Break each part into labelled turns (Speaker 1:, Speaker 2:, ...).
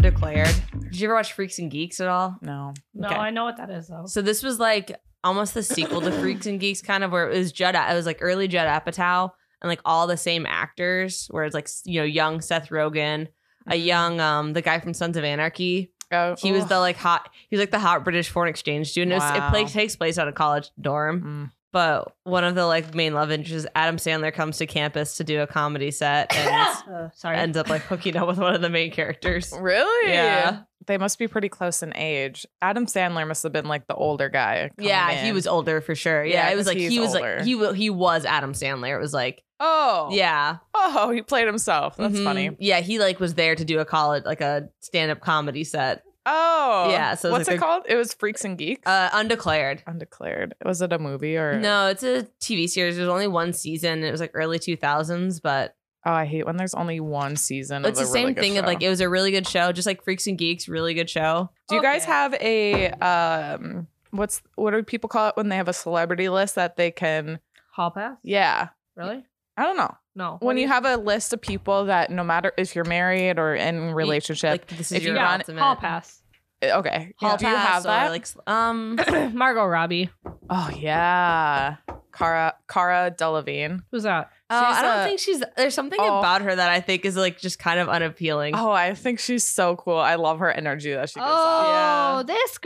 Speaker 1: declared. Did you ever watch Freaks and Geeks at all?
Speaker 2: No.
Speaker 3: No,
Speaker 1: Okay.
Speaker 3: I know what that is though.
Speaker 1: So this was like almost the sequel to Freaks and Geeks, kind of where it was Judd. It was like early Judd Apatow and like all the same actors, where it's like you know young Seth Rogen, a young um the guy from Sons of Anarchy.
Speaker 2: Oh,
Speaker 1: He was the like hot. He was like the hot British foreign exchange student. It, was- it
Speaker 2: Wow.
Speaker 1: play, takes place at a college dorm,
Speaker 2: Mm.
Speaker 1: but one of the like main love interests, Adam Sandler, comes to campus to do a comedy set and
Speaker 3: Uh, sorry.
Speaker 1: ends up like hooking up with one of the main characters.
Speaker 2: Really?
Speaker 1: Yeah.
Speaker 2: They must be pretty close in age. Adam Sandler must have been like the older guy. coming
Speaker 1: Yeah, he
Speaker 2: in.
Speaker 1: was older for sure. Yeah,
Speaker 2: Yeah,
Speaker 1: it was
Speaker 2: 'cause
Speaker 1: like
Speaker 2: he's
Speaker 1: he was
Speaker 2: older.
Speaker 1: like he wa- he was Adam Sandler. It was like
Speaker 2: Oh.
Speaker 1: yeah,
Speaker 2: Oh, he played himself. That's
Speaker 1: Mhm.
Speaker 2: funny.
Speaker 1: Yeah, he like was there to do a college like a stand up comedy set.
Speaker 2: Oh.
Speaker 1: Yeah, so it's
Speaker 2: what's
Speaker 1: like
Speaker 2: it
Speaker 1: a-
Speaker 2: called? It was Freaks and Geeks.
Speaker 1: Uh, undeclared.
Speaker 2: Undeclared. Was it a movie or
Speaker 1: No, it's a TV series. There's only one season. It was like early 2000s, but
Speaker 2: Oh, I hate when there's only one season.
Speaker 1: it's the
Speaker 2: of a really
Speaker 1: same
Speaker 2: good
Speaker 1: thing. Of
Speaker 2: show.
Speaker 1: like it was a really good show, just like Freaks and Geeks, really good show.
Speaker 2: Do you guys
Speaker 3: Okay.
Speaker 2: have a um? What's what do people call it when they have a celebrity list that they can?
Speaker 3: Hall pass?
Speaker 2: Yeah,
Speaker 3: Really?
Speaker 2: I don't know.
Speaker 3: No. What
Speaker 2: When
Speaker 3: do
Speaker 2: you have a list of people that no matter if you're married or in relationship,
Speaker 1: Like this is
Speaker 2: If you
Speaker 1: your
Speaker 3: yeah,
Speaker 2: want-
Speaker 1: ultimate
Speaker 3: hall pass.
Speaker 2: okay,
Speaker 1: Hall
Speaker 2: do you
Speaker 1: pass
Speaker 2: have
Speaker 1: or,
Speaker 2: that?
Speaker 1: Like um,
Speaker 3: Margot Robbie.
Speaker 2: oh yeah, Cara Cara Delevingne.
Speaker 3: Who's that?
Speaker 1: oh, I
Speaker 2: She's
Speaker 1: don't
Speaker 2: a-
Speaker 1: think she's. There's something
Speaker 2: Oh.
Speaker 1: about her that I think is like just kind of unappealing.
Speaker 2: Oh, I think she's so cool. I love her energy that she gives off.
Speaker 3: oh,
Speaker 1: Yeah.
Speaker 3: this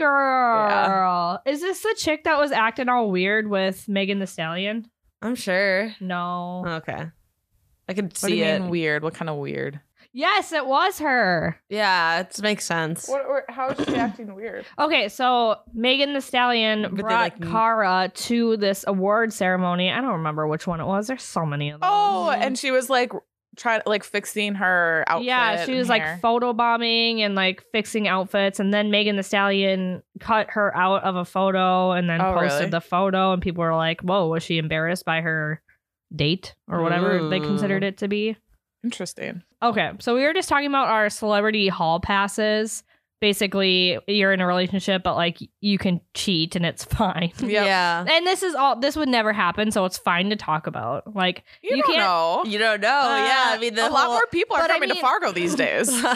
Speaker 3: girl. Is this the chick that was acting all weird with Megan the Stallion?
Speaker 1: I'm sure.
Speaker 3: No.
Speaker 1: Okay. I could
Speaker 2: What do
Speaker 1: see
Speaker 2: you
Speaker 1: it.
Speaker 2: mean weird? What kind of weird?
Speaker 3: yes, it was her.
Speaker 1: yeah, it makes sense.
Speaker 2: or how is she acting weird?
Speaker 3: Okay, so Megan the Stallion
Speaker 1: But they,
Speaker 3: brought
Speaker 1: like,
Speaker 3: Kara to this award ceremony. I don't remember which one it was. There's so many of them.
Speaker 2: Oh, and she was like trying like fixing her outfit.
Speaker 3: yeah, she
Speaker 2: and
Speaker 3: was
Speaker 2: hair.
Speaker 3: like photo bombing and like fixing outfits, and then Megan the Stallion cut her out of a photo and then
Speaker 2: Oh,
Speaker 3: posted
Speaker 2: really?
Speaker 3: the photo, and people were like, "Whoa, was she embarrassed by her date or whatever they considered it to be?"
Speaker 2: Interesting.
Speaker 3: Okay, so we were just talking about our celebrity hall passes. Basically, you're in a relationship, but like you can cheat and it's fine.
Speaker 1: Yeah.
Speaker 3: And this is all this would never happen, so it's fine to talk about. Like
Speaker 2: You,
Speaker 3: You
Speaker 2: don't
Speaker 3: can't-
Speaker 2: know.
Speaker 1: You don't know. yeah. I mean, the
Speaker 2: Uh, a lot
Speaker 1: whole-
Speaker 2: more people are
Speaker 3: but I
Speaker 2: coming to
Speaker 3: mean-
Speaker 2: Fargo these days. Your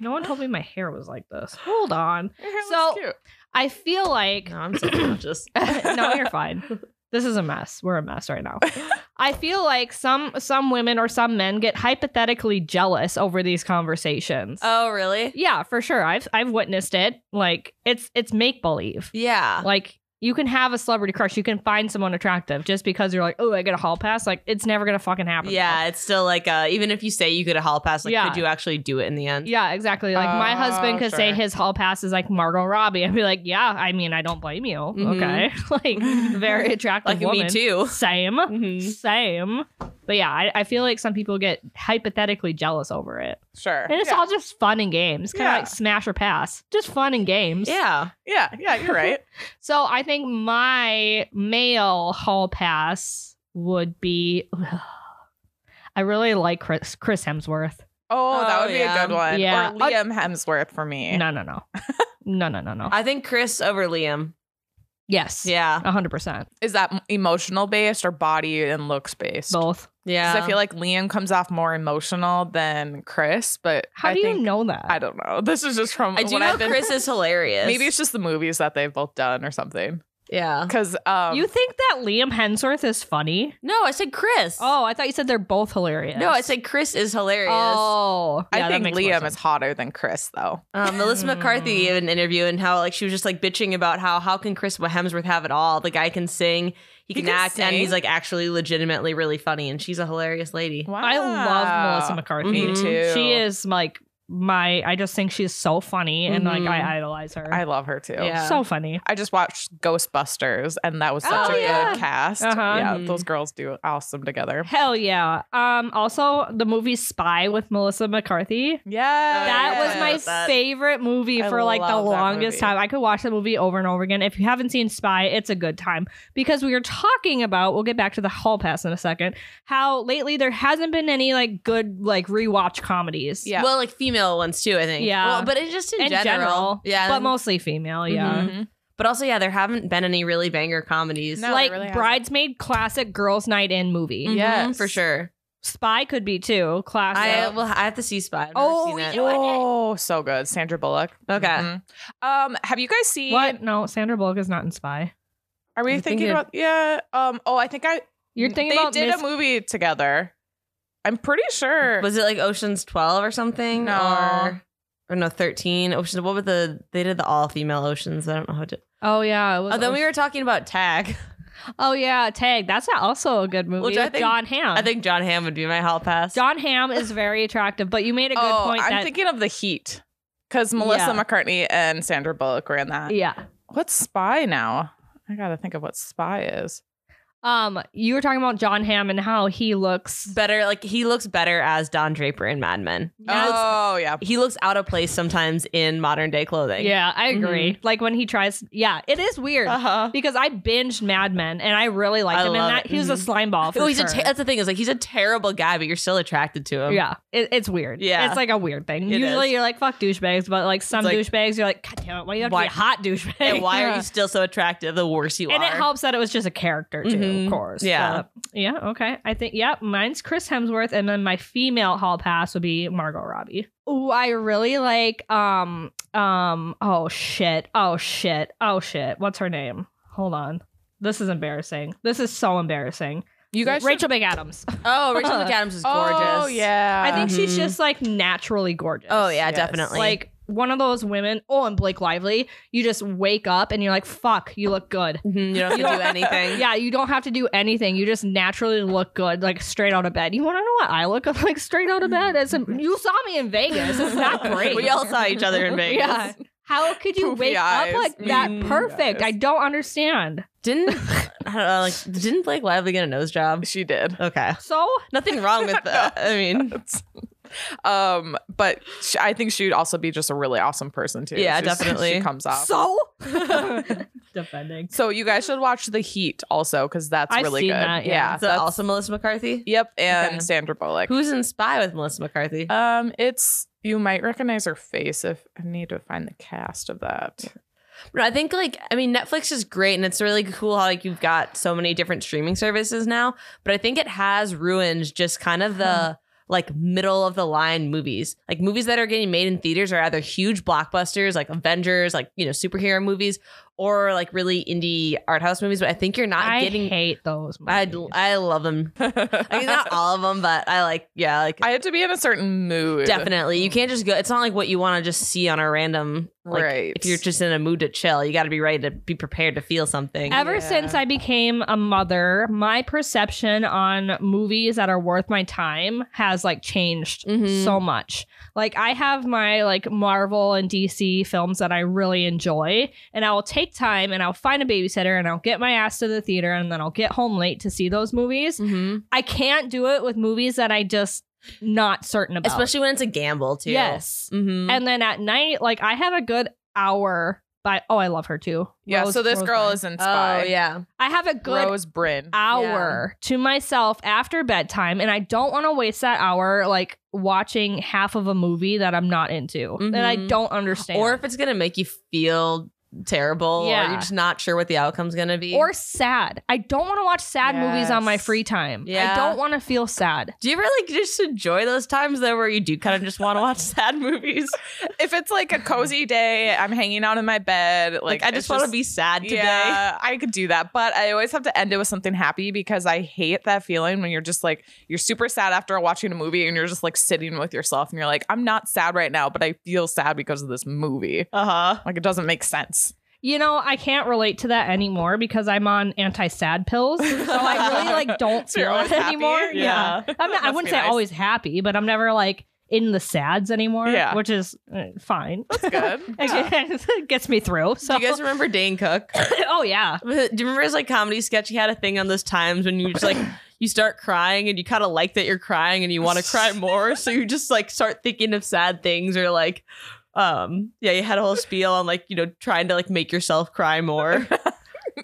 Speaker 3: no one told me my hair was like this. Hold on.
Speaker 2: hair looks
Speaker 3: So-
Speaker 2: cute.
Speaker 3: I feel like
Speaker 1: no, I'm so conscious.
Speaker 3: no, you're fine. This is a mess. We're a mess right now. I feel like some some women or some men get hypothetically jealous over these conversations.
Speaker 1: Oh, really?
Speaker 3: yeah, for sure. I've I've witnessed it. Like it's it's make believe.
Speaker 1: Yeah.
Speaker 3: Like you can have a celebrity crush. You can find someone attractive just because you're like, oh, I get a hall pass. Like it's never gonna fucking happen.
Speaker 1: Yeah. It's still like, uh, even if you say you get a hall pass, like,
Speaker 3: Yeah.
Speaker 1: could you actually do it in the end?
Speaker 3: Yeah, exactly. Like my
Speaker 2: Oh,
Speaker 3: husband could say
Speaker 2: sure.
Speaker 3: his hall pass is like Margot Robbie. I'd be like, yeah, I mean, I don't blame you. Okay, like very attractive
Speaker 1: Mm-hmm. Like
Speaker 3: woman.
Speaker 1: me too.
Speaker 3: Same,
Speaker 2: Mm-hmm.
Speaker 1: Mhm.
Speaker 3: same. But yeah, I, I feel like some people get hypothetically jealous over it,
Speaker 2: Sure.
Speaker 3: and it's
Speaker 2: yeah.
Speaker 3: all just fun and games, kind of
Speaker 2: Yeah.
Speaker 3: like smash or pass, just fun and games.
Speaker 1: Yeah.
Speaker 2: yeah, yeah, you're right.
Speaker 3: So I think my male hall pass would be. I really like Chris, Chris Hemsworth.
Speaker 2: Oh, that
Speaker 1: Oh,
Speaker 2: would be
Speaker 1: yeah.
Speaker 2: a good one.
Speaker 3: Yeah.
Speaker 2: Or Liam Hemsworth for me.
Speaker 3: No, no, no, no, no, no, no.
Speaker 1: I think Chris over Liam.
Speaker 3: Yes.
Speaker 1: Yeah.
Speaker 3: A hundred percent.
Speaker 2: Is that m- emotional based or body and looks based?
Speaker 3: Both.
Speaker 1: Yeah.
Speaker 2: Because I feel like Liam comes off more emotional than Chris, but
Speaker 3: How
Speaker 2: I
Speaker 3: do
Speaker 2: think,
Speaker 3: you know that?
Speaker 2: I don't know. This is just from
Speaker 1: I do
Speaker 2: what
Speaker 1: know
Speaker 2: I've been.
Speaker 1: Chris is Oh. hilarious.
Speaker 2: Maybe it's just the movies that they've both done or something.
Speaker 1: Yeah.
Speaker 2: Because um,
Speaker 3: you think that Liam Hemsworth is funny?
Speaker 1: No, I said Chris.
Speaker 3: Oh, I thought you said they're both hilarious.
Speaker 1: No, I said Chris is hilarious.
Speaker 3: Oh, yeah,
Speaker 2: I
Speaker 3: that
Speaker 2: think
Speaker 3: makes more
Speaker 2: Liam
Speaker 3: sense.
Speaker 2: is hotter than Chris, though.
Speaker 1: Um, Melissa McCarthy
Speaker 3: Mm.
Speaker 1: gave an interview and how like she was just like bitching about how how can Chris Hemsworth have it all? The guy can sing, he can,
Speaker 2: can
Speaker 1: act, and he's
Speaker 2: sing?
Speaker 1: like actually legitimately really funny, and she's a hilarious lady.
Speaker 2: Wow.
Speaker 3: I love Melissa McCarthy.
Speaker 1: Ah.
Speaker 3: Mm.
Speaker 1: Me
Speaker 2: too.
Speaker 3: She is like my. I just think she's so funny, and like
Speaker 1: Mhm.
Speaker 3: I idolize her.
Speaker 2: I love her too.
Speaker 1: Yeah.
Speaker 3: So funny.
Speaker 2: I just watched Ghostbusters, and that was such
Speaker 1: Oh,
Speaker 2: a
Speaker 1: yeah.
Speaker 2: good cast.
Speaker 3: Uh-huh.
Speaker 2: Yeah,
Speaker 1: Mhm.
Speaker 2: those girls do awesome together.
Speaker 3: Hell yeah. Um. Also, the movie Spy with Melissa McCarthy.
Speaker 2: Yeah,
Speaker 3: That
Speaker 1: Oh, yeah.
Speaker 3: was my
Speaker 1: That-
Speaker 3: favorite movie
Speaker 2: I
Speaker 3: for like the
Speaker 2: love that
Speaker 3: longest
Speaker 2: movie.
Speaker 3: time. I could watch the movie over and over again. If you haven't seen Spy, it's a good time because we are talking about. We'll get back to the Hall Pass in a second. How lately there hasn't been any like good like rewatch comedies.
Speaker 2: Yeah.
Speaker 1: Well, like female ones too, I think.
Speaker 3: Yeah.
Speaker 1: Well, but it just in,
Speaker 3: in general, Mm-hmm.
Speaker 1: yeah.
Speaker 3: but
Speaker 1: and-
Speaker 3: mostly female. Yeah.
Speaker 2: Mm-hmm.
Speaker 1: Mhm. but also, yeah, there haven't been any really banger comedies.
Speaker 2: No, there
Speaker 3: like
Speaker 2: really hasn't.
Speaker 3: bridesmaid classic girls night in movie
Speaker 1: Mhm,
Speaker 2: yes.
Speaker 1: for sure.
Speaker 3: Spy could be too. Classic.
Speaker 1: I well, I have to see Spy. I've never
Speaker 3: Oh,
Speaker 1: seen
Speaker 3: we
Speaker 1: it.
Speaker 3: do.
Speaker 2: Oh, so good, Sandra Bullock.
Speaker 1: Okay.
Speaker 2: Mhm. Um, have you guys seen?
Speaker 3: what? No, Sandra Bullock is not in Spy.
Speaker 2: Are we
Speaker 3: I'm
Speaker 2: thinking,
Speaker 3: thinking-
Speaker 2: about? Yeah. Um. Oh, I think I.
Speaker 3: You're thinking
Speaker 2: they
Speaker 3: about
Speaker 2: did
Speaker 3: Miss-
Speaker 2: a movie together. I'm pretty sure.
Speaker 1: Was it like Ocean's Twelve or something?
Speaker 2: No.
Speaker 1: Or, or no, Thirteen. Ocean. What were the? They did the all female Oceans. I don't know how to.
Speaker 3: Oh yeah. it was
Speaker 1: Oh, then we
Speaker 3: Ocean-
Speaker 1: were talking about Tag.
Speaker 3: Oh yeah, Tag. That's also a good movie.
Speaker 1: Which I
Speaker 3: with
Speaker 1: think-
Speaker 3: John Hamm.
Speaker 1: I think John Hamm would be my hall pass.
Speaker 3: John Hamm is very attractive, but you made a good
Speaker 2: oh,
Speaker 3: point
Speaker 2: I'm
Speaker 3: that
Speaker 2: thinking of the Heat because Melissa
Speaker 3: Yeah.
Speaker 2: McCartney and Sandra Bullock were in that.
Speaker 3: yeah.
Speaker 2: What's Spy now? I gotta think of what Spy is.
Speaker 3: Um, you were talking about John Hamm and how he looks.
Speaker 1: better, like he looks better as Don Draper in Mad Men.
Speaker 3: Yes.
Speaker 2: Oh yeah.
Speaker 1: He looks out of place sometimes in modern day clothing.
Speaker 3: Yeah, I agree. Like when he tries, yeah, it is weird
Speaker 2: Uh-huh.
Speaker 3: because I binged Mad Men and I really liked
Speaker 1: I
Speaker 3: him in
Speaker 1: love
Speaker 3: that.
Speaker 1: it.
Speaker 3: He was a
Speaker 1: Mhm.
Speaker 3: slime ball. For
Speaker 1: Oh, he's a
Speaker 3: sure.
Speaker 1: te- that's the thing is like he's a terrible guy, but you're still attracted to him.
Speaker 3: yeah, it, it's weird.
Speaker 1: Yeah.
Speaker 3: it's like a weird thing.
Speaker 1: It
Speaker 3: Usually
Speaker 1: is.
Speaker 3: you're like fuck douchebags, but like some
Speaker 1: like-
Speaker 3: douchebags, you're like, god damn it, why do you have
Speaker 1: Why-
Speaker 3: to be a hot douchebag?
Speaker 1: And why are
Speaker 2: Yeah.
Speaker 1: you still so attractive? The worse you
Speaker 3: and
Speaker 1: are.
Speaker 3: it helps that it was just a character too,
Speaker 1: Mhm.
Speaker 3: of course.
Speaker 1: Yeah.
Speaker 3: But, yeah. Okay. I think. Yeah. Mine's Chris Hemsworth, and then my female hall pass would be Margot Robbie. Oh, I really like. Um. Um. Oh shit. Oh shit. Oh shit. What's her name? Hold on. This is embarrassing. This is so embarrassing.
Speaker 2: You guys. should-
Speaker 3: Rachel McAdams.
Speaker 1: Oh, Rachel McAdams is gorgeous.
Speaker 2: Oh yeah.
Speaker 3: I think she's
Speaker 1: Mhm.
Speaker 3: just like naturally gorgeous.
Speaker 1: Oh yeah,
Speaker 2: Yes.
Speaker 1: definitely.
Speaker 3: Like one of those women. Oh, and Blake Lively. You just wake up and you're like, fuck, you look good.
Speaker 1: Mhm, you don't have to do anything.
Speaker 3: Yeah, you don't have to do anything. You just naturally look good, like straight out of bed. You want to know what I look like straight out of bed? It's you saw me in Vegas. It's not great.
Speaker 1: we all saw each other in Vegas.
Speaker 3: Yeah. How could you
Speaker 2: Poofy
Speaker 3: wake
Speaker 2: eyes.
Speaker 3: up like that?
Speaker 1: Mm,
Speaker 3: Perfect.
Speaker 2: yes.
Speaker 3: I don't understand.
Speaker 1: Didn't I don't know, like didn't Blake Lively get a nose job?
Speaker 2: she did.
Speaker 1: Okay.
Speaker 3: So
Speaker 1: Nothing wrong with that. I mean,
Speaker 2: um, but sh I think she'd also be just a really awesome person too.
Speaker 1: Yeah,
Speaker 2: She's- She
Speaker 1: definitely.
Speaker 2: comes off. So,
Speaker 3: so defending.
Speaker 2: you guys should watch The Heat also because that's
Speaker 3: I've
Speaker 2: really
Speaker 3: seen
Speaker 2: good.
Speaker 3: that, yeah.
Speaker 1: is that also Melissa McCarthy?
Speaker 2: Yep, and
Speaker 1: Okay.
Speaker 2: Sandra Bullock.
Speaker 1: Who's in Spy with Melissa McCarthy?
Speaker 2: um, it's you might recognize her face if I need to find the cast of that.
Speaker 1: No, I think like I mean Netflix is great and it's really cool how like you've got so many different streaming services now, but I think it has ruined just kind of the like middle of the line movies. Like movies that are getting made in theaters are either huge blockbusters like Avengers, like you know superhero movies or like really indie art house movies, but I think you're not
Speaker 3: I
Speaker 1: getting
Speaker 3: hate those.
Speaker 1: I
Speaker 3: movies.
Speaker 1: I love them. I mean, not all of them, but I like yeah, like
Speaker 2: I had to be in a certain mood.
Speaker 1: definitely. You can't just go it's not like what you want to just see on a random like
Speaker 2: right.
Speaker 1: if you're just in a mood to chill, you got to be ready to be prepared to feel something.
Speaker 3: Ever
Speaker 2: Yeah.
Speaker 3: since I became a mother, my perception on movies that are worth my time has like changed
Speaker 2: Mm-hmm.
Speaker 1: Mhm.
Speaker 3: so much. Like I have my like Marvel and DC films that I really enjoy, and I will take time and I'll find a babysitter and I'll get my ass to the theater and then I'll get home late to see those
Speaker 2: Mm-hmm.
Speaker 3: movies.
Speaker 1: Mm-hmm.
Speaker 3: I can't do it with movies that I just not certain about.
Speaker 1: Especially when it's a gamble too.
Speaker 3: yes.
Speaker 2: Mm-hmm.
Speaker 1: Mhm.
Speaker 3: And then at night, like I have a good hour by oh, I love her too.
Speaker 2: yeah.
Speaker 3: Rose-
Speaker 2: so this
Speaker 3: Rose
Speaker 2: girl
Speaker 3: Byrne.
Speaker 2: is in Spy.
Speaker 1: Oh yeah.
Speaker 3: I have a good
Speaker 2: Rose Bryn.
Speaker 3: hour to myself after bedtime and I don't want to waste that hour like watching half of a movie that I'm not into and that I
Speaker 2: Mm-hmm.
Speaker 1: Mhm.
Speaker 3: don't understand
Speaker 1: Or if it's gonna make you feel terrible, or
Speaker 3: Yeah.
Speaker 1: you're just not sure what the outcome's gonna be.
Speaker 3: or sad. I don't want to watch sad movies on my
Speaker 2: Yes.
Speaker 3: free time. I
Speaker 1: Yeah.
Speaker 3: don't want to feel sad.
Speaker 1: do you ever like just enjoy those times though, where you do kind of just want to watch sad movies?
Speaker 2: If it's like a cozy day, I'm hanging out in my bed. Like,
Speaker 1: Like, I just want to be sad today.
Speaker 2: Yeah, I could do that, but I always have to end it with something happy because I hate that feeling when you're just like you're super sad after watching a movie and you're just like sitting with yourself and you're like, I'm not sad right now, but I feel sad because of this movie.
Speaker 1: Uh huh.
Speaker 2: Like it doesn't make sense.
Speaker 3: You know, I can't relate to that anymore because I'm on anti-sad pills. So I really like don't
Speaker 2: So you're
Speaker 3: feel
Speaker 2: always
Speaker 3: it
Speaker 2: happy?
Speaker 3: anymore.
Speaker 2: Yeah.
Speaker 3: I'm not, I
Speaker 2: Must
Speaker 3: wouldn't
Speaker 2: be
Speaker 3: say
Speaker 2: nice.
Speaker 3: always happy, but I'm never like in the sads anymore,
Speaker 2: Yeah.
Speaker 3: which is uh, fine.
Speaker 2: That's good.
Speaker 3: it gets me through. So
Speaker 1: Do you guys remember Dane Cook?
Speaker 3: oh yeah.
Speaker 1: Do you remember his like comedy sketch? He had a thing on those times when you just like you start crying and you kind of like that you're crying and you want to cry more, so you just like start thinking of sad things or like, um, yeah, you had a whole spiel on like you know trying to like make yourself cry more.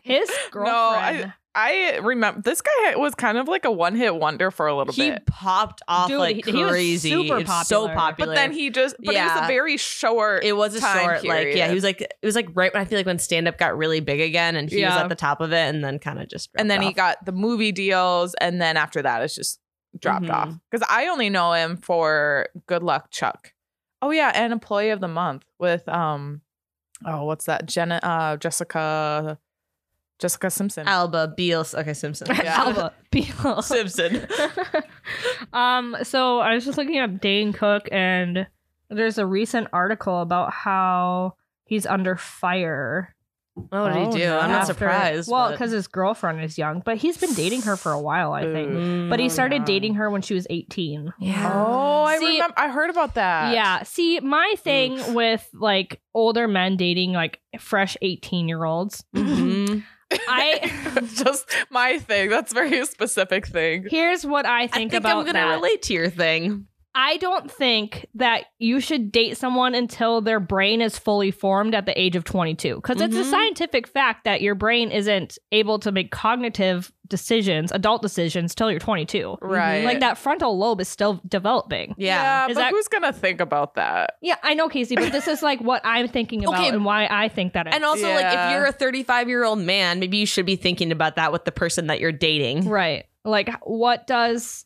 Speaker 3: His
Speaker 2: No,
Speaker 3: girlfriend.
Speaker 2: I remember this guy was kind of like a one hit wonder for a little
Speaker 1: he
Speaker 2: bit.
Speaker 1: popped off
Speaker 3: Dude,
Speaker 1: like
Speaker 3: he- he was
Speaker 1: crazy,
Speaker 3: super
Speaker 1: It was so
Speaker 3: popular.
Speaker 1: popular.
Speaker 2: But then he just but it was a
Speaker 1: Yeah.
Speaker 2: very short
Speaker 1: it was a
Speaker 2: time
Speaker 1: short like yeah
Speaker 2: period.
Speaker 1: he was like it was like right when I feel like when stand up got really big again and he was
Speaker 3: Yeah.
Speaker 1: at the top of it and then kind of just
Speaker 2: and then he
Speaker 1: dropped
Speaker 2: got the movie deals and then after that it's just dropped
Speaker 1: Mhm.
Speaker 3: Mm-hmm.
Speaker 2: off because I only know him for Good Luck Chuck. Oh yeah, and Employee of the Month with um, oh what's that? Jenna, uh, Jessica, Jessica Simpson.
Speaker 1: Alba Beals. Okay, Simpson.
Speaker 2: Yeah.
Speaker 3: Alba Beal.
Speaker 1: Simpson.
Speaker 3: um, so I was just looking up Dane Cook, and there's a recent article about how he's under fire.
Speaker 1: Oh, What did
Speaker 2: Oh,
Speaker 1: he do?
Speaker 2: no.
Speaker 1: I'm not
Speaker 3: after-
Speaker 1: surprised.
Speaker 3: Well,
Speaker 1: but-
Speaker 3: because his girlfriend is young, but he's been dating her for a while, I think.
Speaker 1: Mm.
Speaker 3: But he
Speaker 2: Oh,
Speaker 3: started
Speaker 2: no.
Speaker 3: dating her when she was 18.
Speaker 1: Yeah.
Speaker 2: Oh, I
Speaker 3: See-
Speaker 2: remember. I heard about that.
Speaker 3: Oh. Yeah. See, my thing
Speaker 1: Oof.
Speaker 3: with like older men dating like fresh 18 year olds,
Speaker 1: Mhm.
Speaker 3: I
Speaker 2: just my thing. That's a very specific thing.
Speaker 3: here's what I
Speaker 1: I
Speaker 3: think,
Speaker 1: think
Speaker 3: about
Speaker 1: I'm gonna
Speaker 3: that.
Speaker 1: relate to your thing.
Speaker 3: I don't think that you should date someone until their brain is fully formed at the age of 22 because it's
Speaker 1: Mhm.
Speaker 3: a scientific fact that your brain isn't able to make cognitive decisions, adult decisions till you're 22.
Speaker 2: Right.
Speaker 3: Mm-hmm. Like that frontal lobe is still developing.
Speaker 1: Yeah.
Speaker 2: but
Speaker 3: Is that-
Speaker 2: who's gonna think about that?
Speaker 3: Yeah, I know, Casey, but this is like what I'm thinking about
Speaker 1: Okay.
Speaker 3: and why I think that. I-
Speaker 1: And also, like,
Speaker 2: Yeah.
Speaker 1: if you're a 35 year old man, maybe you should be thinking about that with the person that you're dating.
Speaker 3: Right. Like, what does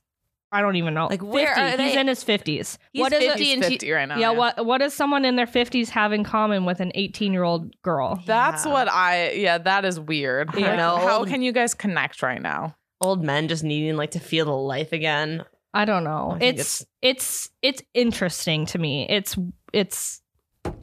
Speaker 3: I don't even know.
Speaker 1: Like, where
Speaker 3: 50.
Speaker 1: are
Speaker 3: He's
Speaker 1: they-
Speaker 3: in his fifties.
Speaker 1: He's
Speaker 3: What is it?
Speaker 1: 50
Speaker 2: He's
Speaker 1: and she-
Speaker 2: 50 right now.
Speaker 3: yeah, What What does someone in their fifties have in common with an eighteen-year-old girl?
Speaker 2: That's
Speaker 1: Yeah.
Speaker 2: what I. Yeah, that is weird.
Speaker 1: You
Speaker 2: Like,
Speaker 1: know?
Speaker 2: how can you guys connect right now?
Speaker 1: Old men just needing like to feel the life again.
Speaker 3: I don't know.
Speaker 1: I think
Speaker 3: it's, it's it's interesting to me. It's it's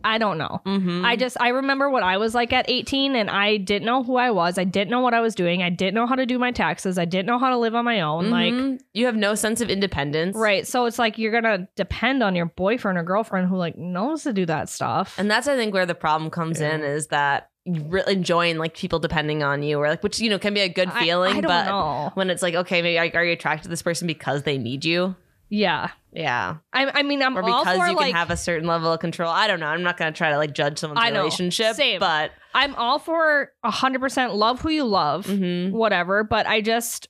Speaker 3: I don't know.
Speaker 1: Mm-hmm.
Speaker 3: I just I remember what I was like at 18 and I didn't know who I was. I didn't know what I was doing. I didn't know how to do my taxes. I didn't know how to live on my own. Like
Speaker 1: you have no sense of independence,
Speaker 3: Right. So it's like you're gonna depend on your boyfriend or girlfriend who like knows to do that stuff.
Speaker 1: And that's I think where the problem comes in is that you re- enjoying like people depending on you, or like which you know can be a good
Speaker 3: I-
Speaker 1: feeling,
Speaker 3: I, don't
Speaker 1: but
Speaker 3: know.
Speaker 1: when it's like okay, maybe like, are you attracted to this person because they need you?
Speaker 3: Yeah.
Speaker 1: Yeah,
Speaker 3: I, I mean, I'm
Speaker 1: or
Speaker 3: all
Speaker 1: because
Speaker 3: for
Speaker 1: you can
Speaker 3: like
Speaker 1: have a certain level of control. I don't know. I'm not gonna try to like judge someone's
Speaker 3: I know.
Speaker 1: relationship,
Speaker 3: Same.
Speaker 1: but
Speaker 3: I'm all for 100% love who you love,
Speaker 1: Mhm.
Speaker 3: whatever. But I just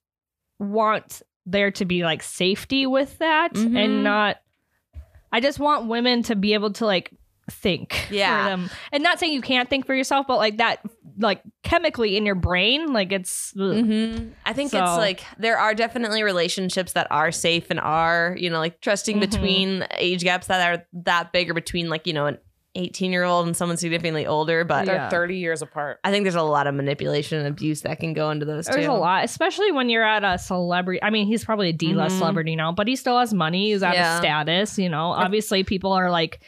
Speaker 3: want there to be like safety with that
Speaker 1: Mhm.
Speaker 3: and not. I just want women to be able to like think
Speaker 1: Yeah.
Speaker 3: for them, and not saying you can't think for yourself, but like that, like chemically in your brain, like it's. ugh.
Speaker 1: Mhm. I think it's
Speaker 3: Mm-hmm. So-
Speaker 1: like there are definitely relationships that are safe and are, you know, like trusting
Speaker 3: Mhm.
Speaker 1: between age gaps that are that big or between like, you know, an 18 year old and someone significantly older. But
Speaker 3: Yeah.
Speaker 2: They're 30 years apart.
Speaker 1: I think there's a lot of manipulation and abuse that can go into those
Speaker 3: There's
Speaker 1: too.
Speaker 3: a lot, especially when you're at a celebrity. I mean, he's probably a D-list
Speaker 1: Mhm.
Speaker 3: celebrity now, but he still has money. He's at
Speaker 1: Yeah.
Speaker 3: a status, you know. Obviously, people are like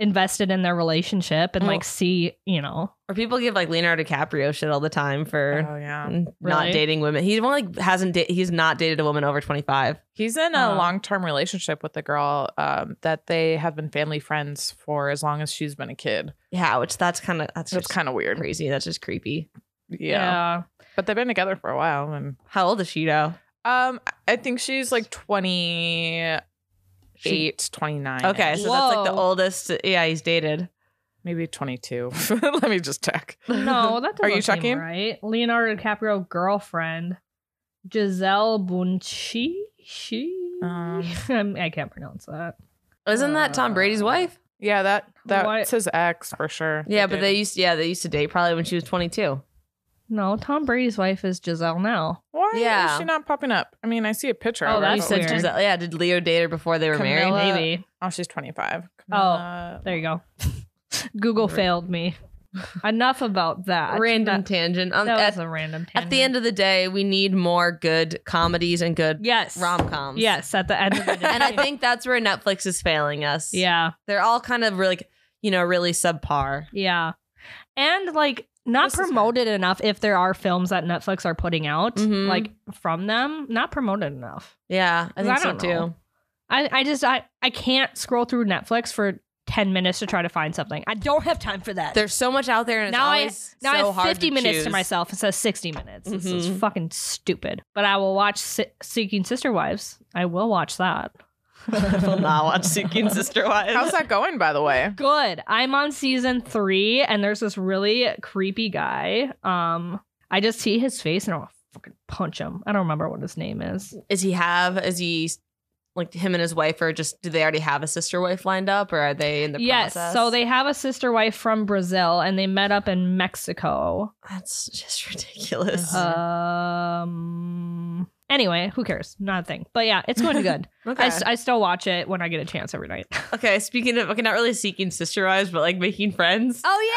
Speaker 3: invested in their relationship and
Speaker 1: Well-
Speaker 3: like see, you know.
Speaker 1: Or people give like Leonardo DiCaprio shit all the time for
Speaker 2: Oh yeah,
Speaker 1: mm, not
Speaker 3: Really?
Speaker 1: dating women. He only like, hasn't da- he's not dated a woman over 25.
Speaker 2: he's in a
Speaker 3: Oh.
Speaker 2: long-term relationship with a girl um, that they have been family friends for as long as she's been a kid.
Speaker 1: Yeah, which that's kind of that's
Speaker 2: That's
Speaker 1: just
Speaker 2: kind of weird.
Speaker 1: crazy. That's just creepy.
Speaker 2: Yeah. but they've been together for a while, and
Speaker 1: How old is she though?
Speaker 2: um, I think she's like 28,
Speaker 1: She-
Speaker 2: 29.
Speaker 1: Okay, so that's like the
Speaker 3: Whoa.
Speaker 1: oldest. Yeah, he's dated.
Speaker 2: maybe 22. Let me just check.
Speaker 3: No, that doesn't
Speaker 2: Are you
Speaker 3: seem
Speaker 2: checking?
Speaker 3: right. Leonardo DiCaprio girlfriend, Giselle Bunchi. She.
Speaker 2: Um.
Speaker 3: Um, I can't pronounce that.
Speaker 1: Isn't that Tom Brady's
Speaker 3: Uh,
Speaker 1: wife?
Speaker 2: Yeah, that that's
Speaker 3: What?
Speaker 2: his ex for sure.
Speaker 1: Yeah, but they
Speaker 2: did.
Speaker 1: used yeah, they used to date probably when she was 22.
Speaker 3: No, Tom Brady's wife is Giselle now.
Speaker 2: why
Speaker 1: Yeah.
Speaker 2: is she not popping up? I mean, I see a picture.
Speaker 3: Oh,
Speaker 2: of her,
Speaker 1: you
Speaker 3: that's
Speaker 2: but-
Speaker 1: said
Speaker 3: weird.
Speaker 1: Giselle- yeah, did Leo date her before they were married?
Speaker 2: Camilla- Uh,
Speaker 3: Maybe.
Speaker 2: Oh, she's 25. Camilla-
Speaker 3: There you go. Google failed me. Enough about that.
Speaker 1: Random tangent.
Speaker 3: That,
Speaker 1: Um,
Speaker 3: that
Speaker 1: at,
Speaker 3: was a random. Tangent.
Speaker 1: at the end of the day, we need more good comedies and good
Speaker 3: yes,
Speaker 1: rom-coms.
Speaker 3: Yes, at the end of the day.
Speaker 1: And I think that's where Netflix is failing us.
Speaker 3: yeah,
Speaker 1: They're all kind of really, you know, really subpar.
Speaker 3: yeah, and like not
Speaker 2: This is hard.
Speaker 3: promoted enough. If there are films that Netflix are putting out,
Speaker 1: Mhm.
Speaker 3: like from them, not promoted enough.
Speaker 1: Yeah, I think
Speaker 3: I
Speaker 1: so
Speaker 3: don't know.
Speaker 1: too.
Speaker 3: I, I just I I can't scroll through Netflix for ten minutes to try to find something. I don't have time for that.
Speaker 1: There's so much out there and it's
Speaker 3: Now I-
Speaker 1: always
Speaker 3: Now
Speaker 1: so
Speaker 3: I have
Speaker 1: hard
Speaker 3: 50
Speaker 1: to
Speaker 3: minutes to
Speaker 1: choose.
Speaker 3: myself instead of 60 minutes. This
Speaker 1: Mhm.
Speaker 3: is fucking stupid. But I will watch Se- Seeking Sister Wives. I will watch that.
Speaker 1: I will not watch Suki Sister Wives.
Speaker 2: How's that going, by the way?
Speaker 3: Good. I'm on season three, and there's this really creepy guy. Um, I just see his face and I want to fucking punch him. I don't remember what his name is.
Speaker 1: is he have is he like him and his wife or just do they already have a sister wife lined up or are they in the
Speaker 3: yes.
Speaker 1: process?
Speaker 3: So they have a sister wife from Brazil, and they met up in Mexico.
Speaker 1: that's just ridiculous.
Speaker 2: Uh,
Speaker 3: Um, Anyway, who cares? Not a thing. But yeah, it's going to good.
Speaker 1: Okay.
Speaker 3: I, s- I still watch it when I get a chance every night.
Speaker 1: okay. Speaking of okay, not really seeking sister wise, but like making friends.
Speaker 2: Oh,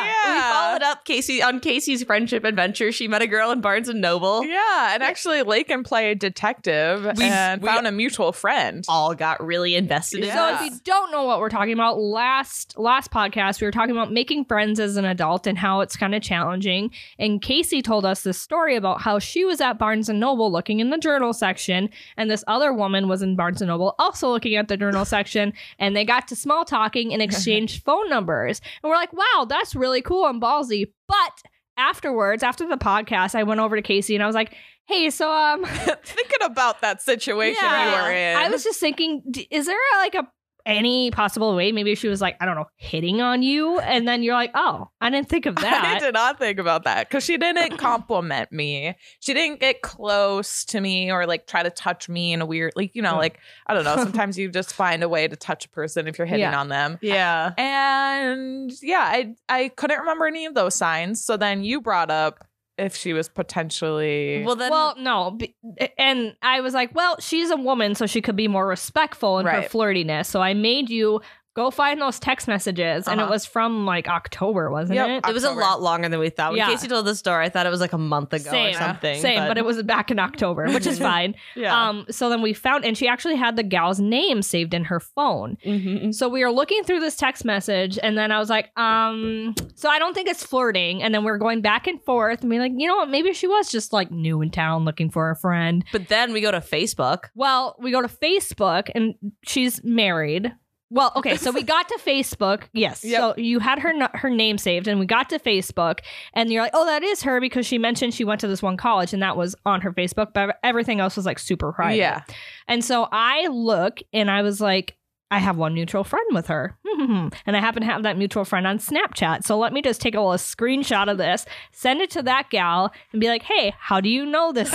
Speaker 2: yeah.
Speaker 1: We followed up Casey on Casey's friendship adventure. She met a girl in Barnes and Noble.
Speaker 2: Yeah, and actually, Lake and play a detective
Speaker 1: We-
Speaker 2: and
Speaker 1: we-
Speaker 2: found a mutual friend.
Speaker 1: All got really invested in
Speaker 2: Yeah.
Speaker 1: us.
Speaker 3: So if you don't know what we're talking about, last last podcast we were talking about making friends as an adult and how it's kind of challenging. And Casey told us this story about how she was at Barnes and Noble looking in the journal section, and this other woman was in Barnes and Noble also looking at the journal section, and they got to small talking and exchanged phone numbers. And we're like, wow, that's really cool and ballsy. But afterwards, after the podcast, I went over to Casey and I was like, hey, so um
Speaker 2: Thinking about that situation
Speaker 1: Yeah.
Speaker 2: you were in.
Speaker 3: I was just thinking, d- is there like a any possible way? Maybe she was like, I don't know, hitting on you, and then you're like, oh, I didn't think of
Speaker 2: I
Speaker 3: that.
Speaker 2: did not think about that because she didn't compliment me. She didn't get close to me or like try to touch me in a weird, like, you know,
Speaker 3: Mm.
Speaker 2: like, I don't know. Sometimes you just find a way to touch a person if you're hitting
Speaker 3: Yeah.
Speaker 2: on them.
Speaker 1: yeah.
Speaker 2: And yeah, I I couldn't remember any of those signs. So then you brought up if she was potentially
Speaker 1: Well then.
Speaker 3: well, no, b- and I was like, well, she's a woman, so she could be more respectful in her
Speaker 2: Right.
Speaker 3: flirtiness. So I made you go find those text messages, and it
Speaker 2: Uh-huh.
Speaker 3: was from like October, wasn't
Speaker 2: Yep.
Speaker 3: it?
Speaker 1: it was a
Speaker 2: October.
Speaker 1: lot longer than we thought. When
Speaker 3: Yeah.
Speaker 1: Casey told the story, I thought it was like a month ago
Speaker 3: Same.
Speaker 1: or something.
Speaker 3: Same, but, it was back in October, which is fine.
Speaker 1: yeah.
Speaker 3: Um, so then we found, and she actually had the gal's name saved in her phone.
Speaker 1: Mhm.
Speaker 3: So we were looking through this text message, and then I was like, um, so I don't think it's flirting. And then we are going back and forth, and being like, you know what? Maybe she was just like new in town looking for a friend.
Speaker 1: But then we go to Facebook.
Speaker 3: Well, we go to Facebook, and she's married. Well, okay, so we got to Facebook. Yes.
Speaker 2: Yep.
Speaker 3: So you had her n- her name saved, and we got to Facebook, and you're like, oh, that is her because she mentioned she went to this one college, and that was on her Facebook, but everything else was like super private.
Speaker 2: Yeah.
Speaker 3: And so I look and I was like, I have one mutual friend with her. and I happen to have that mutual friend on Snapchat. So let me just take a little screenshot of this, send it to that gal, and be like, hey, how do you know this?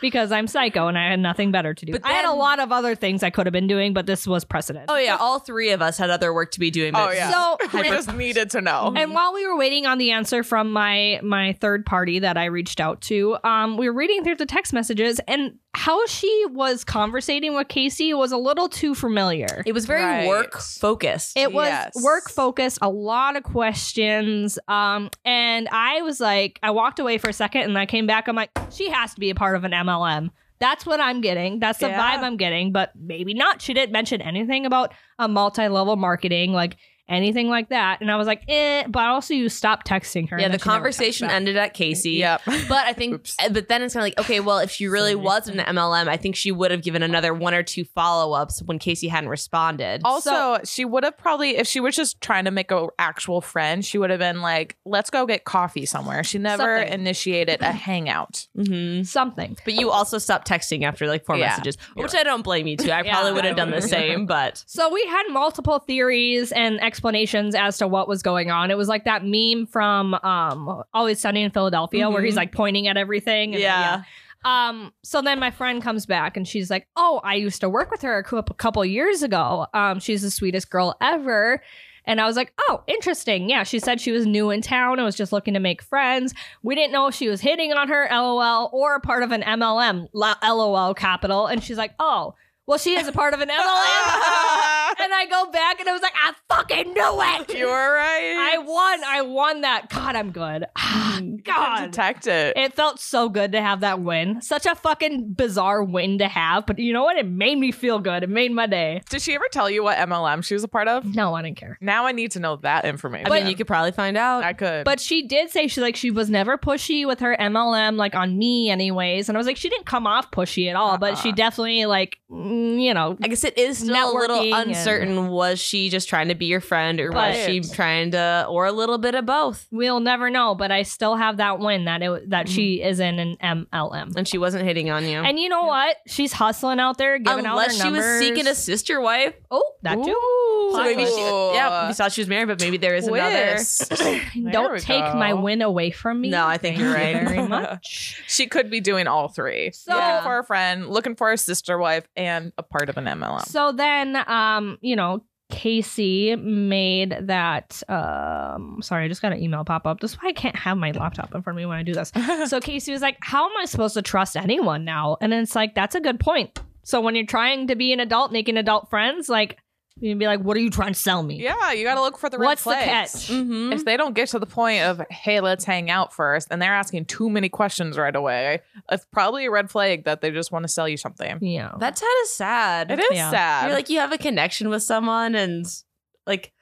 Speaker 3: because I'm psycho and I had nothing better to do.
Speaker 1: But
Speaker 3: I had a
Speaker 1: then-
Speaker 3: lot of other things I could have been doing, but this was precedent.
Speaker 1: Oh yeah, all three of us had other work to be doing.
Speaker 2: Oh,
Speaker 1: but-
Speaker 2: yeah.
Speaker 3: So Mm-hmm.
Speaker 2: we just needed to know.
Speaker 3: And while we were waiting on the answer from my my third party that I reached out to, um, we were reading through the text messages, and how she was conversating with Casey was a little too familiar.
Speaker 1: It was very
Speaker 2: Right.
Speaker 1: work focused.
Speaker 3: It was
Speaker 2: Yes.
Speaker 3: work focused, a lot of questions, um, and I was like, I walked away for a second, and I came back. I'm like, she has to be a part of an MLM. That's what I'm getting. That's the
Speaker 2: Yeah.
Speaker 3: vibe I'm getting, but maybe not. She didn't mention anything about a multi-level marketing, like anything like that. And I was like, eh. But also, you stopped texting her.
Speaker 1: yeah,
Speaker 3: and
Speaker 1: the
Speaker 3: then she never texted
Speaker 1: conversation
Speaker 3: back.
Speaker 1: ended at Casey.
Speaker 2: yep.
Speaker 1: But I think, eh,
Speaker 2: Oops.
Speaker 1: but then it's kind of like, okay, well, if she really
Speaker 3: many
Speaker 1: was an MLM, I think she would have given another one or two follow ups when Casey hadn't responded.
Speaker 2: Also, she would have probably if she was just trying to make a actual friend, she would have been like, "Let's go get coffee somewhere." She never
Speaker 3: Something.
Speaker 2: initiated a hangout.
Speaker 1: Mhm.
Speaker 3: Something.
Speaker 1: But you also stopped texting after like four
Speaker 2: Yeah.
Speaker 1: messages,
Speaker 2: You're
Speaker 1: which I don't blame you to. I
Speaker 3: Yeah.
Speaker 1: probably would have done the same, but
Speaker 3: So we had multiple theories and explanations as to what was going on. It was like that meme from um Always Sunny in Philadelphia where he's
Speaker 1: Mhm.
Speaker 3: like pointing at everything. and- Um. So then my friend comes back and she's like, "Oh, I used to work with her a cou- a couple years ago. Um, she's the sweetest girl ever." And I was like, "Oh, interesting. Yeah, she said she was new in town and was just looking to make friends. We didn't know if she was hitting on her, lol, or a part of an MLM, L- lol, capital." And she's like, "Oh, well, she is a part of an MLM." and I go back and I was like, "I fucking knew it.
Speaker 2: you were
Speaker 3: I
Speaker 2: right.
Speaker 3: won. I won that. God, I'm good. God,
Speaker 2: detect it.
Speaker 3: it felt so good to have that win. Such a fucking bizarre win to have, but you know what? It made me feel good. It made my day.
Speaker 2: Did she ever tell you what MLM she was a part of?
Speaker 3: No, I didn't care.
Speaker 2: Now I need to know that information.
Speaker 1: I mean, you could probably find out.
Speaker 2: I could.
Speaker 3: But she did say she like she was never pushy with her MLM like on me anyways, and I was like she didn't come off pushy at all, but she
Speaker 2: Uh-uh.
Speaker 3: definitely like mm, you know
Speaker 1: I guess it is still a little
Speaker 3: Networking and-
Speaker 1: uncertain. was she just trying to be your friend, or was
Speaker 2: But-
Speaker 1: she trying to, or a little bit of both?
Speaker 3: we'll never know, but I still have that win that it that she is in an MLM.
Speaker 1: And she wasn't hitting on you.
Speaker 3: And you know what? She's hustling out there, giving
Speaker 1: Oh, Unless
Speaker 3: out her
Speaker 1: she was
Speaker 3: numbers.
Speaker 1: seeking a sister wife.
Speaker 3: oh that too.
Speaker 2: Ooh.
Speaker 1: So maybe she,
Speaker 2: Ooh.
Speaker 1: yeah, we thought she was married, but maybe there is another.
Speaker 2: Twist. we
Speaker 3: Don't take my
Speaker 2: go.
Speaker 3: win away from me.
Speaker 1: No, I think
Speaker 3: Thank
Speaker 1: you're
Speaker 3: you
Speaker 1: right.
Speaker 3: very much.
Speaker 2: She could be doing all three.
Speaker 3: So-
Speaker 2: looking for a friend, looking for a sister wife, and a part of an MLM.
Speaker 3: So then, um, you know, Casey made that. Um, sorry, I just got an email pop up. That's why I can't have my laptop in front of me when I do this. So Casey was like, How am I supposed to trust anyone now? And it's like, That's a good point. So when you're trying to be an adult, making adult friends, like, you'd be like, What are you trying to sell me?
Speaker 2: yeah, you got to look for the red
Speaker 3: What's the
Speaker 2: flags.
Speaker 3: catch?
Speaker 1: Mm-hmm.
Speaker 2: If they don't get to the point of, hey, let's hang out first, and they're asking too many questions right away, it's probably a red flag that they just want to sell you something.
Speaker 3: Yeah.
Speaker 1: That's kind of sad.
Speaker 2: It is
Speaker 3: Yeah.
Speaker 2: sad.
Speaker 1: You're like you have a connection with someone, and like,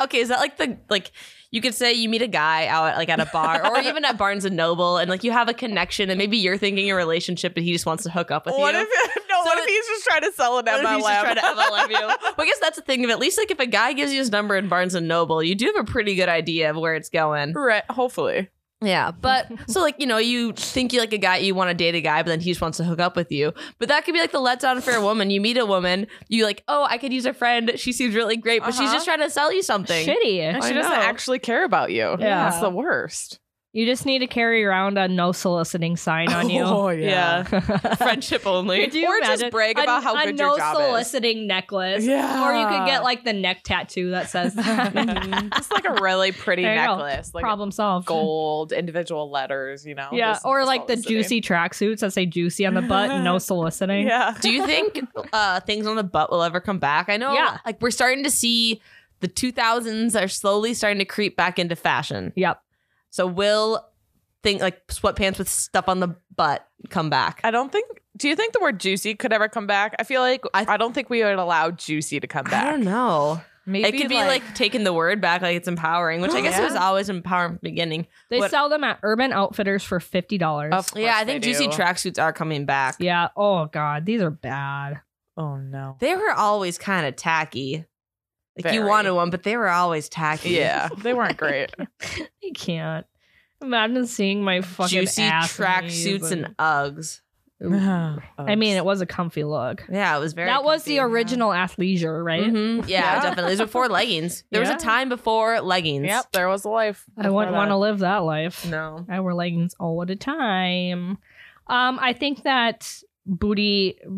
Speaker 1: okay, is that like the like you could say you meet a guy out at, like at a bar or even at Barnes and Noble, and like you have a connection, and maybe you're thinking a relationship, but he just wants to hook up with
Speaker 2: what
Speaker 1: you.
Speaker 2: if no?
Speaker 1: So
Speaker 2: what if
Speaker 1: it-
Speaker 2: he's just trying to sell an
Speaker 1: What if he's just trying to
Speaker 2: MLM?
Speaker 1: MLM you? Well, I guess that's the thing of it. at least like if a guy gives you his number in Barnes and Noble, you do have a pretty good idea of where it's going.
Speaker 2: Right, hopefully.
Speaker 1: Yeah, but so like you know you think you like a guy you want to date a guy, but then he just wants to hook up with you. But that could be like the letdown for a woman. You meet a woman, you like oh I could use a friend. She seems really great, but she's
Speaker 2: Uh-huh.
Speaker 1: just trying to sell you something.
Speaker 3: Shitty.
Speaker 2: And
Speaker 1: I
Speaker 2: she doesn't
Speaker 1: know.
Speaker 2: actually care about you.
Speaker 3: Yeah.
Speaker 2: That's the worst.
Speaker 3: You just need to carry around a no soliciting sign on you.
Speaker 2: Oh, yeah.
Speaker 1: Friendship
Speaker 3: Could
Speaker 1: only.
Speaker 3: you
Speaker 2: Or just
Speaker 3: imagine
Speaker 2: brag
Speaker 3: a-
Speaker 2: about how
Speaker 3: a
Speaker 2: good
Speaker 3: no
Speaker 2: your job is.
Speaker 3: soliciting necklace.
Speaker 2: Yeah.
Speaker 3: Or you could get like the neck tattoo that says
Speaker 2: just like a really pretty
Speaker 3: Mm-hmm. There you go.
Speaker 2: necklace, like
Speaker 3: problem solved.
Speaker 2: gold individual letters, you know.
Speaker 3: Yeah,
Speaker 2: Just
Speaker 3: or
Speaker 2: no
Speaker 3: like the
Speaker 2: soliciting.
Speaker 3: juicy tracksuits that say juicy on the butt, no soliciting.
Speaker 2: Yeah.
Speaker 1: Do you think uh, things on the butt will ever come back? I know.
Speaker 3: Yeah.
Speaker 1: like we're starting to see the 2000s are slowly starting to creep back into fashion.
Speaker 3: Yep.
Speaker 1: So will think like sweatpants with stuff on the butt come back?
Speaker 2: I don't think. Do you think the word juicy could ever come back? I feel like I,
Speaker 1: I-
Speaker 2: don't think we would allow juicy to come back.
Speaker 1: I don't know.
Speaker 2: Maybe Oh,
Speaker 1: it could be like, taking the word back, like it's empowering, which I guess it was
Speaker 2: Yeah.
Speaker 1: always empowering from the beginning.
Speaker 3: They
Speaker 1: What-
Speaker 3: sell them at Urban Outfitters for fifty dollars.
Speaker 2: Of course
Speaker 1: yeah, I think
Speaker 2: they
Speaker 1: juicy
Speaker 2: do.
Speaker 1: tracksuits are coming back.
Speaker 3: Yeah. Oh god, these are bad.
Speaker 2: Oh no.
Speaker 1: They were always kind of tacky. Like you
Speaker 2: Very.
Speaker 1: wanted one, but they were always tacky.
Speaker 2: Yeah, they weren't great.
Speaker 3: You can't imagine seeing my fucking
Speaker 1: juicy
Speaker 3: ass in these
Speaker 1: tracksuits and Uggs.
Speaker 3: I mean, it was a comfy look.
Speaker 1: Yeah, it was very.
Speaker 3: that was the
Speaker 1: comfy.
Speaker 3: original athleisure, right?
Speaker 1: Mhm. Yeah,
Speaker 2: Yeah.
Speaker 1: definitely. It was before leggings. There
Speaker 3: Yeah.
Speaker 1: was a time before leggings.
Speaker 2: Yep, there was a life.
Speaker 3: I wouldn't
Speaker 2: before
Speaker 3: want to
Speaker 2: that.
Speaker 3: live that life.
Speaker 1: No.
Speaker 3: I wear leggings all the time. Um, I think that booty,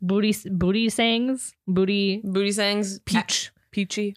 Speaker 3: booty, booty sayings, booty,
Speaker 1: Booty things.
Speaker 2: peach, peachy.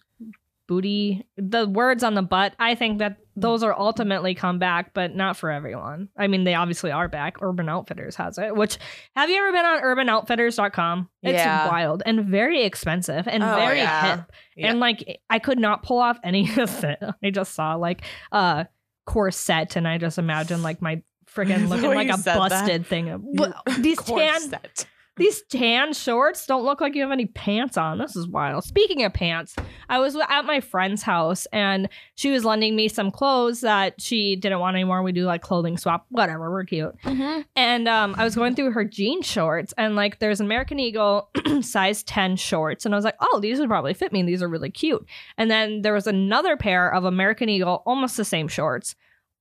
Speaker 3: booty, the words on the butt. I think that those are ultimately come back, but not for everyone. I mean, they obviously are back. Urban Outfitters has it. Which have you ever been on UrbanOutfitters.com? It's
Speaker 2: Yeah.
Speaker 3: wild and very expensive and
Speaker 1: Oh,
Speaker 3: very
Speaker 1: yeah.
Speaker 3: hip.
Speaker 2: Yeah.
Speaker 3: And like, I could not pull off any of it. I just saw like a corset, and I just imagined like my
Speaker 2: The
Speaker 3: freaking looking
Speaker 2: way
Speaker 3: like
Speaker 2: you
Speaker 3: a
Speaker 2: said that.
Speaker 3: busted thing. But these tan
Speaker 2: Corset.
Speaker 3: these tan shorts don't look like you have any pants on. This is wild. Speaking of pants, I was at my friend's house and she was lending me some clothes that she didn't want anymore. We do like clothing swap, whatever. We're cute. And um, I was going through her jean shorts and like there's an American Eagle size 10 shorts. And I was like, oh, these would probably fit me. These are really cute. And then there was another pair of American Eagle, almost the same shorts,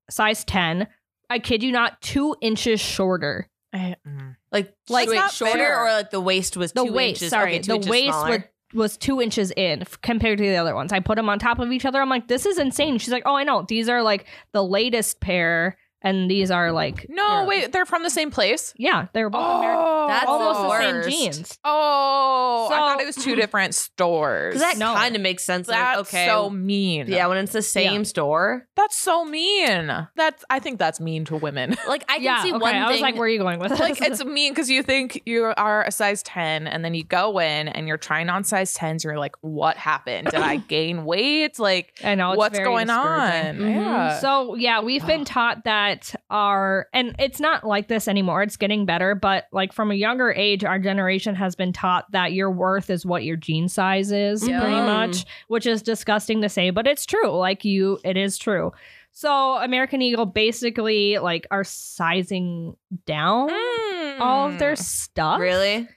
Speaker 3: size 10. I kid you not, two inches shorter.
Speaker 2: I- mm.
Speaker 1: Like,
Speaker 2: Like,
Speaker 1: like wait,
Speaker 2: not
Speaker 1: shorter
Speaker 2: fair.
Speaker 1: or like the waist was
Speaker 3: the
Speaker 1: two
Speaker 3: waist
Speaker 1: inches.
Speaker 3: sorry
Speaker 1: okay, two
Speaker 3: the
Speaker 1: inches
Speaker 3: waist
Speaker 1: smaller.
Speaker 3: was, was two inches in f- compared to the other ones i put them on top of each other i'm like this is insane she's like oh i know these are like the latest pair and these are like
Speaker 2: No,
Speaker 3: Yeah.
Speaker 2: wait, they're from the same place.
Speaker 3: yeah they're both american
Speaker 1: Oh, That's
Speaker 3: almost
Speaker 1: the
Speaker 3: the same
Speaker 1: worst.
Speaker 3: jeans
Speaker 2: Oh, I
Speaker 3: So-
Speaker 2: thought it was two different stores.
Speaker 1: Because that
Speaker 3: No.
Speaker 1: kind of makes sense. like,
Speaker 2: That's
Speaker 1: okay.
Speaker 2: so mean.
Speaker 1: yeah, when it's the same store.
Speaker 2: That's so mean. That's I think that's mean to women.
Speaker 1: Like I can
Speaker 3: yeah
Speaker 1: see
Speaker 3: okay.
Speaker 1: one
Speaker 3: i was
Speaker 1: thing.
Speaker 3: like where are you going with this
Speaker 2: like it's mean because you think you are a size 10 and then you go in and you're trying on size 10s you're like what happened did i gain weight like
Speaker 3: i know it's
Speaker 2: what's
Speaker 3: very
Speaker 2: going
Speaker 3: discouraging. Mm-hmm.
Speaker 2: on
Speaker 1: Mhm.
Speaker 2: yeah
Speaker 3: So yeah, we've been taught that our and it's not like this anymore. It's getting better, but like from a younger age, our generation has been taught that your worth is what your gene size is,
Speaker 2: Yeah.
Speaker 3: pretty much, which is disgusting to say, but it's true. Like you, it is true. So American Eagle basically like are sizing down
Speaker 2: Mm.
Speaker 3: all of their stuff.
Speaker 1: really?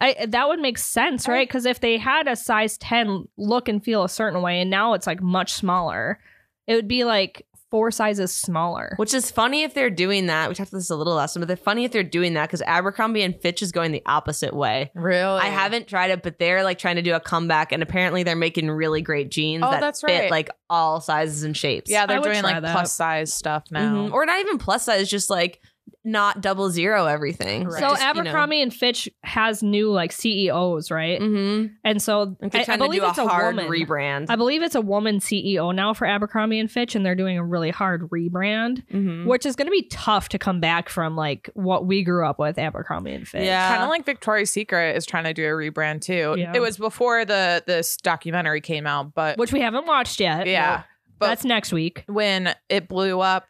Speaker 3: I, that would make sense,
Speaker 2: I-
Speaker 3: right? Because if they had a size 10 look and feel a certain way, and now it's like much smaller, it would be like four sizes smaller.
Speaker 1: Which is funny if they're doing that. We talked about this a little last time, but they're funny if they're doing that because Abercrombie and Fitch is going the opposite way.
Speaker 2: really
Speaker 1: I haven't tried it, but they're like trying to do a comeback, and apparently they're making really great jeans
Speaker 2: Oh,
Speaker 1: that
Speaker 2: that's
Speaker 1: fit
Speaker 2: right.
Speaker 1: like all sizes and shapes. Mm-hmm.
Speaker 2: yeah
Speaker 3: I
Speaker 2: they're
Speaker 3: would
Speaker 2: doing
Speaker 3: try
Speaker 2: like
Speaker 3: that. Mm-hmm.
Speaker 2: plus size stuff now
Speaker 1: Mhm. or not even plus size, just like not double zero everything.
Speaker 2: Correct.
Speaker 3: So
Speaker 1: Just, you know.
Speaker 3: Abercrombie and Fitch has new like CEOs,
Speaker 2: Mm.
Speaker 3: right?
Speaker 1: Mhm.
Speaker 3: And so
Speaker 1: Like they're
Speaker 3: I, I
Speaker 1: trying to
Speaker 3: believe
Speaker 1: do a
Speaker 3: it's a
Speaker 1: hard
Speaker 3: woman.
Speaker 1: rebrand.
Speaker 3: I believe it's a woman CEO now for Abercrombie and Fitch, and they're doing a really hard rebrand,
Speaker 2: Mm.
Speaker 1: Mhm.
Speaker 3: which is going to be tough to come back from like what we grew up with Abercrombie and Fitch.
Speaker 1: Yeah.
Speaker 2: kind of like Victoria's Secret is trying to do a rebrand too.
Speaker 3: Yeah.
Speaker 2: It was before the this documentary came out, but
Speaker 3: which we haven't watched yet.
Speaker 2: yeah, but
Speaker 3: that's next week.
Speaker 2: when it blew up,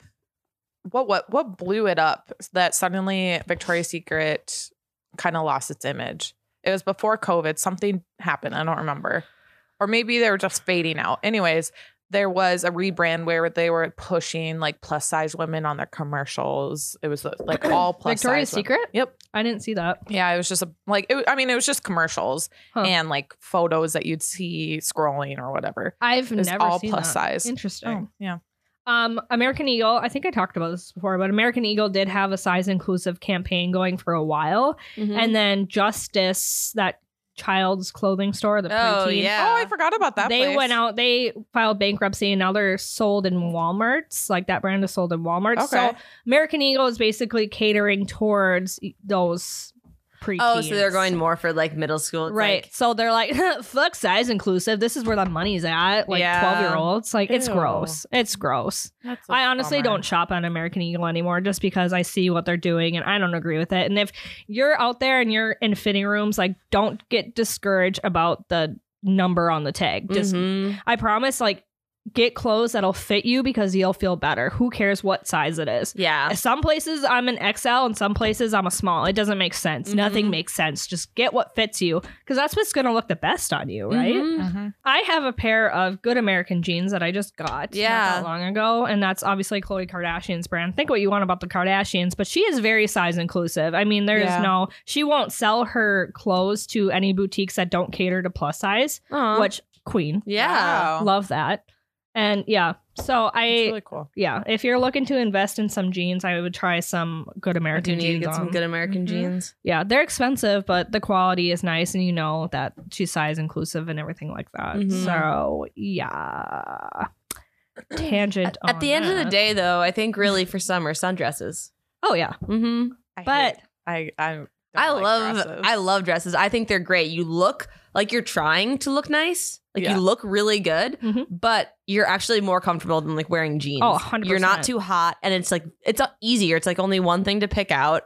Speaker 2: what what what blew it up that suddenly Victoria's Secret kind of lost its image. It was before COVID. Something happened. I don't remember, or maybe they were just fading out. Anyways. There was a rebrand where they were pushing like plus size women on their commercials. It was like all plus
Speaker 3: Victoria's
Speaker 2: size women.
Speaker 3: Secret.
Speaker 2: Yep.
Speaker 3: I didn't see that.
Speaker 2: Yeah, it was just a like. It, I mean, it was just commercials
Speaker 3: Huh.
Speaker 2: and like photos that you'd see scrolling or whatever.
Speaker 3: I've
Speaker 2: It was
Speaker 3: never
Speaker 2: all
Speaker 3: seen
Speaker 2: plus
Speaker 3: that.
Speaker 2: size. Oh,
Speaker 3: Interesting.
Speaker 2: yeah.
Speaker 3: Um, American Eagle. I think I talked about this before, but American Eagle did have a size inclusive campaign going for a while,
Speaker 2: Mm-hmm.
Speaker 1: Mhm.
Speaker 3: and then Justice, that child's clothing store, the
Speaker 1: Oh,
Speaker 3: preteen,
Speaker 1: yeah.
Speaker 2: Oh, I forgot about that.
Speaker 3: they
Speaker 2: place.
Speaker 3: went out. They filed bankruptcy, and now they're sold in WalMarts. Like that brand is sold in WalMarts.
Speaker 2: Okay.
Speaker 3: So American Eagle is basically catering towards e, those pre.
Speaker 1: oh, so they're going more for like middle school. It's
Speaker 3: right.
Speaker 1: like-
Speaker 3: so they're like, fuck size inclusive. This is where the money's at. Like
Speaker 1: Yeah.
Speaker 3: twelve year olds. Like it's
Speaker 2: Ew.
Speaker 3: gross. It's gross. I honestly don't shop on American Eagle anymore just because I see what they're doing and I don't agree with it. And if you're out there and you're in fitting rooms, like don't get discouraged about the number on the tag. Just
Speaker 1: Mhm.
Speaker 3: I promise, like get clothes that'll fit you because you'll feel better. Who cares what size it is?
Speaker 1: yeah.
Speaker 3: Some places I'm an XL and some places I'm a small. It doesn't make sense. Nothing
Speaker 1: Mhm.
Speaker 3: makes sense. Just get what fits you because that's what's going to look the best on you, right?
Speaker 1: Mhm.
Speaker 2: Mm-hmm.
Speaker 3: I have a pair of good American jeans that I just got
Speaker 1: Yeah.
Speaker 3: not that long ago, and that's obviously Khloe Kardashian's brand. Think what you want about the Kardashians, but she is very size inclusive. I mean, there is
Speaker 2: Yeah.
Speaker 3: no she won't sell her clothes to any boutiques that don't cater to plus size,
Speaker 1: Aw.
Speaker 3: which queen.
Speaker 1: Yeah.
Speaker 3: Love that. And yeah, so I
Speaker 2: It's really cool.
Speaker 3: yeah, if you're looking to invest in some jeans, I would try some good
Speaker 1: I do
Speaker 3: American
Speaker 1: need to
Speaker 3: jeans
Speaker 1: get some
Speaker 3: on.
Speaker 1: good American
Speaker 2: Mhm.
Speaker 1: jeans.
Speaker 3: yeah, they're expensive, but the quality is nice, and you know that she's size inclusive and everything like that.
Speaker 1: Mhm.
Speaker 3: So yeah, tangent.
Speaker 1: At the
Speaker 3: on
Speaker 1: end of the
Speaker 3: that.
Speaker 1: day, though, I think really for summer sundresses.
Speaker 3: oh yeah,
Speaker 1: Mm-hmm.
Speaker 2: I
Speaker 3: but
Speaker 2: hate- I I don't
Speaker 1: I
Speaker 2: like
Speaker 1: love
Speaker 2: dresses.
Speaker 1: I love dresses. I think they're great. You look like you're trying to look nice. Like
Speaker 2: Yeah.
Speaker 1: you look really good,
Speaker 3: Mhm.
Speaker 1: but you're actually more comfortable than like wearing jeans.
Speaker 3: Oh, 100%.
Speaker 1: You're not too hot and it's like it's uh, easier. It's like only one thing to pick out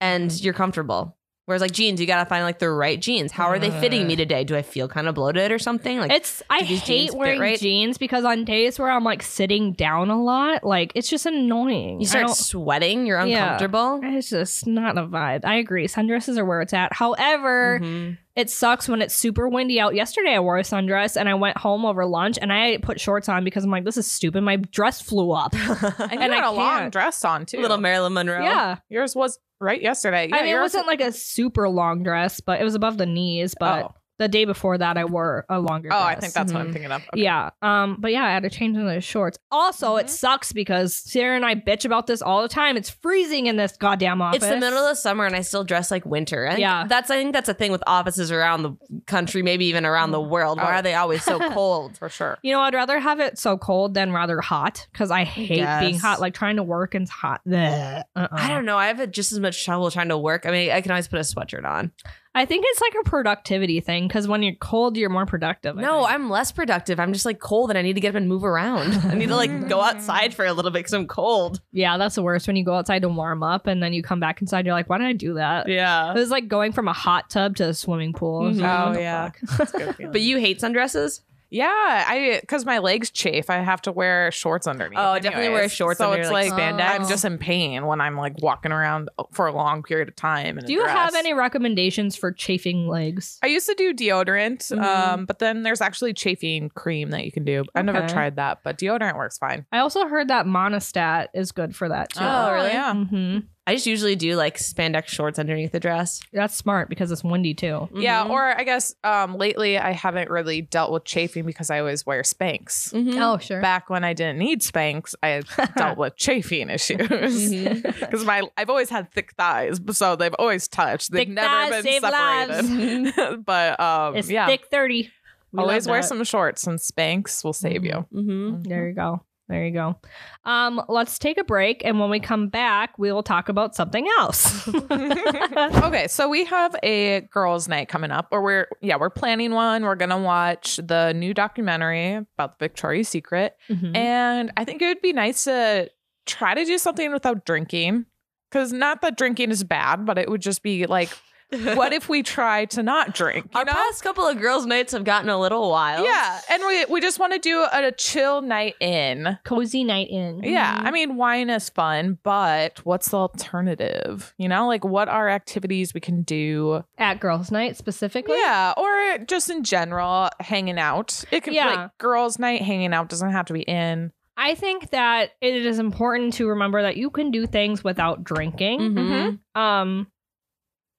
Speaker 1: and
Speaker 3: Mm-hmm.
Speaker 1: you're comfortable. Whereas like jeans, you got to find like the right jeans. How are they fitting me today? Do I feel kind of bloated or something? Like
Speaker 3: Uh. it's I
Speaker 1: do these jeans
Speaker 3: hate
Speaker 1: fit
Speaker 3: wearing
Speaker 1: right?
Speaker 3: jeans because on days where I'm like sitting down a lot, like it's just annoying.
Speaker 1: you
Speaker 3: I
Speaker 1: start
Speaker 3: don't-
Speaker 1: sweating, you're
Speaker 3: Yeah.
Speaker 1: uncomfortable.
Speaker 3: It's just not a vibe. I agree. Sundresses are where it's at. However,
Speaker 1: Mhm.
Speaker 3: it sucks when it's super windy out. Yesterday, I wore a sundress and I went home over lunch and I put shorts on because I'm like, this is stupid. My dress flew up.
Speaker 2: and,
Speaker 3: and
Speaker 2: you
Speaker 3: I
Speaker 2: had a long
Speaker 3: can't.
Speaker 2: dress on too.
Speaker 1: Little Marilyn Monroe.
Speaker 3: Yeah.
Speaker 2: yours was right yesterday. Yeah,
Speaker 3: I mean, it
Speaker 2: yours-
Speaker 3: wasn't like a super long dress, but it was above the knees. But
Speaker 2: oh,
Speaker 3: the day before that, I wore a longer
Speaker 2: oh
Speaker 3: dress.
Speaker 2: I think that's what I'm
Speaker 1: Mhm.
Speaker 2: thinking of. Okay.
Speaker 3: Yeah. Um. But yeah, I had to change into the shorts. Also,
Speaker 2: Mhm.
Speaker 3: it sucks because Sarah and I bitch about this all the time. It's freezing in this goddamn office.
Speaker 1: It's the middle of summer and I still dress like winter. I think
Speaker 3: Yeah.
Speaker 1: That's I think that's a thing with offices around the country, maybe even around the world. Why
Speaker 2: Oh.
Speaker 1: are they always so cold?
Speaker 2: for sure.
Speaker 3: You know, I'd rather have it so cold than rather hot because I hate being
Speaker 1: Yes.
Speaker 3: hot. Like trying to work and it's hot. Bleh. Uh-uh.
Speaker 1: I
Speaker 2: Uh-huh.
Speaker 1: don't know. I have just as much trouble trying to work. I mean, I can always put a sweatshirt on.
Speaker 3: I think it's like a productivity thing because when you're cold, you're more productive. I
Speaker 1: No,
Speaker 3: think.
Speaker 1: I'm less productive. I'm just like cold and I need to get up and move around. I need to like go outside for a little bit because I'm cold.
Speaker 3: yeah, that's the worst when you go outside to warm up and then you come back inside. You're like, why did I do that?
Speaker 2: Yeah.
Speaker 3: It was like going from a hot tub to a swimming pool. It was
Speaker 1: Mhm.
Speaker 3: like,
Speaker 2: Oh,
Speaker 3: what the
Speaker 2: yeah.
Speaker 3: fuck?
Speaker 2: That's a good feeling.
Speaker 1: But you hate sundresses?
Speaker 2: Yeah, I because my legs chafe, I have to wear shorts underneath.
Speaker 1: Oh, definitely wear shorts
Speaker 2: So
Speaker 1: under,
Speaker 2: it's
Speaker 1: like,
Speaker 2: like,
Speaker 3: spandex.
Speaker 2: I'm just in pain when I'm like walking around for a long period of time. in a
Speaker 3: Do you have
Speaker 2: dress.
Speaker 3: any recommendations for chafing legs?
Speaker 2: I used to do deodorant,
Speaker 1: Mhm.
Speaker 2: um, but then there's actually chafing cream that you can do. I never
Speaker 3: Okay.
Speaker 2: tried that, but deodorant works fine.
Speaker 3: I also heard that monostat is good for that too.
Speaker 1: Oh, really?
Speaker 2: Yeah.
Speaker 3: hmm
Speaker 1: I just usually do like spandex shorts underneath the dress.
Speaker 3: That's smart because it's windy too.
Speaker 2: Yeah,
Speaker 1: Mhm.
Speaker 2: or I guess um, lately I haven't really dealt with chafing because I always wear Spanx.
Speaker 1: Mhm.
Speaker 3: Oh, sure.
Speaker 2: Back when I didn't need Spanx, I dealt with chafing issues.
Speaker 1: Mhm.
Speaker 2: because my I've always had thick thighs, so they've always touched. They've
Speaker 3: Thick
Speaker 2: never
Speaker 3: thighs
Speaker 2: been
Speaker 3: save lives.
Speaker 2: separated. but um,
Speaker 3: it's
Speaker 2: yeah,
Speaker 3: thick 30. We
Speaker 2: always
Speaker 3: love
Speaker 2: wear
Speaker 3: that.
Speaker 2: some shorts and Spanx will save you. Mm-hmm.
Speaker 1: Mhm.
Speaker 3: Mm-hmm. There you go. There you go. Um, let's take a break, and when we come back, we will talk about something else.
Speaker 2: Okay, so we have a girls' night coming up, or we're yeah, we're planning one. We're gonna watch the new documentary about the Victoria's Secret,
Speaker 3: Mhm.
Speaker 2: and I think it would be nice to try to do something without drinking. Because not that drinking is bad, but it would just be like, what if we try to not drink? You
Speaker 1: Our
Speaker 2: know?
Speaker 1: past couple of girls' nights have gotten a little wild.
Speaker 2: yeah, and we we just want to do a, a chill night in.
Speaker 3: Cozy night in.
Speaker 2: Yeah, I mean, wine is fun, but what's the alternative? You know, like what are activities we can do?
Speaker 3: At girls' night specifically.
Speaker 2: Yeah, or just in general, hanging out. It could
Speaker 3: Yeah.
Speaker 2: like girls' night, hanging out doesn't have to be in.
Speaker 3: I think that it is important to remember that you can do things without
Speaker 2: Mm-hmm.
Speaker 3: drinking.
Speaker 1: Mhm.
Speaker 3: Um,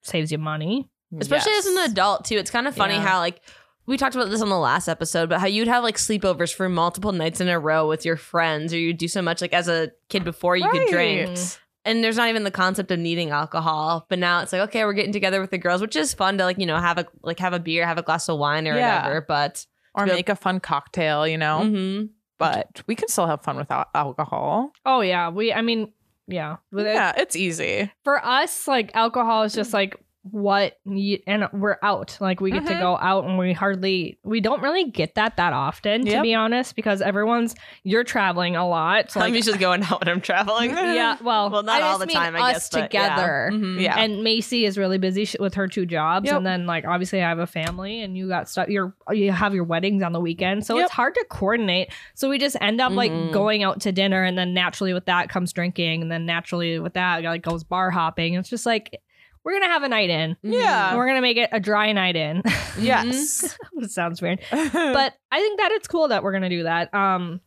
Speaker 3: saves you money.
Speaker 1: Especially as an
Speaker 2: Yes.
Speaker 1: adult, too. It's kind of funny
Speaker 2: Yeah.
Speaker 1: how, like, we talked about this on the last episode, but how you'd have like sleepovers for multiple nights in a row with your friends, or you'd do so much like as a kid before you could drink.
Speaker 2: Right.
Speaker 1: and there's not even the concept of needing alcohol but now it's like okay we're getting together with the girls which is fun to like you know have a like have a beer have a glass of wine or
Speaker 2: Yeah.
Speaker 1: whatever but
Speaker 2: Or make a fun cocktail, you know?
Speaker 1: Mhm.
Speaker 2: But we can still have fun without alcohol.
Speaker 3: Oh yeah, we. I mean, yeah. With it-
Speaker 2: yeah, it's easy.
Speaker 3: for us, like alcohol is just like what you, and we're out. Like we get to
Speaker 2: Mhm.
Speaker 3: go out and we hardly we don't really get that that often to
Speaker 2: Yep.
Speaker 3: be honest because everyone's you're traveling a lot. So
Speaker 1: i'm
Speaker 3: like
Speaker 1: usually going out when i'm traveling
Speaker 3: yeah, well,
Speaker 1: well not
Speaker 3: I
Speaker 1: all
Speaker 3: just
Speaker 1: the
Speaker 3: mean
Speaker 1: time i
Speaker 3: us
Speaker 1: guess but yeah.
Speaker 3: together.
Speaker 1: Mhm.
Speaker 2: Yeah.
Speaker 3: And Macy is really busy sh- with her two jobs,
Speaker 2: Yep.
Speaker 3: and then like obviously I have a family, and you got stuff. You're you have your weddings on the weekend, so
Speaker 2: Yep. Mm-hmm.
Speaker 3: it's hard to coordinate. So we just end up
Speaker 1: Mhm.
Speaker 3: like going out to dinner, and then naturally with that comes drinking, and then naturally with that like goes bar hopping. It's just like we're gonna have a night in,
Speaker 1: Mhm.
Speaker 2: Yeah.
Speaker 3: and we're gonna make it a dry night in.
Speaker 2: Yes.
Speaker 3: It sounds weird,
Speaker 2: Mm-hmm.
Speaker 3: but I think that it's cool that we're gonna do that. Um,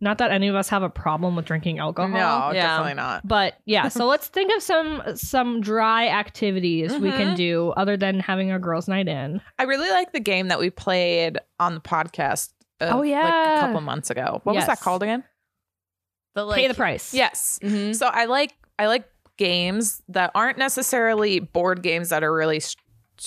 Speaker 3: not that any of us have a problem with drinking
Speaker 2: no,
Speaker 3: alcohol
Speaker 1: Yeah.
Speaker 2: definitely not.
Speaker 3: but yeah so let's think of some some dry activities we can
Speaker 2: Mhm.
Speaker 3: do other than having a girls night in
Speaker 2: I really like the game that we played on the podcast. uh,
Speaker 3: Oh,
Speaker 2: like
Speaker 3: yeah.
Speaker 2: a couple months ago. What was
Speaker 3: Yes.
Speaker 2: that called again?
Speaker 1: but like
Speaker 3: pay the price
Speaker 2: Yes,
Speaker 1: Mhm.
Speaker 2: So I like I like games that aren't necessarily board games that are really s-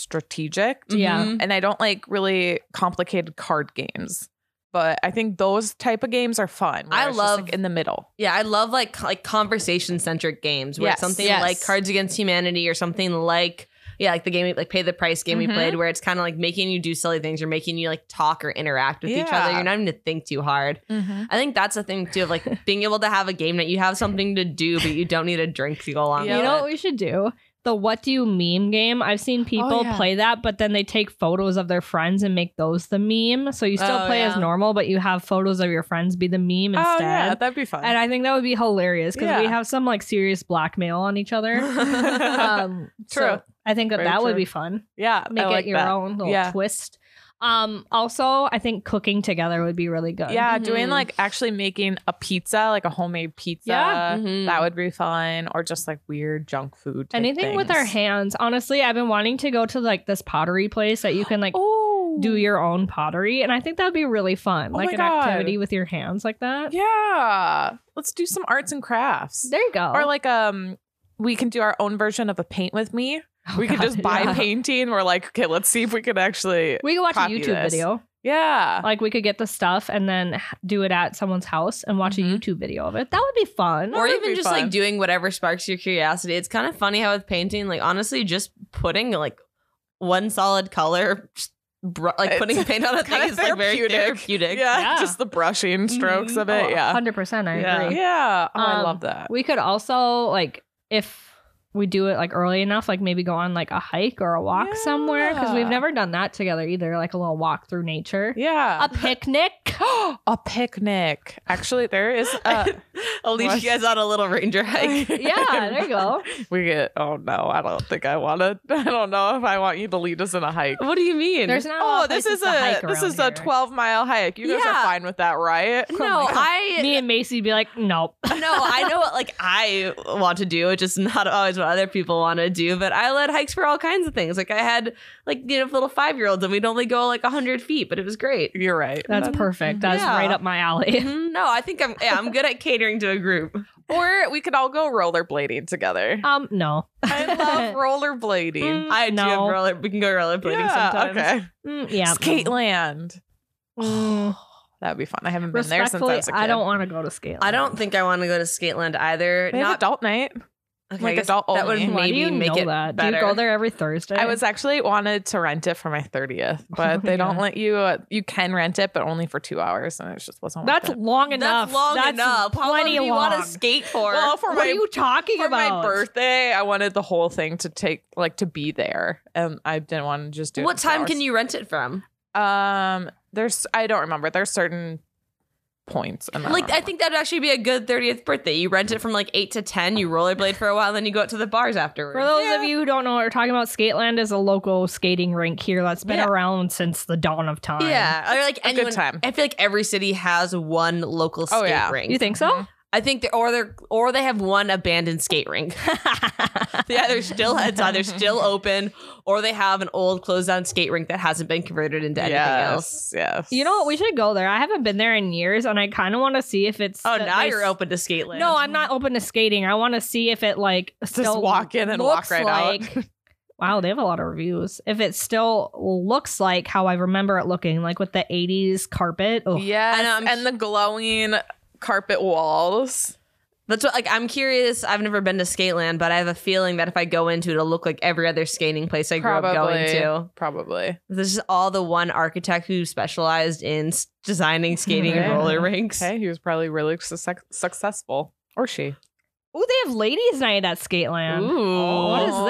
Speaker 2: strategic,
Speaker 3: Yeah.
Speaker 1: Mhm.
Speaker 2: and I don't like really complicated card games. But I think those type of games are fun. where
Speaker 1: I
Speaker 2: it's just,
Speaker 1: love-
Speaker 2: like, in the middle.
Speaker 1: yeah i love like co- like conversation centric games where it's
Speaker 2: Yes.
Speaker 1: something
Speaker 3: Yes.
Speaker 1: like cards against humanity or something like yeah, like the game, like pay the price game we
Speaker 2: Mhm.
Speaker 1: played, where it's kind of like making you do silly things or making you like talk or interact with each
Speaker 2: Yeah.
Speaker 1: other. You're not even to think too hard.
Speaker 3: Mm-hmm.
Speaker 2: Oh,
Speaker 1: I think that's the thing too of like being able to have a game that you have something to do, but you don't need a drink to go along.
Speaker 2: Yeah. Oh,
Speaker 3: you
Speaker 1: with
Speaker 3: know
Speaker 1: it.
Speaker 3: what we should do the what do you meme game i've seen people
Speaker 2: yeah.
Speaker 3: play that but then they take photos of their friends and make those the meme so you still
Speaker 1: Oh,
Speaker 3: play as
Speaker 1: yeah.
Speaker 3: normal but you have photos of your friends be the meme instead
Speaker 2: Oh yeah, that'd be fun.
Speaker 3: and i think that would be hilarious because we
Speaker 2: Yeah.
Speaker 3: have some like serious blackmail on each other um so
Speaker 2: True.
Speaker 3: i think that
Speaker 2: Very
Speaker 3: that would
Speaker 2: true.
Speaker 3: be fun
Speaker 2: yeah,
Speaker 3: make
Speaker 2: I like
Speaker 3: it your
Speaker 2: that.
Speaker 3: own little
Speaker 2: Yeah.
Speaker 3: twist. Um, also, I think cooking together would be really good.
Speaker 2: Yeah, doing
Speaker 1: Mhm.
Speaker 2: like actually making a pizza, like a homemade pizza.
Speaker 3: Yeah.
Speaker 1: Mhm.
Speaker 2: That would be fun, or just like weird junk food. type
Speaker 3: Mm. Anything with our
Speaker 2: things.
Speaker 3: hands. Honestly, I've been wanting to go to like this pottery place that you can like
Speaker 2: Oh,
Speaker 3: do your own pottery, and I think that would be really fun,
Speaker 2: Oh
Speaker 3: like
Speaker 2: my
Speaker 3: an
Speaker 2: God.
Speaker 3: activity with your hands like that.
Speaker 2: Yeah. Let's do some arts and crafts.
Speaker 3: There you go.
Speaker 2: Or like um we can do our own version of a paint with me.
Speaker 3: Oh,
Speaker 2: we could
Speaker 3: God,
Speaker 2: just buy
Speaker 3: yeah.
Speaker 2: painting. We're like, okay, let's see if we can actually
Speaker 3: We could watch a
Speaker 2: copy
Speaker 3: YouTube
Speaker 2: this.
Speaker 3: video.
Speaker 2: Yeah.
Speaker 3: Like we could get the stuff and then h- do it at someone's house and watch a
Speaker 2: Mhm.
Speaker 3: YouTube video of it. That would be fun.
Speaker 1: or
Speaker 2: would
Speaker 1: even
Speaker 2: be
Speaker 1: just
Speaker 2: fun.
Speaker 1: like doing whatever sparks your curiosity. It's kind of funny how with painting, like honestly, just putting like one solid color, just br- like
Speaker 2: It's-
Speaker 1: putting paint on a
Speaker 2: it's
Speaker 1: thing
Speaker 2: kinda
Speaker 1: is like very
Speaker 2: therapeutic.
Speaker 1: therapeutic.
Speaker 2: Yeah.
Speaker 3: Yeah.
Speaker 2: Just the brushing strokes
Speaker 1: Mhm.
Speaker 2: of it. yeah.
Speaker 3: hundred percent. I
Speaker 1: Yeah.
Speaker 3: agree.
Speaker 2: uh, Yeah. Oh, I
Speaker 3: Um,
Speaker 2: love that.
Speaker 3: We could also like if we do it like early enough, like maybe go on like a hike or a walk somewhere because we've
Speaker 2: Yeah.
Speaker 3: never done that together either. Like a little walk through nature,
Speaker 2: Yeah.
Speaker 3: a picnic.
Speaker 2: A, picnic. Actually, there is a
Speaker 1: Uh, I'll lead
Speaker 2: What?
Speaker 1: you guys on a little ranger hike.
Speaker 3: yeah, there you go.
Speaker 2: we get oh no, I don't think I wanna I don't know if I want you to lead us in a hike.
Speaker 1: what do you mean?
Speaker 3: There's not. a lot
Speaker 2: Oh,
Speaker 3: of
Speaker 2: this
Speaker 3: places
Speaker 2: is
Speaker 3: to
Speaker 2: a
Speaker 3: hike
Speaker 2: this
Speaker 3: around
Speaker 2: is
Speaker 3: here.
Speaker 2: a 12 mile hike. You guys
Speaker 1: Yeah.
Speaker 2: are fine with that, right?
Speaker 1: no, I
Speaker 3: Me and Macy be like, nope.
Speaker 1: no, I know what like I want to do, which is not always what other people want to do. But I led hikes for all kinds of things. Like I had like you know little five year olds, and we'd only go like hundred feet, but it was great.
Speaker 2: You're right.
Speaker 3: That's perfect. That's
Speaker 1: Yeah.
Speaker 3: right up my alley.
Speaker 1: Mhm, no, I think I'm yeah, I'm good at catering to a group.
Speaker 2: Or we could all go rollerblading together.
Speaker 3: Um, no.
Speaker 2: I love rollerblading.
Speaker 1: I do have
Speaker 3: No.
Speaker 1: roller. We can go rollerblading
Speaker 2: Yeah,
Speaker 1: sometimes.
Speaker 2: okay.
Speaker 3: Mm, yeah.
Speaker 2: Skateland.
Speaker 3: Mm.
Speaker 2: That would be fun. I haven't been there since I
Speaker 3: Respectfully,
Speaker 2: was a kid.
Speaker 3: I don't want to go to Scale.
Speaker 1: I don't think I want to go to Skateland either.
Speaker 2: They have
Speaker 1: Not
Speaker 2: adult night.
Speaker 1: okay,
Speaker 2: like
Speaker 1: I guess
Speaker 2: adult
Speaker 1: That would
Speaker 2: only.
Speaker 1: maybe
Speaker 3: Why do you
Speaker 1: make
Speaker 3: know
Speaker 1: it
Speaker 3: that?
Speaker 1: better.
Speaker 3: Do you go there every Thursday?
Speaker 2: I was actually wanted to rent it for my thirtieth, but
Speaker 3: Oh my
Speaker 2: they don't
Speaker 3: God.
Speaker 2: let you. Uh, you can rent it, but only for two hours, and it just wasn't.
Speaker 3: That's
Speaker 2: worth it.
Speaker 3: long enough.
Speaker 1: That's long enough. How long do
Speaker 3: Plenty
Speaker 1: you
Speaker 3: long.
Speaker 1: want to skate for?
Speaker 2: well for
Speaker 3: what
Speaker 2: my
Speaker 3: are you talking
Speaker 2: for
Speaker 3: about?
Speaker 2: my birthday. I wanted the whole thing to take like to be there, and I didn't want to just do. it
Speaker 1: what
Speaker 2: in two
Speaker 1: time
Speaker 2: hours.
Speaker 1: can you rent it from?
Speaker 2: Um, there's I don't remember. There's certain points. and
Speaker 1: Like, I think that'd actually be a good 30th birthday. You rent it from like 8 to 10, you rollerblade for a while, and then you go out to the bars afterwards.
Speaker 3: For those
Speaker 2: Yeah.
Speaker 3: of you who don't know what we're talking about, Skateland is a local skating rink here that's been
Speaker 2: Yeah.
Speaker 3: around since the dawn of time.
Speaker 1: yeah. Or like
Speaker 2: A good
Speaker 1: anyone.
Speaker 2: time.
Speaker 1: I feel like every city has one local skate
Speaker 2: Oh, yeah.
Speaker 1: rink.
Speaker 3: You think so?
Speaker 1: I think they or they are or they have one abandoned skate rink. they either still it's either still open or they have an old closed down skate rink that hasn't been converted into anything else.
Speaker 2: yes, yes.
Speaker 3: You know what? We should go there. I haven't been there in years, and I kind of want to see if it's.
Speaker 1: Oh,
Speaker 3: that
Speaker 1: now
Speaker 3: they
Speaker 1: you're
Speaker 3: s-
Speaker 1: open to skate land.
Speaker 3: No, I'm not open to skating. I want to see if it like
Speaker 2: Just
Speaker 3: still
Speaker 2: walk in and walk
Speaker 3: looks
Speaker 2: right
Speaker 3: like,
Speaker 2: out.
Speaker 3: Wow, they have a lot of reviews. If it still looks like how I remember it looking, like with the '80s carpet. Ugh.
Speaker 2: Yes,
Speaker 1: And, um,
Speaker 2: and, the glowing carpet walls.
Speaker 1: That's what like I'm curious. I've never been to Skateland, but I have a feeling that if I go into it, it'll look like every other skating place I grew up going to.
Speaker 2: Probably.
Speaker 1: This is all the one architect who specialized in s- designing skating and
Speaker 2: Right.
Speaker 1: roller rinks.
Speaker 2: Okay, he was probably really suc- successful, or she.
Speaker 3: Oh, they have ladies' night at Skateland.
Speaker 2: oh,
Speaker 1: Ooh.
Speaker 3: What is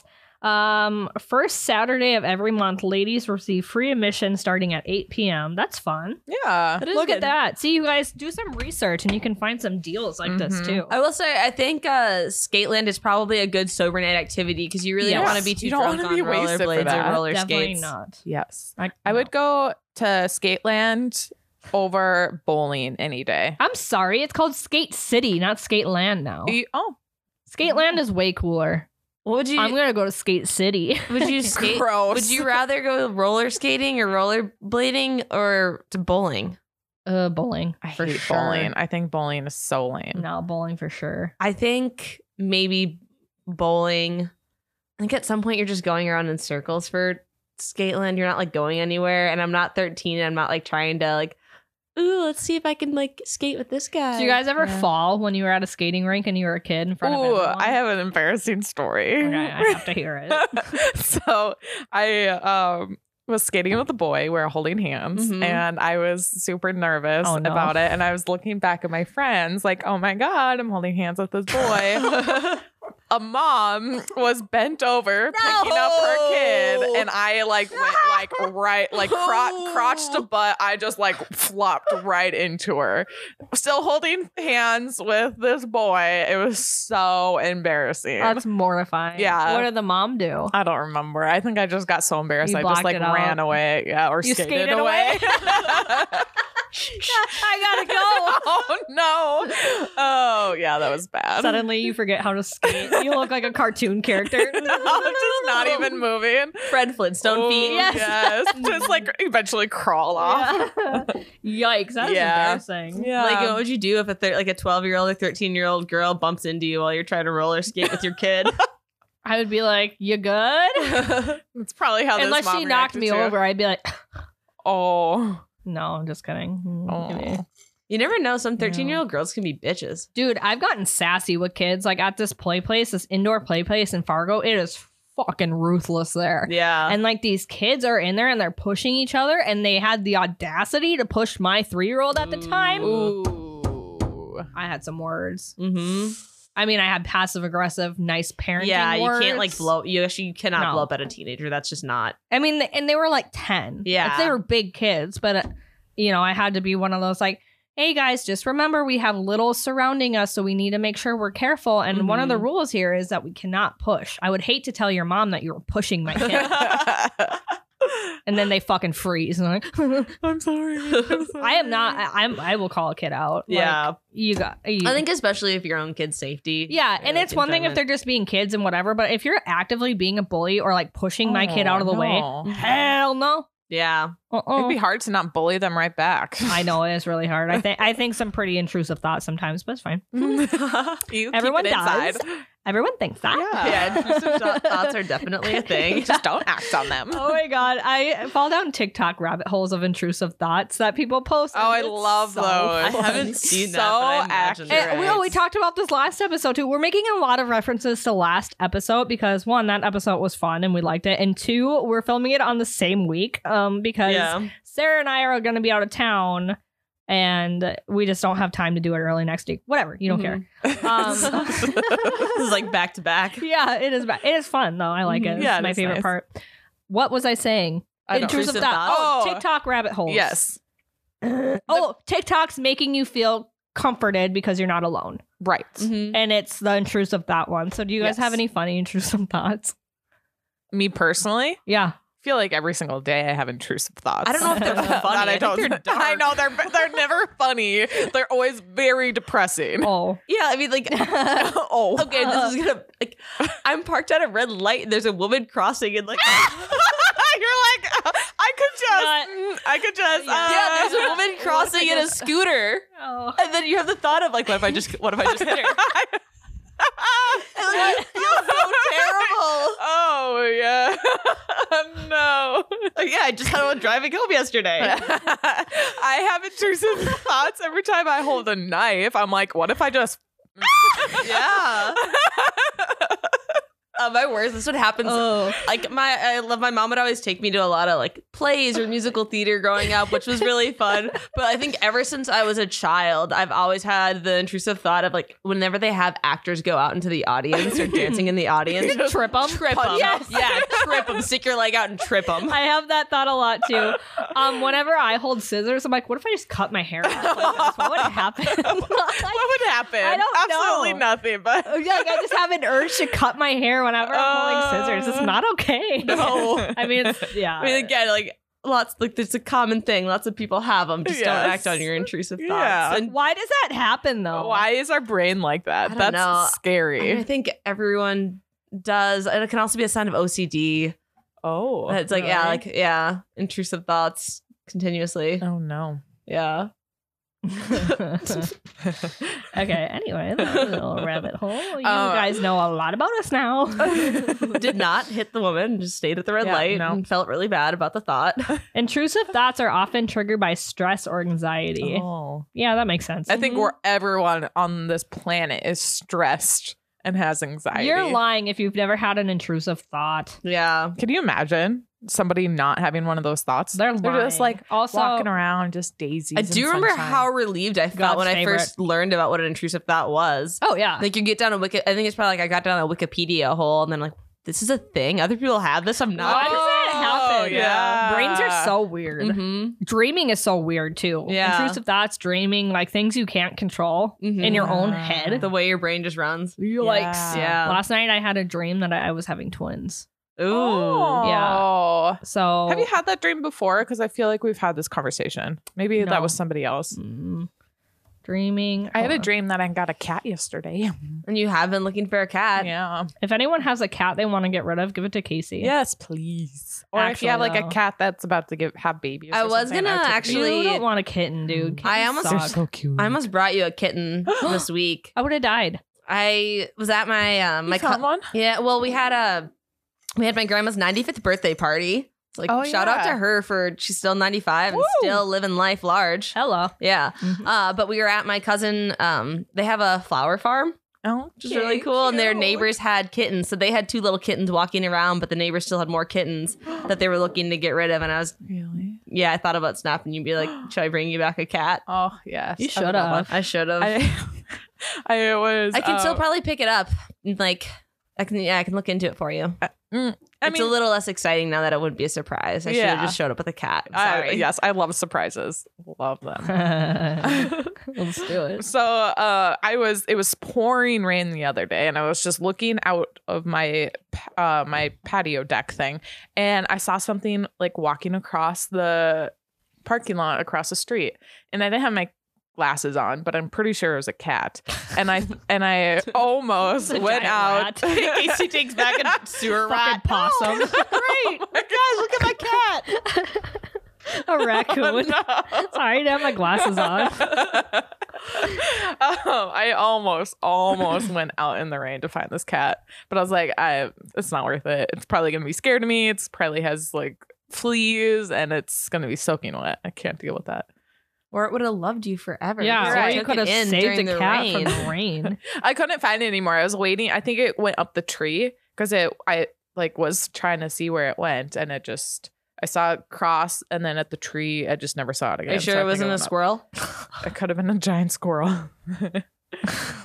Speaker 3: this? Um, first Saturday of every month, ladies receive free admission starting at 8 p.m. That's fun.
Speaker 2: Yeah.
Speaker 1: That is
Speaker 3: Look at
Speaker 1: good.
Speaker 3: that. See, you guys do some research and you can find some deals like this
Speaker 2: Mhm.
Speaker 3: too.
Speaker 1: I will say, I think uh, Skateland is probably a good sober night activity because you really don't
Speaker 3: Yes.
Speaker 1: want to be too
Speaker 2: You don't
Speaker 1: drunk
Speaker 2: wanna
Speaker 1: on
Speaker 2: be wasted for
Speaker 1: rollerblades or
Speaker 2: that.
Speaker 1: roller
Speaker 3: Definitely
Speaker 1: skates.
Speaker 3: not.
Speaker 2: Yes.
Speaker 3: I,
Speaker 2: I
Speaker 3: no.
Speaker 2: would go to Skateland over bowling any day.
Speaker 3: I'm sorry. It's called Skate City, not Skate Land now.
Speaker 2: You- oh,
Speaker 3: Skate Land is way cooler.
Speaker 1: What would you?
Speaker 3: I'm gonna go to Skate City.
Speaker 1: would you skate?
Speaker 2: gross.
Speaker 1: Would you rather go roller skating or rollerblading or to bowling?
Speaker 3: Uh, bowling.
Speaker 2: I
Speaker 3: for
Speaker 2: hate
Speaker 3: sure.
Speaker 2: bowling. I think bowling is so lame.
Speaker 3: No, bowling for sure.
Speaker 1: I think maybe bowling. I think at some point you're just going around in circles for Skateland. You're not like going anywhere, and I'm not 13. And I'm not like trying to like. Ooh, let's see if I can like skate with this guy.
Speaker 3: Do you guys ever
Speaker 2: Yeah.
Speaker 3: fall when you were at a skating rink and you were a kid in front of
Speaker 2: Ooh,
Speaker 3: everyone?
Speaker 2: I have an embarrassing story.
Speaker 3: Okay, I have to hear it.
Speaker 2: so I um was skating with a boy. We were holding hands,
Speaker 1: Mhm.
Speaker 2: and I was super nervous
Speaker 3: Mm-hmm. Oh, no.
Speaker 2: about it. And I was looking back at my friends, like, "Oh my god, I'm holding hands with this boy." a mom was bent over picking up her kid,
Speaker 1: No.
Speaker 2: and I like went like right, like cro- crotch
Speaker 3: Oh.
Speaker 2: to butt. I just like flopped right into her. Still holding hands with this boy. It was so embarrassing.
Speaker 3: That's mortifying.
Speaker 2: Yeah.
Speaker 3: What did the mom do?
Speaker 2: I don't remember. I think I just got so embarrassed.
Speaker 3: You
Speaker 2: I
Speaker 3: blocked
Speaker 2: just like
Speaker 3: it out.
Speaker 2: ran away. Yeah, or
Speaker 3: You
Speaker 2: skated,
Speaker 3: skated
Speaker 2: away.
Speaker 3: away? I gotta
Speaker 2: oh no. Oh yeah, that was bad.
Speaker 3: Suddenly you forget how to skate. You look like a cartoon character.
Speaker 2: No, just not even moving.
Speaker 1: Fred Flintstone
Speaker 2: Oh,
Speaker 1: feet?
Speaker 3: Yes.
Speaker 2: yes. Just like eventually crawl off.
Speaker 3: Yeah. Yikes, that is
Speaker 2: Yeah.
Speaker 3: embarrassing.
Speaker 2: Yeah.
Speaker 1: Like, what would you do if a thir- like a twelve year old or thirteen year old girl bumps into you while you're trying to roller skate with your kid?
Speaker 3: I would be like, You good?
Speaker 2: That's probably how this
Speaker 3: Unless
Speaker 2: mom
Speaker 3: she knocked
Speaker 2: reacted
Speaker 3: me
Speaker 2: to it.
Speaker 3: over, I'd be like,
Speaker 2: Oh.
Speaker 3: No, I'm just kidding. Mm,
Speaker 2: Oh.
Speaker 1: you never know. Some thirteen year old girls can be bitches.
Speaker 3: Dude, I've gotten sassy with kids. Like at this play place, this indoor play place in Fargo, it is fucking ruthless there.
Speaker 1: Yeah.
Speaker 3: And like these kids are in there and they're pushing each other, and they had the audacity to push my three year old at the time.
Speaker 2: Ooh.
Speaker 3: I had some words.
Speaker 1: mm-hmm.
Speaker 3: I mean, I had passive aggressive, nice parenting.
Speaker 1: Yeah, you can't like
Speaker 3: words.
Speaker 1: blow. You actually you cannot
Speaker 3: No.
Speaker 1: blow up at a teenager. That's just not.
Speaker 3: I mean, th- and they were like ten.
Speaker 1: Yeah.
Speaker 3: Like, they were big kids, but uh, you know, I had to be one of those like, hey guys, just remember we have little surrounding us, so we need to make sure we're careful. And one of the
Speaker 1: Mhm.
Speaker 3: rules here is that we cannot push. I would hate to tell your mom that you were pushing my kid, and then they fucking freeze. And they're like,
Speaker 2: I'm sorry. I'm sorry.
Speaker 3: I am not. I, I'm. I will call a kid out. Like,
Speaker 1: yeah,
Speaker 3: you got. You,
Speaker 1: I think especially if your own kid's safety.
Speaker 3: Yeah, and
Speaker 1: Yeah,
Speaker 3: it's one thing if they're
Speaker 1: enjoyment.
Speaker 3: just being kids and whatever, but if you're actively being a bully or like pushing my kid out of the way,
Speaker 2: Oh, no.
Speaker 3: hell no.
Speaker 1: Yeah,
Speaker 3: Uh-uh.
Speaker 2: It'd be hard to not bully them right back.
Speaker 3: I know it is really hard. I think I think some pretty intrusive thoughts sometimes, but it's fine.
Speaker 2: you keep
Speaker 3: Everyone
Speaker 2: it
Speaker 3: does.
Speaker 2: inside.
Speaker 3: Everyone thinks that.
Speaker 2: Yeah.
Speaker 1: Yeah, intrusive thou- thoughts are definitely a thing.
Speaker 2: Just don't act on them.
Speaker 3: Oh my god, I fall down TikTok rabbit holes of intrusive thoughts that people post.
Speaker 2: Oh, I
Speaker 3: It's
Speaker 2: love
Speaker 3: so
Speaker 2: those. I
Speaker 3: fun.
Speaker 2: haven't seen that, but I imagine
Speaker 3: And
Speaker 2: Correct.
Speaker 3: we, oh, we talked about this last episode too. We're making a lot of references to last episode because one, that episode was fun and we liked it, and two, we're filming it on the same week um, because
Speaker 1: Yeah.
Speaker 3: Sarah and I are going to be out of town, and we just don't have time to do it early next week. Whatever, you don't
Speaker 2: Mm-hmm.
Speaker 3: care. Um,
Speaker 1: this is like back to back.
Speaker 3: yeah, it is. ba- It is fun though. I like it.
Speaker 2: Mhm.
Speaker 3: It's
Speaker 2: Yeah, it
Speaker 3: my
Speaker 2: is
Speaker 3: favorite
Speaker 2: nice.
Speaker 3: part. What was I saying?
Speaker 2: I don't-
Speaker 1: Intrusive
Speaker 3: Intrusive thoughts.
Speaker 2: thoughts.
Speaker 3: Oh, TikTok rabbit holes.
Speaker 2: yes.
Speaker 3: Oh, TikTok's making you feel comforted because you're not alone.
Speaker 2: Right.
Speaker 1: Mm-hmm.
Speaker 3: And it's the intrusive thought one. So do you guys
Speaker 2: Yes.
Speaker 3: have any funny intrusive thoughts?
Speaker 1: Mm-hmm.
Speaker 2: Me personally,
Speaker 3: Yeah.
Speaker 2: feel like every single day I have intrusive thoughts.
Speaker 1: I don't know if they're
Speaker 2: That
Speaker 1: funny. I
Speaker 2: I,
Speaker 1: think
Speaker 2: don't.
Speaker 1: they're dark.
Speaker 2: I know they're they're never funny. They're always very depressing.
Speaker 3: Oh.
Speaker 1: Yeah, I mean, like,
Speaker 2: oh.
Speaker 1: okay, this is gonna like. I'm parked at a red light. and There's a woman crossing, and like,
Speaker 2: You're like, uh, I could just,
Speaker 3: Not-
Speaker 2: mm, I could just, uh,
Speaker 1: yeah, there's a woman crossing in a scooter,
Speaker 3: Oh.
Speaker 1: and then you have the thought of like, what if I just, what if I just hit her? And, like, you feel so terrible.
Speaker 2: oh yeah, no.
Speaker 1: Like, Oh, yeah, I just had one driving home yesterday.
Speaker 2: I have intrusive thoughts every time I hold a knife. I'm like, what if I just?
Speaker 1: yeah. Uh, my worst. This one happens
Speaker 3: Oh.
Speaker 1: like my I love my mom would always take me to a lot of like plays or musical theater growing up, which was really fun. But I think ever since I was a child, I've always had the intrusive thought of like whenever they have actors go out into the audience or dancing in the audience,
Speaker 3: Trip 'em?
Speaker 1: trip 'em.
Speaker 3: Yes.
Speaker 1: yeah, trip them, stick your leg out and trip them.
Speaker 3: I have that thought a lot too. Um, whenever I hold scissors, I'm like, what if I just cut my hair off? What would happen? like,
Speaker 2: What would happen?
Speaker 3: I don't know.
Speaker 2: Absolutely nothing. But
Speaker 3: like, I just have an urge to cut my hair whenever I'm holding scissors. It's not
Speaker 2: Uh,
Speaker 3: okay.
Speaker 1: No.
Speaker 3: I mean, it's, yeah.
Speaker 1: I mean, again, like lots like there's a common thing. Lots of people have them. Just don't
Speaker 2: Yes.
Speaker 1: act on your intrusive thoughts.
Speaker 2: Yeah.
Speaker 1: And
Speaker 3: Why does that happen though?
Speaker 2: Why is our brain like that?
Speaker 1: I don't
Speaker 2: That's
Speaker 1: know. I
Speaker 2: scary.
Speaker 1: think everyone does, and it can also be a sign of OCD.
Speaker 2: Oh.
Speaker 1: It's like, yeah,
Speaker 3: Really?
Speaker 1: like, yeah, intrusive thoughts continuously.
Speaker 2: oh no.
Speaker 1: Yeah.
Speaker 3: okay, anyway, that was a little rabbit hole. You
Speaker 2: Uh,
Speaker 3: guys know a lot about us now.
Speaker 1: Did not hit the woman, just stayed at the red
Speaker 2: Yeah,
Speaker 1: light
Speaker 2: no.
Speaker 1: and felt really bad about the thought.
Speaker 3: Intrusive thoughts are often triggered by stress or anxiety.
Speaker 2: Oh.
Speaker 3: Yeah, that makes sense.
Speaker 2: I
Speaker 1: Mm-hmm.
Speaker 2: think where everyone on this planet is stressed and has anxiety.
Speaker 3: Mm-hmm. You're lying if you've never had an intrusive thought.
Speaker 1: Yeah.
Speaker 2: Can you imagine somebody not having one of those thoughts?
Speaker 3: They're,
Speaker 2: just
Speaker 3: lying.
Speaker 2: like
Speaker 3: also
Speaker 2: walking around just daisies.
Speaker 1: I
Speaker 2: and
Speaker 1: do remember
Speaker 2: sunshine.
Speaker 1: how relieved I felt
Speaker 3: God's
Speaker 1: when I
Speaker 3: favorite.
Speaker 1: first learned about what an intrusive thought was.
Speaker 3: Oh yeah,
Speaker 1: Like you get down a wiki I think it's probably like I got down a Wikipedia hole and then like this is a thing. Other people have this. I'm
Speaker 3: why
Speaker 1: not.
Speaker 3: does that happen?
Speaker 2: Oh, yeah.
Speaker 3: Brains are so weird.
Speaker 2: Mm-hmm.
Speaker 1: Mhm.
Speaker 3: Dreaming is so weird too.
Speaker 1: Yeah.
Speaker 3: Intrusive thoughts, dreaming, like things you can't control
Speaker 1: Mhm.
Speaker 3: in your own
Speaker 2: Yeah.
Speaker 3: head.
Speaker 1: The way your brain just runs.
Speaker 3: Yikes.
Speaker 1: Yeah.
Speaker 3: Last night I had a dream that I, I was having twins.
Speaker 1: Ooh.
Speaker 2: Oh. Yeah.
Speaker 3: So
Speaker 2: Have you had that dream before? Because I feel like we've had this conversation. Maybe
Speaker 3: No.
Speaker 2: that was somebody else.
Speaker 3: Mm. dreaming?
Speaker 2: I had
Speaker 3: Hold
Speaker 2: a
Speaker 3: on.
Speaker 2: dream that I got a cat yesterday.
Speaker 1: And you have been looking for a cat.
Speaker 2: Yeah.
Speaker 3: If anyone has a cat they want to get rid of, give it to Casey.
Speaker 2: Yes, please. Or if
Speaker 3: Actually,
Speaker 2: you have like
Speaker 3: no.
Speaker 2: a cat that's about to give have babies.
Speaker 1: I
Speaker 2: or
Speaker 1: was
Speaker 2: something,
Speaker 1: gonna
Speaker 2: I would take-
Speaker 1: actually-
Speaker 3: you don't want a kitten, dude.
Speaker 1: I
Speaker 3: Kittens
Speaker 1: almost-
Speaker 2: They're
Speaker 3: suck.
Speaker 2: so cute.
Speaker 1: I almost brought you a kitten this week.
Speaker 3: I would have died.
Speaker 1: I was at my um
Speaker 2: You
Speaker 1: my
Speaker 2: found
Speaker 1: co-
Speaker 2: one.
Speaker 1: yeah. Well, we had a we had my grandma's 95th birthday party. It's Like
Speaker 2: Oh,
Speaker 1: shout out to
Speaker 2: yeah.
Speaker 1: her for she's still 95 and
Speaker 2: Woo!
Speaker 1: still living life large.
Speaker 3: Hello.
Speaker 1: Yeah.
Speaker 3: Mhm.
Speaker 2: Mm-hmm.
Speaker 1: Uh, but we were at my cousin. Um, they have a flower farm,
Speaker 2: Oh,
Speaker 1: which is really cool. And their neighbors had kittens, so they had two little kittens walking around, but the neighbors still had more kittens that they were looking to get rid of. And I was,
Speaker 2: Really?
Speaker 1: yeah, I thought about snapping. You'd be like, should I bring you back a cat?
Speaker 2: Oh yes.
Speaker 3: You
Speaker 2: I
Speaker 3: should
Speaker 2: would love
Speaker 3: have.
Speaker 1: I should have.
Speaker 2: one.
Speaker 1: I,
Speaker 2: I, I was.
Speaker 1: can still
Speaker 2: uh,
Speaker 1: probably pick it up. Like, I can, yeah, I can look into it for you.
Speaker 2: I
Speaker 1: it's
Speaker 2: mean,
Speaker 1: a little less exciting now that it wouldn't be a surprise. I should have
Speaker 2: Yeah.
Speaker 1: just showed up with a cat. I'm
Speaker 2: I-
Speaker 1: Sorry.
Speaker 2: yes, I love surprises. Love them.
Speaker 3: Let's do it.
Speaker 2: So uh, I was it was pouring rain the other day, and I was just looking out of my pa- uh, my patio deck thing, and I saw something like walking across the parking lot across the street, and I didn't have my glasses on, but I'm pretty sure it was a cat, and I and I almost
Speaker 3: A
Speaker 2: went
Speaker 3: giant
Speaker 2: out.
Speaker 3: rat.
Speaker 1: Casey takes back a sewer
Speaker 3: Fucking
Speaker 1: rat.
Speaker 3: possum.
Speaker 2: Great,
Speaker 1: Guys, look at my cat.
Speaker 3: a raccoon.
Speaker 2: Oh, no.
Speaker 3: Sorry, I didn't have my glasses on.
Speaker 2: Um, I almost, almost went out in the rain to find this cat, but I was like, I, it's not worth it. It's probably gonna be scared of me. It's probably has like fleas, and it's gonna be soaking wet. I can't deal with that.
Speaker 1: Or it would have loved you forever.
Speaker 3: yeah,
Speaker 1: because
Speaker 2: Right.
Speaker 3: or
Speaker 1: it
Speaker 3: you
Speaker 1: took
Speaker 3: could have
Speaker 1: it in
Speaker 3: saved
Speaker 1: during
Speaker 3: a
Speaker 1: the
Speaker 3: cat
Speaker 1: rain.
Speaker 3: from rain.
Speaker 2: I couldn't find it anymore. I was waiting. I think it went up the tree because it. I like was trying to see where it went, and it just. I saw it cross, and then at the tree, I just never saw it again.
Speaker 1: Are you sure
Speaker 2: So I
Speaker 1: it
Speaker 2: think
Speaker 1: wasn't a
Speaker 2: went up.
Speaker 1: squirrel?
Speaker 2: It could have been a giant squirrel.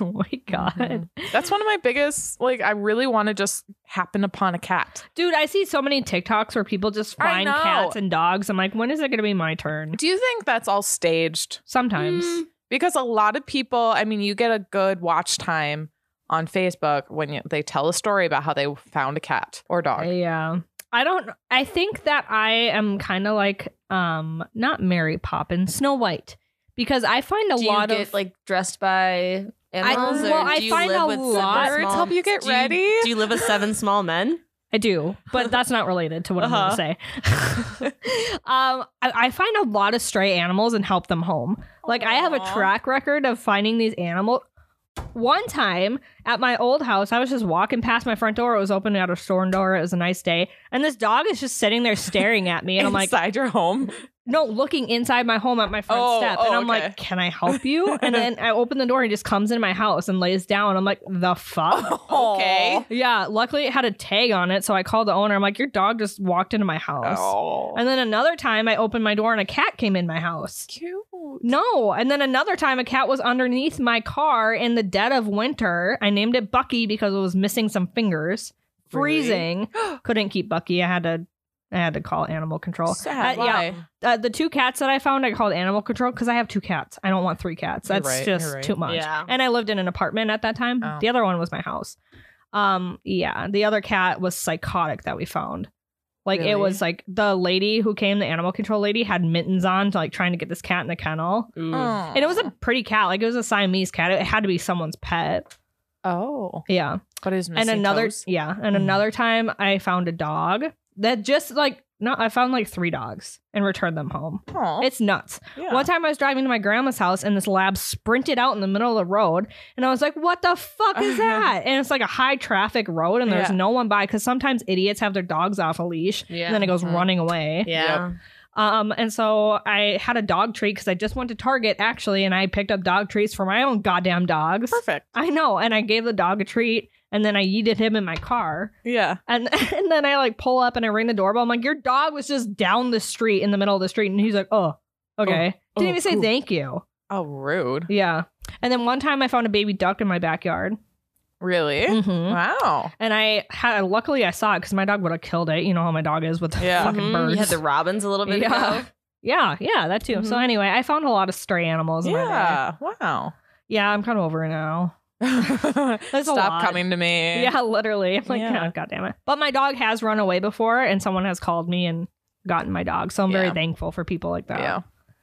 Speaker 3: oh my god,
Speaker 2: That's one of my biggest. Like, I really want to just happen upon a cat.
Speaker 3: dude! I see so many TikToks where people just
Speaker 2: I
Speaker 3: find
Speaker 2: know.
Speaker 3: cats and dogs. I'm like, when is it going to be my turn?
Speaker 2: Do you think that's all staged?
Speaker 3: Sometimes.
Speaker 1: Mm,
Speaker 2: Because a lot of people, I mean, you get a good watch time on Facebook when you, they tell a story about how they found a cat or dog.
Speaker 3: Yeah. I don't I think that I am kind of like um not Mary Poppins, Snow White because I find a
Speaker 1: do you
Speaker 3: lot
Speaker 1: get
Speaker 3: of
Speaker 1: like dressed by animals?
Speaker 2: well,
Speaker 1: or
Speaker 2: I
Speaker 1: do you
Speaker 3: find
Speaker 1: live
Speaker 3: a
Speaker 1: with seven
Speaker 3: lot-
Speaker 2: Birds
Speaker 1: small-
Speaker 2: help you get
Speaker 1: do you-
Speaker 2: ready.
Speaker 1: do you live with seven small men?
Speaker 3: I do, but that's not related to what
Speaker 2: Uh-huh.
Speaker 3: I'm going to say. um I, I find a lot of stray animals and help them home. Like I have a
Speaker 2: Aw.
Speaker 3: track record of finding these animals one time at my old house, I was just walking past my front door. It was open out of storm door. It was a nice day. And this dog is just sitting there staring at me. And I'm like,
Speaker 2: Inside your home.
Speaker 3: no, looking inside my home at my front
Speaker 2: Oh,
Speaker 3: step.
Speaker 2: oh,
Speaker 3: and I'm
Speaker 2: okay.
Speaker 3: like, can I help you? And then I open the door and he just comes into my house and lays down. I'm like, the
Speaker 2: Oh,
Speaker 3: fuck?
Speaker 2: Okay.
Speaker 3: yeah. Luckily it had a tag on it. So I called the owner. I'm like, your dog just walked into my house.
Speaker 2: Oh.
Speaker 3: And then another time I opened my door and a cat came in my house.
Speaker 2: cute.
Speaker 3: No. And then another time a cat was underneath my car in the dead of winter. I named it Bucky because it was missing some fingers.
Speaker 2: Really?
Speaker 3: Freezing. Couldn't keep Bucky. I had to I had to call animal control.
Speaker 2: Sad.
Speaker 3: Uh, yeah.
Speaker 2: Why?
Speaker 3: uh, the two cats that I found, I called animal control because I have two cats. I don't want three cats.
Speaker 2: You're
Speaker 3: That's
Speaker 2: right, you're
Speaker 3: just
Speaker 2: right.
Speaker 3: too much.
Speaker 1: Yeah.
Speaker 3: And I lived in an apartment at that time.
Speaker 2: Oh.
Speaker 3: The other one was my house. Um, yeah. The other cat was psychotic that we found. Like
Speaker 2: Really?
Speaker 3: it was like the lady who came, the animal control lady, had mittens on, like trying to get this cat in the kennel.
Speaker 2: Oh.
Speaker 3: Mm. And it was a pretty cat. Like it was a Siamese cat. It had to be someone's pet.
Speaker 2: oh,
Speaker 3: Yeah
Speaker 2: but it's missing
Speaker 3: and another
Speaker 2: toes?
Speaker 3: yeah and
Speaker 2: Mm.
Speaker 3: another time i found a dog that just like no i found like three dogs and returned them home
Speaker 2: Aw.
Speaker 3: it's nuts
Speaker 2: Yeah.
Speaker 3: one time i was driving to my grandma's house and this lab sprinted out in the middle of the road and i was like what the fuck is that and it's like a high traffic road and there's
Speaker 2: Yeah.
Speaker 3: no one by because sometimes idiots have their dogs off a leash
Speaker 1: Yeah.
Speaker 3: and then it goes
Speaker 2: Mhm.
Speaker 3: running away
Speaker 1: yeah.
Speaker 3: um, and so I had a dog treat because I just went to Target actually, and I picked up dog treats for my own goddamn dogs.
Speaker 2: Perfect.
Speaker 3: I know. And I gave the dog a treat and then I yeeted him in my car.
Speaker 2: Yeah.
Speaker 3: And, and then I like pull up and I ring the doorbell. I'm like, your dog was just down the street in the middle of the street. And he's like, oh, okay.
Speaker 2: oh,
Speaker 3: Didn't even say
Speaker 2: cool.
Speaker 3: thank you.
Speaker 2: Oh, rude.
Speaker 3: Yeah. And then one time I found a baby duck in my backyard.
Speaker 2: Really?
Speaker 3: Mhm.
Speaker 2: Wow.
Speaker 3: And I had, luckily I saw it because my dog would have killed it. You know how my dog is with
Speaker 2: Yeah.
Speaker 3: fucking
Speaker 1: Mhm.
Speaker 3: birds.
Speaker 1: You had the robins a little bit
Speaker 3: Yeah.
Speaker 1: ago.
Speaker 3: yeah, yeah, that too. So
Speaker 2: Mhm.
Speaker 3: anyway, I found a lot of stray animals. In My day.
Speaker 2: Yeah. Wow.
Speaker 3: Yeah, I'm kind of over it now.
Speaker 2: Stop
Speaker 3: lot.
Speaker 2: coming to me.
Speaker 3: Yeah, literally. I'm like,
Speaker 2: Yeah.
Speaker 3: oh, God damn it. But my dog has run away before and someone has called me and gotten my dog. So I'm
Speaker 2: Yeah.
Speaker 3: very thankful for people like that.
Speaker 2: Yeah.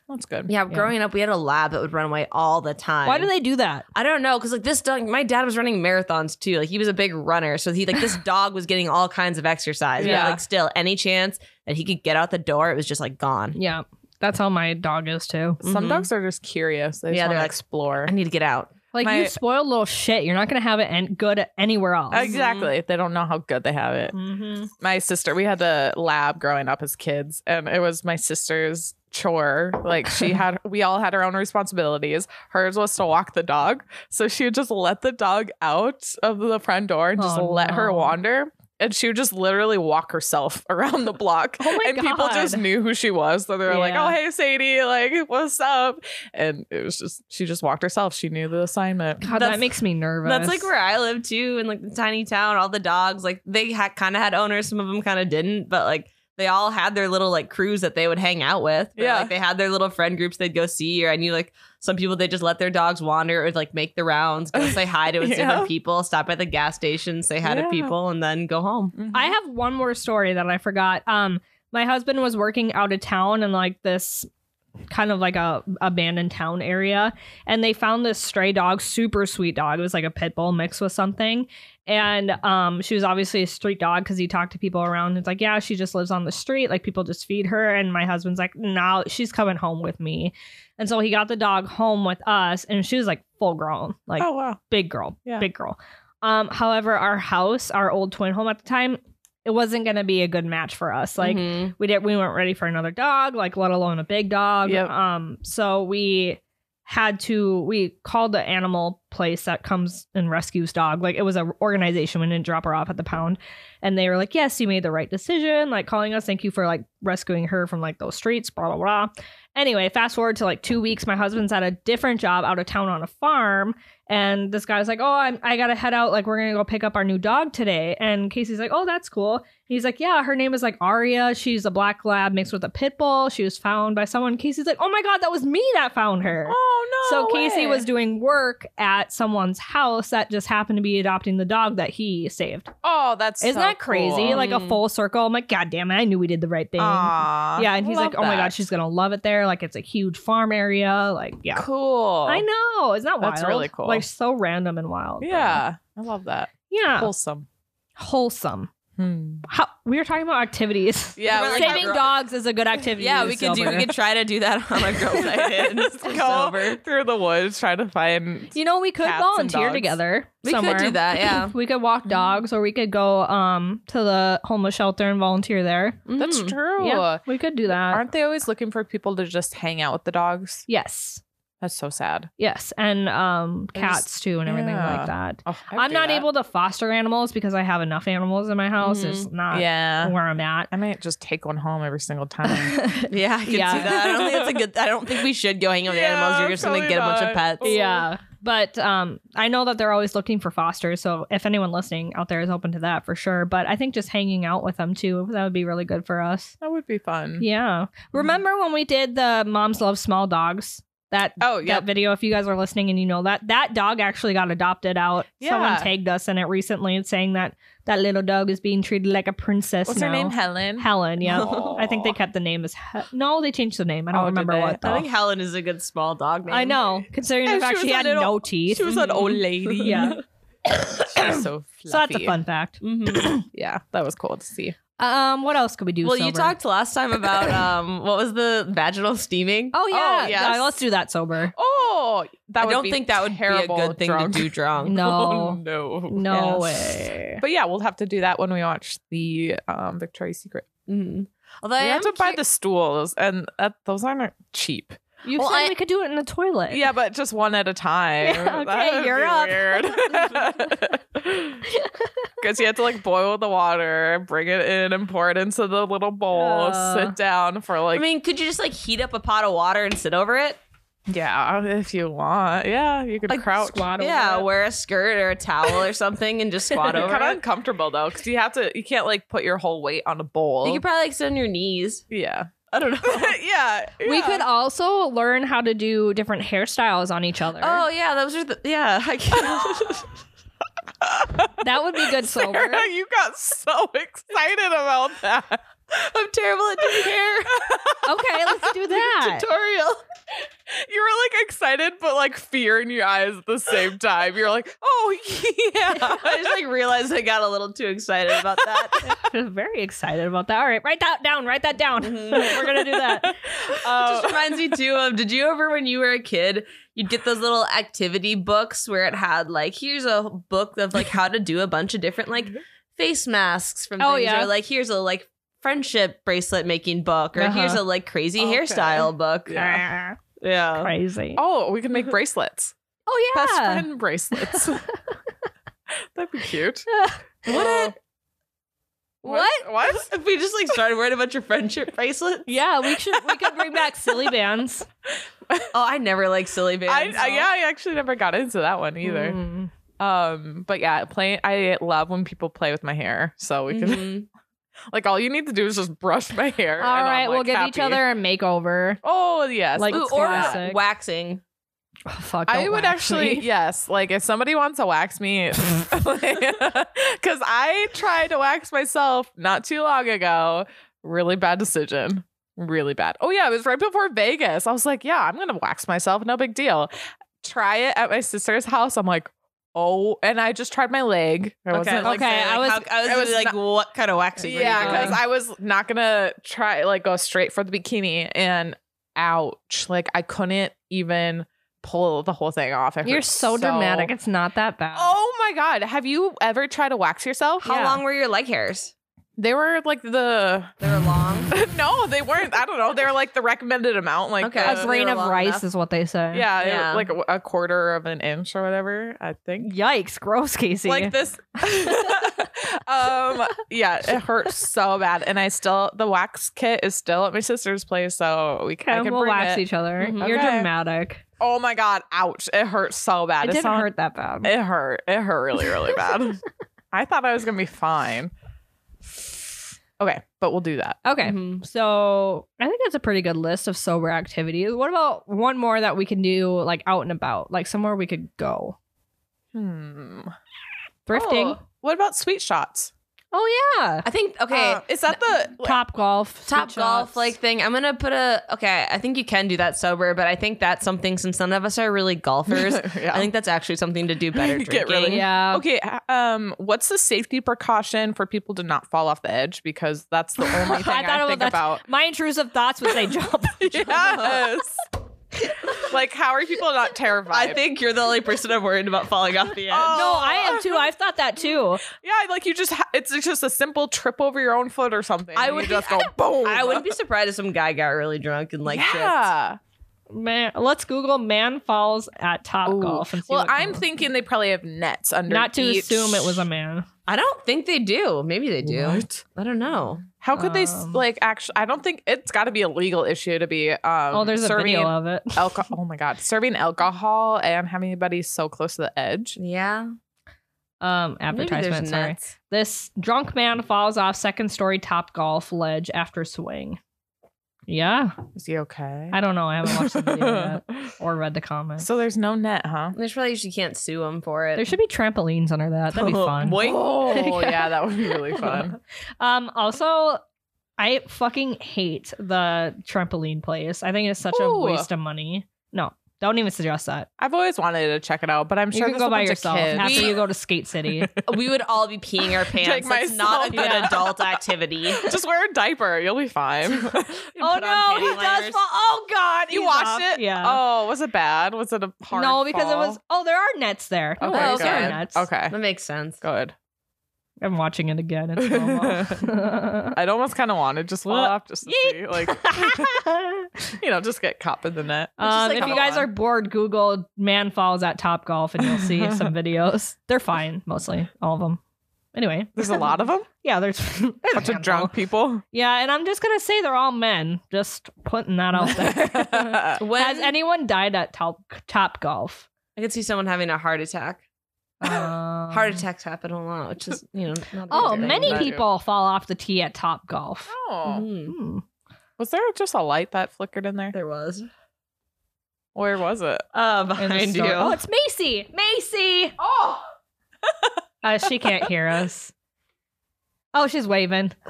Speaker 2: That's good.
Speaker 1: Yeah,
Speaker 3: Yeah.
Speaker 1: growing up, we had a lab that would run away all the time.
Speaker 3: Why do they do that?
Speaker 1: I don't know, because like this dog, my dad was running marathons too. Like he was a big runner, so he like this dog was getting all kinds of exercise.
Speaker 2: Yeah.
Speaker 1: But like still, any chance that he could get out the door, it was just like gone.
Speaker 3: Yeah. That's how my dog is too.
Speaker 2: Some
Speaker 1: Mhm.
Speaker 2: dogs are just curious. They just
Speaker 1: Yeah,
Speaker 2: want
Speaker 1: they're
Speaker 2: to
Speaker 1: like-
Speaker 2: explore.
Speaker 1: I need to get out.
Speaker 3: Like
Speaker 2: My-
Speaker 3: you spoiled little shit. You're not gonna have it and good anywhere else.
Speaker 2: Exactly. They don't know how good they have it.
Speaker 3: Mhm.
Speaker 2: my sister we had a lab growing up as kids and it was my sister's chore like she had we all had our own responsibilities hers was to walk the dog so she would just let the dog out of the front door and just
Speaker 3: Oh,
Speaker 2: let her
Speaker 3: no.
Speaker 2: wander and she would just literally walk herself around the block
Speaker 3: Oh my
Speaker 2: and people just
Speaker 3: God.
Speaker 2: knew who she was so they were like
Speaker 3: Yeah.
Speaker 2: oh hey sadie like what's up and it was just she just walked herself she knew the assignment
Speaker 3: God,
Speaker 1: That's-
Speaker 3: that makes me nervous.
Speaker 1: That's like where I live too, in like the tiny town. All the dogs, like they ha- kind of had owners. Some of them kind of didn't, but like they all had their little like crews that they would hang out with. Or,
Speaker 2: Yeah.
Speaker 1: like they had their little friend groups they'd go see. Or I knew like some people they just let their dogs wander or like make the rounds, go say hi to
Speaker 2: Yeah.
Speaker 1: different people, stop at the gas station, say hi
Speaker 2: Yeah.
Speaker 1: to people, and then go home.
Speaker 3: I have one more story that I forgot. Um, my husband was working out of town and like this kind of like a abandoned town area and they found this stray dog super sweet dog it was like a pit bull mixed with something and um she was obviously a street dog because he talked to people around it's like yeah she just lives on the street like people just feed her and my husband's like no she's coming home with me and so he got the dog home with us and she was like full grown like
Speaker 2: oh wow.
Speaker 3: big girl,
Speaker 2: Yeah.
Speaker 3: big girl. Um, however, our house, our old twin home at the time, it wasn't going to be a good match for us.
Speaker 2: Mm-hmm.
Speaker 3: Like
Speaker 1: Mhm.
Speaker 3: we did, we weren't ready for another dog, like let alone a big dog.
Speaker 2: Yep.
Speaker 3: Um, so we had to we called the animal place that comes and rescues dog. Like it was an organization. We didn't drop her off at the pound, and they were like, "Yes, you made the right decision." Like calling us, thank you for like rescuing her from like those streets. Blah blah blah. Anyway, fast forward to like two weeks. My husband's at a different job out of town on a farm, and this guy was like, "Oh, I'm, I gotta head out. Like, we're gonna go pick up our new dog today." And Casey's like, "Oh, that's cool." He's like, "Yeah, her name is like Aria. She's a black lab mixed with a pit bull. She was found by someone." Casey's like, "Oh my god, that was me that found her."
Speaker 2: Oh
Speaker 3: so
Speaker 2: no.
Speaker 3: Casey
Speaker 2: way.
Speaker 3: was doing work at someone's house that just happened to be adopting the dog that he saved.
Speaker 2: Oh, that's
Speaker 3: Isn't
Speaker 2: so
Speaker 3: that crazy?
Speaker 2: cool.
Speaker 3: Like a
Speaker 1: Mm.
Speaker 3: full circle. I'm like, God damn it, I knew we did the right thing.
Speaker 2: Aw,
Speaker 3: Yeah, and he's
Speaker 2: love
Speaker 3: like, "Oh my
Speaker 2: that.
Speaker 3: god, she's gonna love it there. Like, it's a huge farm area. Like, yeah."
Speaker 2: cool.
Speaker 3: I know. Isn't that wild?
Speaker 2: That's really cool.
Speaker 3: Like so random and wild.
Speaker 2: Yeah, I love that.
Speaker 3: Yeah.
Speaker 2: Wholesome.
Speaker 3: Wholesome. How, we were talking about activities.
Speaker 2: Yeah,
Speaker 1: We're
Speaker 2: we're
Speaker 1: like
Speaker 3: Saving
Speaker 1: gro-
Speaker 3: dogs is a good activity.
Speaker 1: Yeah,
Speaker 3: to
Speaker 1: we could do. We
Speaker 3: celebrate.
Speaker 1: could try to do that on a girls' night in.
Speaker 2: Just
Speaker 1: It's
Speaker 2: go
Speaker 1: over.
Speaker 2: through the woods trying to find.
Speaker 3: You know, we could
Speaker 2: Cats and
Speaker 3: volunteer
Speaker 2: dogs.
Speaker 3: together.
Speaker 1: We
Speaker 3: somewhere.
Speaker 1: could do that. Yeah,
Speaker 3: We could walk
Speaker 2: Mhm.
Speaker 3: dogs, or we could go um to the homeless shelter and volunteer there.
Speaker 2: That's
Speaker 1: Mhm.
Speaker 2: true.
Speaker 3: Yeah, we could do that.
Speaker 2: Aren't they always looking for people to just hang out with the dogs?
Speaker 3: yes,
Speaker 2: That's so sad.
Speaker 3: yes, and um
Speaker 2: I just-
Speaker 3: cats too, and everything
Speaker 2: yeah.
Speaker 3: like that.
Speaker 2: Oh, I would
Speaker 3: I'm
Speaker 2: do
Speaker 3: not
Speaker 2: that.
Speaker 3: able to foster animals because I have enough animals in my house.
Speaker 1: Mhm.
Speaker 3: It's not
Speaker 2: Mm-hmm. Yeah,
Speaker 3: where I'm at.
Speaker 2: I might just take one home every single time.
Speaker 1: Yeah, I can
Speaker 3: Yeah.
Speaker 1: see that. I don't think that's a good. I don't think we should go hang out with
Speaker 2: Yeah,
Speaker 1: animals. You're just gonna
Speaker 2: probably
Speaker 1: get a bunch of
Speaker 2: not.
Speaker 1: pets.
Speaker 3: Yeah. But um, I know that they're always looking for fosters. So if anyone listening out there is open to that for sure. But I think just hanging out with them too, that would be really good for us.
Speaker 2: that would be fun.
Speaker 3: Yeah.
Speaker 2: Mm-hmm.
Speaker 3: Remember when we did the Moms Love Small Dogs? That
Speaker 2: Oh yeah.
Speaker 3: that video, if you guys are listening and you know that, that dog actually got adopted out. Someone
Speaker 2: Yeah.
Speaker 3: tagged us in it recently and saying that that little dog is being treated like a princess.
Speaker 2: What's her
Speaker 3: now.
Speaker 2: name? Helen.
Speaker 3: Helen, yeah.
Speaker 2: Aw.
Speaker 3: I think they kept the name as He- No, they changed the name. I don't
Speaker 2: Oh, did
Speaker 3: remember
Speaker 2: they?
Speaker 3: what
Speaker 1: I
Speaker 3: though.
Speaker 1: think Helen is a good small dog name.
Speaker 3: I know, considering the
Speaker 2: And she
Speaker 3: fact she,
Speaker 2: was a
Speaker 3: had
Speaker 2: little-
Speaker 3: no teeth.
Speaker 2: She was an old
Speaker 1: Mhm.
Speaker 2: lady.
Speaker 3: Yeah.
Speaker 2: She's so fluffy.
Speaker 3: So that's a fun fact.
Speaker 2: Mm-hmm.
Speaker 1: Mhm.
Speaker 2: Yeah, that was cool to see.
Speaker 3: Um, what else could we do?
Speaker 1: Well, you
Speaker 3: sober?
Speaker 1: talked last time about um, what was the vaginal steaming?
Speaker 3: Oh yeah,
Speaker 2: Oh, yes.
Speaker 3: Yeah, let's do that sober.
Speaker 2: Oh, that
Speaker 1: I
Speaker 2: would
Speaker 1: don't
Speaker 2: be
Speaker 1: think that would be a
Speaker 2: terrible
Speaker 1: good thing
Speaker 2: drunk.
Speaker 1: to do drunk.
Speaker 2: Oh,
Speaker 3: No,
Speaker 2: no,
Speaker 3: no
Speaker 1: Yeah.
Speaker 3: way.
Speaker 2: But yeah, we'll have to do that when we watch the um, Victoria's Secret.
Speaker 3: Mm-hmm.
Speaker 1: Mhm. Although
Speaker 2: We
Speaker 1: I am
Speaker 2: have to buy
Speaker 1: cu-
Speaker 2: the stools, and that, those aren't cheap.
Speaker 3: You
Speaker 1: Well,
Speaker 3: said
Speaker 1: I-
Speaker 3: we could do it in the toilet.
Speaker 2: Yeah, but just one at a time.
Speaker 3: Yeah, okay,
Speaker 2: That would be
Speaker 3: you're up.
Speaker 2: Weird. Because you have to like boil the water, bring it in, and pour it into the little bowl,
Speaker 3: Uh,
Speaker 2: sit down for like
Speaker 1: I mean, could you just like heat up a pot of water and sit over it?
Speaker 2: yeah, if you want. Yeah, you could
Speaker 1: Like
Speaker 2: crouch.
Speaker 3: Squat over
Speaker 1: Yeah,
Speaker 3: it.
Speaker 1: wear a skirt or a towel or something and just squat
Speaker 2: It's
Speaker 1: over
Speaker 2: kind of
Speaker 1: it.
Speaker 2: uncomfortable though, because you have to. You can't like put your whole weight on a bowl.
Speaker 1: You could probably like sit on your knees.
Speaker 2: yeah,
Speaker 1: I don't know.
Speaker 2: yeah,
Speaker 3: We
Speaker 2: yeah.
Speaker 3: could also learn how to do different hairstyles on each other.
Speaker 1: oh yeah, those are the yeah. I can-
Speaker 3: that would be good sober.
Speaker 2: Sarah, you got so excited about that.
Speaker 1: I'm terrible at doing hair.
Speaker 3: Okay, let's do that.
Speaker 1: Tutorial.
Speaker 2: You were like excited, but like fear in your eyes at the same time. You're like, oh yeah.
Speaker 1: I just like realized I got a little too excited about that.
Speaker 3: I'm very excited about that. All right, write that down. Write that down.
Speaker 1: Mhm.
Speaker 3: We're gonna do that.
Speaker 1: It just reminds me too of did you ever when you were a kid you'd get those little activity books where it had like here's a book of like how to do a bunch of different like face masks from
Speaker 3: Oh,
Speaker 1: things
Speaker 3: yeah.
Speaker 1: or like here's a like friendship bracelet making book or
Speaker 3: Uh-huh.
Speaker 1: here's a like crazy
Speaker 2: Okay.
Speaker 1: hairstyle book yeah,
Speaker 3: Crazy.
Speaker 2: oh, we could make bracelets.
Speaker 3: Oh yeah.
Speaker 2: Best friend bracelets. That'd be cute.
Speaker 1: what a- what
Speaker 2: What?
Speaker 1: if we just like started wearing a bunch of friendship bracelets
Speaker 3: Yeah, we should we could bring back silly bands.
Speaker 1: oh I never like silly
Speaker 2: I,
Speaker 1: bands
Speaker 2: I yeah, I actually never got into that one either.
Speaker 3: Mm.
Speaker 2: Um, but yeah, playing. I love when people play with my hair. So we can
Speaker 1: Mhm.
Speaker 2: like all you need to do is just brush my hair.
Speaker 3: Mm. All
Speaker 2: and I'm,
Speaker 3: right, we'll
Speaker 2: like,
Speaker 3: give
Speaker 2: happy.
Speaker 3: each other a makeover.
Speaker 2: Oh yes,
Speaker 3: Like,
Speaker 2: Ooh,
Speaker 1: Ooh,
Speaker 3: it's
Speaker 1: or uh,
Speaker 2: classic.
Speaker 1: waxing
Speaker 3: Oh, fuck.
Speaker 2: I
Speaker 3: don't
Speaker 2: would
Speaker 3: wax
Speaker 2: actually
Speaker 3: me.
Speaker 2: yes, like if somebody wants to wax me, because I tried to wax myself not too long ago. Really bad decision. really bad. Oh yeah, it was right before Vegas. I was like, yeah, I'm gonna wax myself, no big deal. Try it at my sister's house. I'm like, oh, and I just tried my leg. I wasn't like,
Speaker 3: Okay, I was-
Speaker 1: how- I was,
Speaker 2: I was
Speaker 1: like,
Speaker 2: not-
Speaker 1: what kind of waxing? were you
Speaker 2: yeah,
Speaker 1: doing?
Speaker 2: because I was not gonna try like go straight for the bikini, and ouch, like I couldn't even pull the whole thing off. It
Speaker 3: You're
Speaker 2: hurt
Speaker 3: so, dramatic. It's not that bad.
Speaker 2: Oh my god, have you ever tried to wax yourself?
Speaker 1: How long were your leg hairs?
Speaker 2: They were like the
Speaker 1: They were long.
Speaker 2: no, they weren't. I don't know. They were like the recommended amount, like
Speaker 1: Okay.
Speaker 2: the-
Speaker 1: Uh,
Speaker 3: a grain
Speaker 1: they were
Speaker 3: of
Speaker 1: long
Speaker 3: rice
Speaker 1: enough.
Speaker 3: is what they say.
Speaker 2: yeah, it-
Speaker 1: Yeah.
Speaker 2: like a, a quarter of an inch or whatever. I think.
Speaker 3: Yikes, gross, Casey.
Speaker 2: Like this, um, yeah, it hurts so bad, and I still the wax kit is still at my sister's place, so we
Speaker 3: okay,
Speaker 2: I can
Speaker 3: we'll
Speaker 2: bring
Speaker 3: wax
Speaker 2: it.
Speaker 3: each other.
Speaker 2: Mhm.
Speaker 3: You're
Speaker 2: Okay.
Speaker 3: dramatic.
Speaker 2: Oh my god, ouch! It hurts so bad.
Speaker 3: it
Speaker 2: It's
Speaker 3: didn't
Speaker 2: not-
Speaker 3: hurt that bad.
Speaker 2: It hurt. It hurt really, really bad. I thought I was gonna be fine. Okay, but we'll do that.
Speaker 3: Okay.
Speaker 1: Mhm.
Speaker 3: So I think that's a pretty good list of sober activities. What about one more that we can do like out and about, like somewhere we could go?
Speaker 2: Hmm.
Speaker 3: Thrifting.
Speaker 2: Oh, what about sweet shots?
Speaker 3: Oh, yeah.
Speaker 1: I think okay.
Speaker 2: Uh, is that the
Speaker 3: Top golf.
Speaker 1: top golf like thing. I'm gonna put a okay. I think you can do that sober, but I think that's something since none of us are really golfers.
Speaker 2: yeah.
Speaker 1: I think that's actually something to do better.
Speaker 2: Get
Speaker 1: Drinking.
Speaker 2: really-
Speaker 3: Yeah.
Speaker 2: Okay, uh, um, what's the safety precaution for people to not fall off the edge? Because that's the only thing
Speaker 3: I
Speaker 2: I,
Speaker 3: thought about
Speaker 2: think
Speaker 3: that.
Speaker 2: about.
Speaker 3: My intrusive thoughts would say jump.
Speaker 2: Yes. like, how are people not terrified?
Speaker 1: I think you're the only person I'm worried about falling off the edge.
Speaker 2: Oh.
Speaker 3: No, I am too. I've thought that too.
Speaker 2: yeah, like you just, ha- it's just a simple trip over your own foot or something.
Speaker 1: I
Speaker 2: and
Speaker 1: would
Speaker 2: you
Speaker 1: be-
Speaker 2: just go boom.
Speaker 1: I wouldn't be surprised if some guy got really drunk and like yeah.
Speaker 2: yeah.
Speaker 3: Man, let's Google man falls at top
Speaker 2: Ooh.
Speaker 3: golf. And see
Speaker 2: Well,
Speaker 3: what
Speaker 2: I'm
Speaker 3: comes up.
Speaker 2: thinking they probably have nets under.
Speaker 3: not to
Speaker 2: each-
Speaker 3: assume it was a man.
Speaker 1: I don't think they do. Maybe they do.
Speaker 2: What?
Speaker 1: I don't know.
Speaker 2: How could they s-
Speaker 3: Um,
Speaker 2: like actually? I don't think it's got to be a legal issue to be. Um,
Speaker 3: oh, there's a
Speaker 2: serving
Speaker 3: video of it.
Speaker 2: alcohol. Oh my god, serving alcohol and having anybody so close to the edge.
Speaker 1: Yeah.
Speaker 3: Um,
Speaker 1: Maybe there's
Speaker 3: advertisement. Sorry.
Speaker 1: nuts.
Speaker 3: This drunk man falls off second story top golf ledge after swing. Yeah,
Speaker 2: Is he okay?
Speaker 3: I don't know. I haven't watched the video yet or read the comments.
Speaker 2: so there's no net, huh?
Speaker 1: There's probably you can't sue him for it.
Speaker 3: there should be trampolines under that. That'd be fun.
Speaker 1: Boing.
Speaker 2: Oh yeah, that would be really fun.
Speaker 3: Um, also, I fucking hate the trampoline place. I think it's such
Speaker 2: Ooh.
Speaker 3: a waste of money. No, don't even suggest that.
Speaker 2: I've always wanted to check it out, but I'm
Speaker 3: You
Speaker 2: sure
Speaker 3: can
Speaker 2: there's
Speaker 3: go
Speaker 2: a
Speaker 3: by
Speaker 2: bunch of
Speaker 3: yourself
Speaker 2: kids.
Speaker 3: after
Speaker 1: We-
Speaker 3: you go to Skate City.
Speaker 1: we would all be peeing our pants. That's not a
Speaker 2: myself.
Speaker 1: good
Speaker 3: Yeah.
Speaker 1: adult activity.
Speaker 2: Just wear a diaper, you'll be fine. you
Speaker 1: Oh no, he does fall. Oh god, he's
Speaker 2: watched
Speaker 1: off.
Speaker 2: it?
Speaker 3: Yeah.
Speaker 2: Oh, was it bad? Was it a hard
Speaker 3: no, because it was.
Speaker 2: fall?
Speaker 3: Oh, there are nets there. No,
Speaker 2: Okay,
Speaker 3: those
Speaker 1: good.
Speaker 3: are nets.
Speaker 2: Okay,
Speaker 1: That makes sense.
Speaker 2: good.
Speaker 3: I'm watching it again. It's normal.
Speaker 2: I'd almost kind of want to just fall
Speaker 3: Well,
Speaker 2: off just to
Speaker 3: yeet.
Speaker 2: see, like, you know, just get caught in the net.
Speaker 3: Um,
Speaker 1: like
Speaker 3: if
Speaker 1: a
Speaker 3: you guys
Speaker 1: lawn.
Speaker 3: are bored, Google "man falls at Top Golf" and you'll see some videos. They're fine, mostly all of them. Anyway,
Speaker 2: There's a lot of them.
Speaker 3: yeah, there's there's a
Speaker 2: bunch
Speaker 3: handful.
Speaker 2: of drunk people.
Speaker 3: Yeah, and I'm just gonna say they're all men. Just putting that out there.
Speaker 1: When
Speaker 3: Has anyone died at Top Top Golf?
Speaker 1: I could see someone having a heart attack.
Speaker 3: Um,
Speaker 1: Heart attacks happen a lot, which is you know. Not a
Speaker 3: Oh,
Speaker 1: good thing,
Speaker 3: many
Speaker 1: but-
Speaker 3: people fall off the tee at Top Golf.
Speaker 2: Oh,
Speaker 1: Mhm.
Speaker 3: Hmm.
Speaker 2: was there just a light that flickered in there?
Speaker 1: There was.
Speaker 2: Where was it?
Speaker 1: Uh,
Speaker 3: There's a
Speaker 1: behind you.
Speaker 3: story- Oh, it's Macy. Macy.
Speaker 2: Oh,
Speaker 3: Uh, she can't hear us. Oh, she's waving.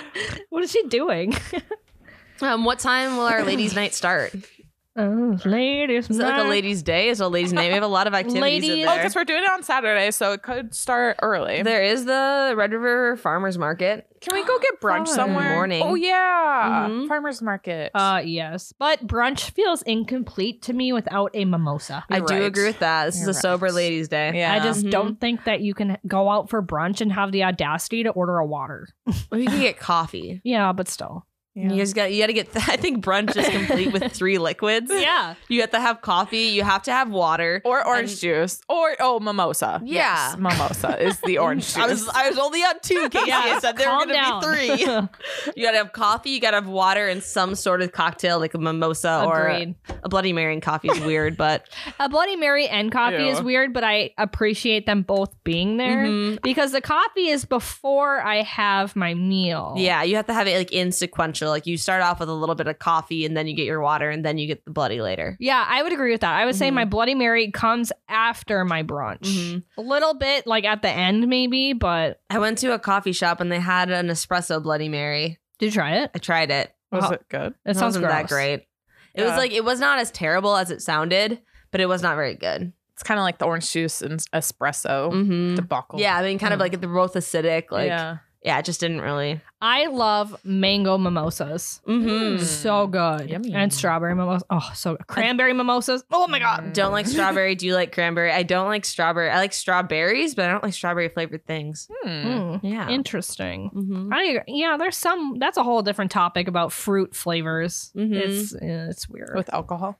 Speaker 2: Oh,
Speaker 3: what is she doing?
Speaker 1: Um, what time will our ladies' night start?
Speaker 3: Oh, ladies,
Speaker 1: Is it like a
Speaker 3: night.
Speaker 1: ladies' day? Is it a ladies' night? We have a lot of activities. in
Speaker 3: Ladies-
Speaker 1: there.
Speaker 2: because we're doing it on Saturday, so it could start early.
Speaker 1: There is the Red River Farmers Market.
Speaker 2: Can we go get brunch
Speaker 3: Fun. Mm-hmm.
Speaker 2: somewhere?
Speaker 1: Morning.
Speaker 2: Oh yeah,
Speaker 1: Mhm.
Speaker 2: farmers market.
Speaker 3: Uh, yes, but brunch feels incomplete to me without a mimosa.
Speaker 1: I
Speaker 2: You're
Speaker 1: do
Speaker 2: right.
Speaker 1: agree with that. This
Speaker 2: You're
Speaker 1: is a sober
Speaker 2: right.
Speaker 1: ladies' day.
Speaker 2: yeah,
Speaker 3: I just
Speaker 1: Mhm.
Speaker 3: don't think that you can go out for brunch and have the audacity to order a water.
Speaker 1: We can get coffee.
Speaker 3: Yeah, but still.
Speaker 2: Yeah.
Speaker 1: You guys got you got to get. I think brunch is complete with three liquids.
Speaker 3: Yeah.
Speaker 1: You have to have coffee. You have to have water.
Speaker 2: or orange
Speaker 1: and-
Speaker 2: juice, or oh mimosa.
Speaker 1: Yeah.
Speaker 2: Yes, mimosa is the orange juice.
Speaker 1: I was I was only on two. Casey I said there were
Speaker 3: Calm
Speaker 1: going to
Speaker 3: down.
Speaker 1: be three. You got to have coffee. You got to have water and some sort of cocktail like a mimosa
Speaker 3: Agreed.
Speaker 1: or a Bloody Mary. And coffee is weird, but
Speaker 3: A Bloody Mary and coffee is
Speaker 2: Ew.
Speaker 3: weird, but I appreciate them both being there
Speaker 1: Mhm.
Speaker 3: because the coffee is before I have my meal.
Speaker 1: yeah, you have to have it like in sequential. Like you start off with a little bit of coffee and then you get your water and then you get the bloody later.
Speaker 3: Yeah, I would agree with that. I would say
Speaker 1: Mhm.
Speaker 3: my Bloody Mary comes after my brunch.
Speaker 1: Mhm.
Speaker 3: A little bit like at the end, maybe, but
Speaker 1: I went to a coffee shop and they had an espresso Bloody Mary.
Speaker 3: Did you try it?
Speaker 1: I tried it.
Speaker 2: Was
Speaker 3: Wow.
Speaker 2: it good?
Speaker 3: It sounds
Speaker 1: wasn't that
Speaker 3: gross.
Speaker 1: great. It
Speaker 2: Yeah.
Speaker 1: was like it was not as terrible as it sounded, but it was not very good.
Speaker 2: It's kind of like the orange juice and espresso
Speaker 1: Mm-hmm.
Speaker 2: debacle.
Speaker 1: Yeah, I mean, kind of
Speaker 3: Hmm.
Speaker 2: Mm.
Speaker 1: like they're both acidic. Like, yeah,
Speaker 2: yeah.
Speaker 1: it just didn't really.
Speaker 3: I love mango mimosas.
Speaker 1: Mm-hmm.
Speaker 2: Mm.
Speaker 3: So good.
Speaker 2: Yummy.
Speaker 3: And strawberry mimosas. Oh, so good. Cranberry mimosas. Oh my God.
Speaker 2: Mm.
Speaker 1: Don't like strawberry. Do you like cranberry? I don't like strawberry. I like strawberries, but I don't like strawberry flavored things.
Speaker 2: Hmm.
Speaker 3: Mm.
Speaker 1: Yeah.
Speaker 3: Interesting.
Speaker 1: mm-hmm.
Speaker 3: I agree. yeah, there's some. That's a whole different topic about fruit flavors.
Speaker 1: Mhm.
Speaker 3: It's yeah, it's weird.
Speaker 2: With alcohol,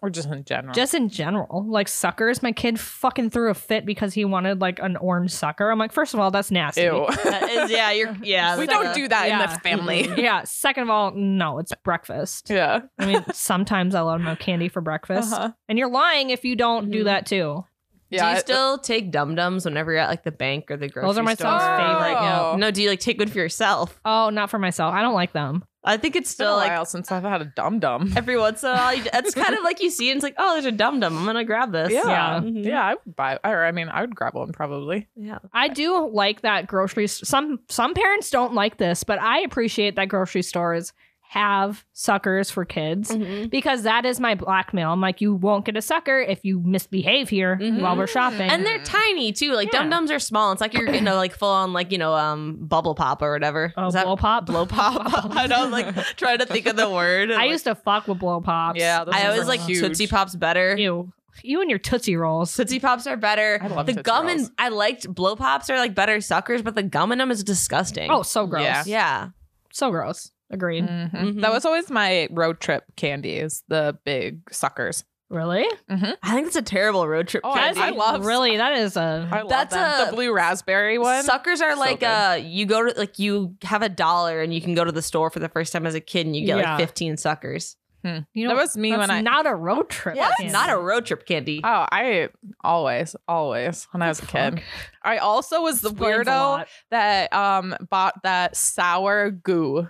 Speaker 2: or just in general.
Speaker 3: just in general, like suckers. My kid fucking threw a fit because he wanted like an orange sucker. I'm like, first of all, that's nasty.
Speaker 2: ew.
Speaker 1: That is, yeah, you're. Yeah, that's
Speaker 2: we don't
Speaker 1: a- Mm-hmm.
Speaker 2: do that in
Speaker 3: yeah.
Speaker 2: the family.
Speaker 3: Yeah. Second of all, no, it's breakfast.
Speaker 2: yeah.
Speaker 3: I mean, sometimes I let him have candy for breakfast,
Speaker 2: Uh-huh.
Speaker 3: and you're lying if you don't do
Speaker 1: Mhm.
Speaker 3: that too.
Speaker 1: do
Speaker 2: Yeah.
Speaker 1: you
Speaker 2: it-
Speaker 1: still take dum dums whenever you're at like the bank or the grocery?
Speaker 3: Those are my
Speaker 1: store?
Speaker 3: son's favorite.
Speaker 2: Oh.
Speaker 3: Yeah.
Speaker 1: No, do you like take one for yourself?
Speaker 3: Oh, not for myself. I don't like them.
Speaker 1: I think it's
Speaker 2: it's been
Speaker 1: still
Speaker 2: a
Speaker 1: like
Speaker 2: while since I've had a dum dum.
Speaker 1: every once in a while. You, it's kind of like you see, and it's like, oh, there's a dum dum. I'm gonna grab this.
Speaker 2: Yeah.
Speaker 3: Yeah.
Speaker 1: Mhm.
Speaker 2: Yeah, I would buy. Or I mean, I would grab one probably.
Speaker 1: yeah.
Speaker 3: I do like that grocery. St- some some parents don't like this, but I appreciate that grocery stores have suckers for kids.
Speaker 1: Mhm.
Speaker 3: because that is my blackmail. I'm like, you won't get a sucker if you misbehave here
Speaker 1: Mhm.
Speaker 3: while we're shopping.
Speaker 1: And they're tiny too. Like
Speaker 3: Yeah.
Speaker 1: dum dums are small. It's like you're getting a like full on like you know um bubble pop or whatever.
Speaker 3: oh,
Speaker 1: Is that
Speaker 3: blow pop,
Speaker 1: blow pop? I don't like trying to think of the word.
Speaker 3: I used to fuck with blow pops.
Speaker 2: Yeah, those
Speaker 1: I
Speaker 2: things
Speaker 1: always
Speaker 2: are
Speaker 1: like
Speaker 2: huge.
Speaker 1: Tootsie Pops better.
Speaker 3: you, you and your tootsie rolls.
Speaker 1: Tootsie Pops are better.
Speaker 2: I love
Speaker 1: the
Speaker 2: Tootsie
Speaker 1: gum and
Speaker 2: Rolls.
Speaker 1: I liked blow pops are like better suckers, but the gum in them is disgusting.
Speaker 3: Oh, so gross.
Speaker 2: Yeah.
Speaker 1: yeah.
Speaker 3: so gross. Agreed.
Speaker 2: Mhm.
Speaker 1: Mhm.
Speaker 2: That was always my road trip candy. Is the big suckers.
Speaker 3: Really?
Speaker 1: I think it's a terrible road trip.
Speaker 2: Oh, I-
Speaker 1: candy.
Speaker 2: I love-
Speaker 3: Really? That is
Speaker 2: I
Speaker 3: a.
Speaker 2: love
Speaker 1: That's
Speaker 2: them.
Speaker 1: a-
Speaker 2: the blue raspberry one.
Speaker 1: Suckers are
Speaker 2: So
Speaker 1: like
Speaker 2: good.
Speaker 1: uh you go to like you have a dollar and you can go to the store for the first time as a kid and you get
Speaker 3: Yeah.
Speaker 1: like 15 suckers.
Speaker 3: You
Speaker 2: that was me
Speaker 3: that's
Speaker 2: when I.
Speaker 3: not a road trip.
Speaker 1: Yeah, it's not a road trip candy.
Speaker 2: Oh, I always, always when I was a kid. I also was the
Speaker 3: Explains a
Speaker 2: weirdo
Speaker 3: lot.
Speaker 2: that um bought that sour goo.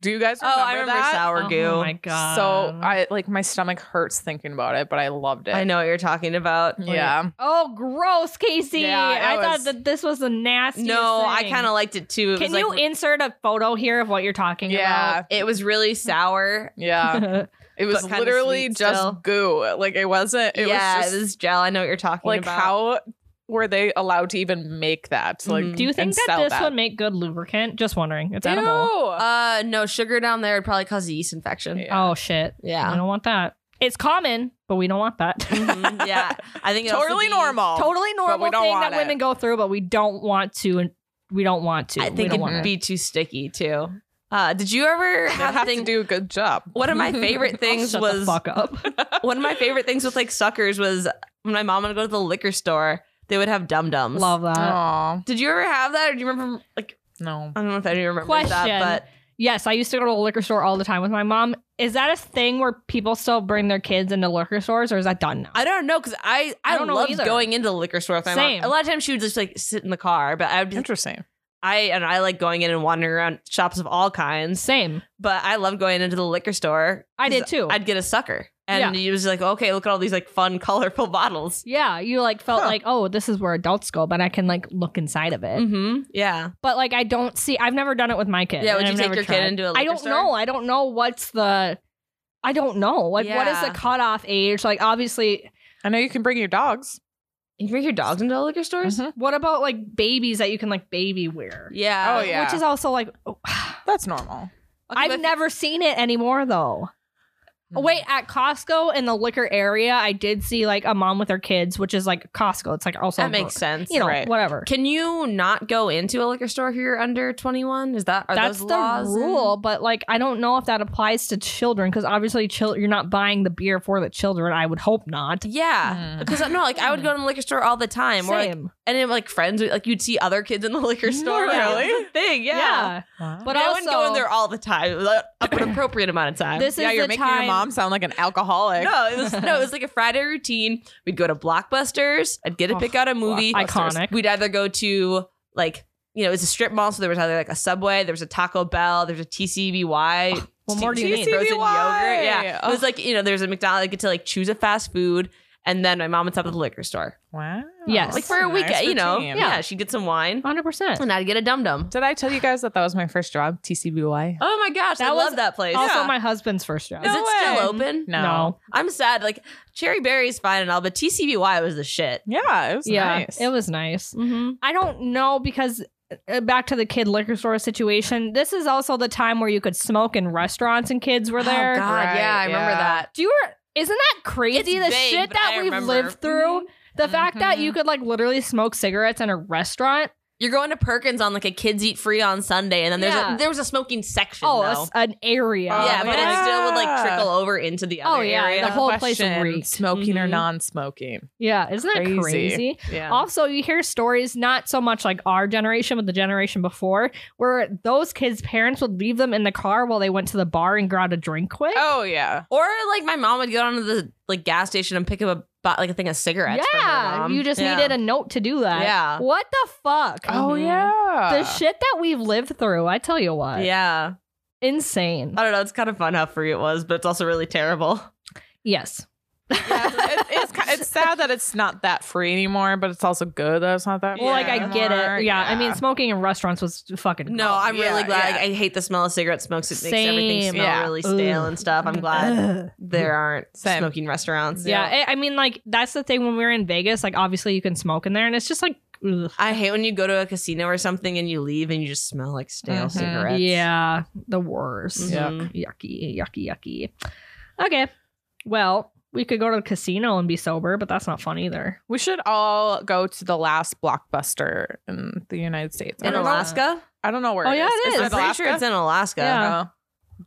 Speaker 2: Do you guys
Speaker 1: oh,
Speaker 2: remember
Speaker 1: I remember
Speaker 2: that?
Speaker 1: sour goo.
Speaker 3: Oh my god.
Speaker 2: So I like my stomach hurts thinking about it, but I loved it.
Speaker 1: I know what you're talking about.
Speaker 2: Yeah.
Speaker 3: Oh, gross, Casey.
Speaker 2: Yeah,
Speaker 3: I
Speaker 2: I
Speaker 3: thought
Speaker 2: was-
Speaker 3: that this was the nastiest.
Speaker 1: No, I
Speaker 3: thing.
Speaker 1: kind of liked it too. It
Speaker 3: Can
Speaker 1: was
Speaker 3: you
Speaker 1: like,
Speaker 3: insert a photo here of what you're talking
Speaker 2: Yeah.
Speaker 1: it was really sour.
Speaker 2: Yeah.
Speaker 3: about?
Speaker 1: mm,
Speaker 2: It was
Speaker 1: But kinda
Speaker 2: literally
Speaker 1: sweet
Speaker 2: just
Speaker 1: still.
Speaker 2: goo. Like it wasn't it
Speaker 1: yeah,
Speaker 2: was just
Speaker 1: it was gel. I know what you're talking
Speaker 2: like
Speaker 1: about.
Speaker 2: how were they allowed to even make that? Like
Speaker 1: Mhm.
Speaker 3: Do you
Speaker 2: and
Speaker 3: think that
Speaker 2: sell
Speaker 3: this would make good lubricant? Just wondering. It's edible.
Speaker 2: Ew.
Speaker 1: Uh, no sugar down there would probably cause a yeast infection. Yeah,
Speaker 2: Yeah.
Speaker 3: Oh shit. We
Speaker 1: yeah.
Speaker 3: don't want that. It's common, but we don't want that.
Speaker 1: Mhm. Yeah. I think it'd also
Speaker 2: totally
Speaker 1: be-
Speaker 2: normal.
Speaker 3: totally normal
Speaker 2: don't
Speaker 3: thing
Speaker 2: want
Speaker 3: that women
Speaker 2: it.
Speaker 3: go through, but we don't want to and we don't want to.
Speaker 1: I
Speaker 3: we
Speaker 1: think
Speaker 3: don't want
Speaker 1: it'd
Speaker 3: it.
Speaker 1: be too sticky too. Uh, did you ever
Speaker 2: They have
Speaker 1: have
Speaker 2: to
Speaker 1: things?
Speaker 2: do a good job.
Speaker 1: One of my favorite things
Speaker 3: Oh, Shut the
Speaker 1: was
Speaker 3: fuck up.
Speaker 1: one of my favorite things with like suckers was when my mom would go to the liquor store, they would have dum dums.
Speaker 3: Love that.
Speaker 2: Aw,
Speaker 1: Did you ever have that, or do you remember? Like,
Speaker 2: no.
Speaker 1: I don't know if anyone remembers
Speaker 3: Question.
Speaker 1: that,
Speaker 3: Yes, I used to go to the liquor store all the time with my mom. Is that a thing where people still bring their kids into liquor stores or is that done now?
Speaker 1: but I don't know because I I,
Speaker 3: I don't know
Speaker 1: loved
Speaker 3: either.
Speaker 1: going into the liquor store with my
Speaker 3: Same.
Speaker 1: mom. A lot of times she would just like sit in the car, but I would be like,
Speaker 2: Interesting.
Speaker 1: I and I like going in and wandering around shops of all kinds.
Speaker 3: Same.
Speaker 1: But I loved going into the liquor store.
Speaker 3: I did too.
Speaker 1: I'd get a sucker, and it was like, okay, look at all these like fun, colorful bottles.
Speaker 3: yeah, you like felt
Speaker 2: Huh.
Speaker 3: like, oh, this is where adults go, but I can like look inside of it.
Speaker 1: Mm-hmm. Yeah.
Speaker 3: but like I don't see. I've never done it with my kid.
Speaker 1: Yeah, would
Speaker 3: and
Speaker 1: you
Speaker 3: I've
Speaker 1: take
Speaker 3: never
Speaker 1: your kid
Speaker 3: tried.
Speaker 1: into a
Speaker 3: I
Speaker 1: liquor
Speaker 3: don't
Speaker 1: store?
Speaker 3: know. I don't know what's the. I don't know. Like, what is the
Speaker 1: Yeah.
Speaker 3: cutoff age? Like, obviously,
Speaker 2: I know you can bring your dogs.
Speaker 1: You bring your dogs into liquor stores?
Speaker 2: Mhm.
Speaker 3: what about like babies that you can like baby wear?
Speaker 1: Mm-hmm. Yeah.
Speaker 2: Oh, yeah.
Speaker 3: Which is also like, oh,
Speaker 2: That's normal.
Speaker 1: Okay, but
Speaker 3: I've
Speaker 1: if-
Speaker 3: never seen it anymore though.
Speaker 2: Oh, Mm-hmm.
Speaker 3: Wait, at Costco in the liquor area, I did see like a mom with her kids, which is like Costco. It's like also
Speaker 1: That makes sense.
Speaker 3: you know
Speaker 2: right.
Speaker 3: whatever.
Speaker 1: Can you not go into a liquor store if you're under 21? Is that are
Speaker 3: That's
Speaker 1: those
Speaker 3: the
Speaker 1: laws in-
Speaker 3: rule, but like I don't know if that applies to children because obviously, chil- you're not buying the beer for the children. I would hope not.
Speaker 1: Yeah,
Speaker 2: Mm.
Speaker 1: because no, like I would go to the liquor store all the time, or like,
Speaker 3: Same.
Speaker 1: and then like friends, would- like you'd see other kids in the liquor store.
Speaker 2: Yeah.
Speaker 1: Like, it's a thing, yeah.
Speaker 3: But
Speaker 2: ah.
Speaker 1: But I
Speaker 3: also,
Speaker 1: wouldn't go in there all the time, like, up an appropriate amount of time.
Speaker 3: this
Speaker 2: yeah,
Speaker 3: is
Speaker 2: you're
Speaker 3: the
Speaker 2: making
Speaker 3: time.
Speaker 2: your mom sound like an alcoholic.
Speaker 1: no, it was no, it was like a Friday routine. We'd go to Blockbusters. I'd get a
Speaker 2: Oh,
Speaker 1: pick out a movie.
Speaker 3: Blockbusters. Iconic.
Speaker 1: We'd either go to like you know, it's a strip mall, so there was either like a Subway, there was a Taco Bell, there was a TCBY.
Speaker 3: What more do you need?
Speaker 1: Frozen yogurt.
Speaker 2: TCBY.
Speaker 1: Yeah, it was like you know, there's a McDonald's. I get to like choose a fast food, And then my mom would stop at the liquor store.
Speaker 2: Wow.
Speaker 3: Yes.
Speaker 1: Like for a
Speaker 2: Nice
Speaker 1: weekend, you know?
Speaker 2: routine.
Speaker 1: Yeah, she'd get some wine
Speaker 3: 100%.
Speaker 1: and I'd get a dum dum.
Speaker 2: Did I tell you guys that that was my first job? TCBY.
Speaker 1: Oh my gosh,
Speaker 3: That
Speaker 1: I
Speaker 3: was
Speaker 1: love that place.
Speaker 3: Also,
Speaker 2: Yeah.
Speaker 3: my husband's first job.
Speaker 1: Is
Speaker 2: No
Speaker 1: it
Speaker 2: way.
Speaker 1: still open?
Speaker 2: No.
Speaker 1: I'm sad. Like Cherry Berry's fine and all, but TCBY was the shit.
Speaker 2: Yeah, it was
Speaker 3: Yeah,
Speaker 2: nice.
Speaker 3: it was nice.
Speaker 1: Mm-hmm.
Speaker 3: I don't know because uh, back to the kid liquor store situation. This is also the time where you could smoke in restaurants and kids were there.
Speaker 1: Oh God,
Speaker 2: Right,
Speaker 1: yeah, I remember
Speaker 2: yeah.
Speaker 1: that.
Speaker 3: Do you? Re- isn't that crazy?
Speaker 1: It's
Speaker 3: the
Speaker 1: vague,
Speaker 3: shit
Speaker 1: but
Speaker 3: that
Speaker 1: I
Speaker 3: we've
Speaker 1: remember. Mm-hmm.
Speaker 3: lived through. The fact that you
Speaker 2: Mhm.
Speaker 3: could like literally smoke cigarettes in a restaurant.
Speaker 1: You're going to Perkins on like a kids eat free on Sunday, and then there's
Speaker 3: Yeah.
Speaker 1: a, there was a smoking section.
Speaker 3: Oh,
Speaker 1: though.
Speaker 3: it's an area.
Speaker 2: Oh,
Speaker 1: yeah, but it
Speaker 2: yeah.
Speaker 1: still would like trickle over into the
Speaker 3: Oh,
Speaker 1: other
Speaker 3: yeah,
Speaker 1: area.
Speaker 3: the whole place
Speaker 2: Question,
Speaker 3: reeked. Mm-hmm.
Speaker 2: Smoking or
Speaker 1: Mhm.
Speaker 2: non-smoking?
Speaker 3: yeah. Isn't that
Speaker 2: Crazy.
Speaker 3: crazy?
Speaker 2: Yeah.
Speaker 3: Also, you hear stories not so much like our generation, but the generation before, where those kids' parents would leave them in the car while they went to the bar and grabbed a drink quick.
Speaker 2: oh yeah.
Speaker 1: or like my mom would go down to the like gas station and pick up a bo- like a thing of cigarettes. for her
Speaker 3: yeah,
Speaker 1: mom.
Speaker 3: you just
Speaker 1: Yeah.
Speaker 3: needed a note to do that.
Speaker 1: Yeah.
Speaker 3: what the fuck?
Speaker 2: Oh
Speaker 1: Mhm.
Speaker 2: yeah.
Speaker 3: Mm-hmm. the shit that we've lived through. I tell you what,
Speaker 1: yeah. Uh,
Speaker 3: insane.
Speaker 1: I don't know. It's kind of fun how free it was, but it's also really terrible.
Speaker 3: yes,
Speaker 2: Yeah, it's, it's, ki- it's sad that it's not that free anymore, but it's also good that it's not that.
Speaker 3: well, like I
Speaker 1: Yeah.
Speaker 3: get it.
Speaker 2: anymore.
Speaker 3: Yeah, I mean, smoking in restaurants was fucking
Speaker 1: No, I'm really
Speaker 2: Oh, yeah,
Speaker 1: glad.
Speaker 2: yeah.
Speaker 1: Like, I hate the smell of cigarette smokes. It makes everything
Speaker 3: Same.
Speaker 1: smell
Speaker 2: Yeah.
Speaker 1: really stale
Speaker 3: Ugh.
Speaker 1: and stuff. I'm glad
Speaker 3: Ugh.
Speaker 1: there aren't
Speaker 2: Same.
Speaker 1: smoking restaurants.
Speaker 3: Yeah, I- I mean, like that's the thing. When we were in Vegas, like obviously you can smoke in there, and it's just like, ugh.
Speaker 1: I hate when you go to a casino or something and you leave and you just smell like stale
Speaker 2: Mhm.
Speaker 1: cigarettes.
Speaker 3: yeah, the worst.
Speaker 2: Yeah.
Speaker 1: Mhm.
Speaker 3: Yucky, yucky, yucky. Okay, well, we could go to a casino and be sober, but that's not fun either.
Speaker 2: we should all go to the last blockbuster in the United States. I
Speaker 1: In
Speaker 2: don't know-
Speaker 1: Alaska?
Speaker 2: I don't know where.
Speaker 3: Oh,
Speaker 2: it is.
Speaker 3: yeah, it is.
Speaker 2: it
Speaker 1: I'm pretty
Speaker 2: Alaska?
Speaker 1: sure it's in Alaska.
Speaker 3: Yeah.
Speaker 2: Oh,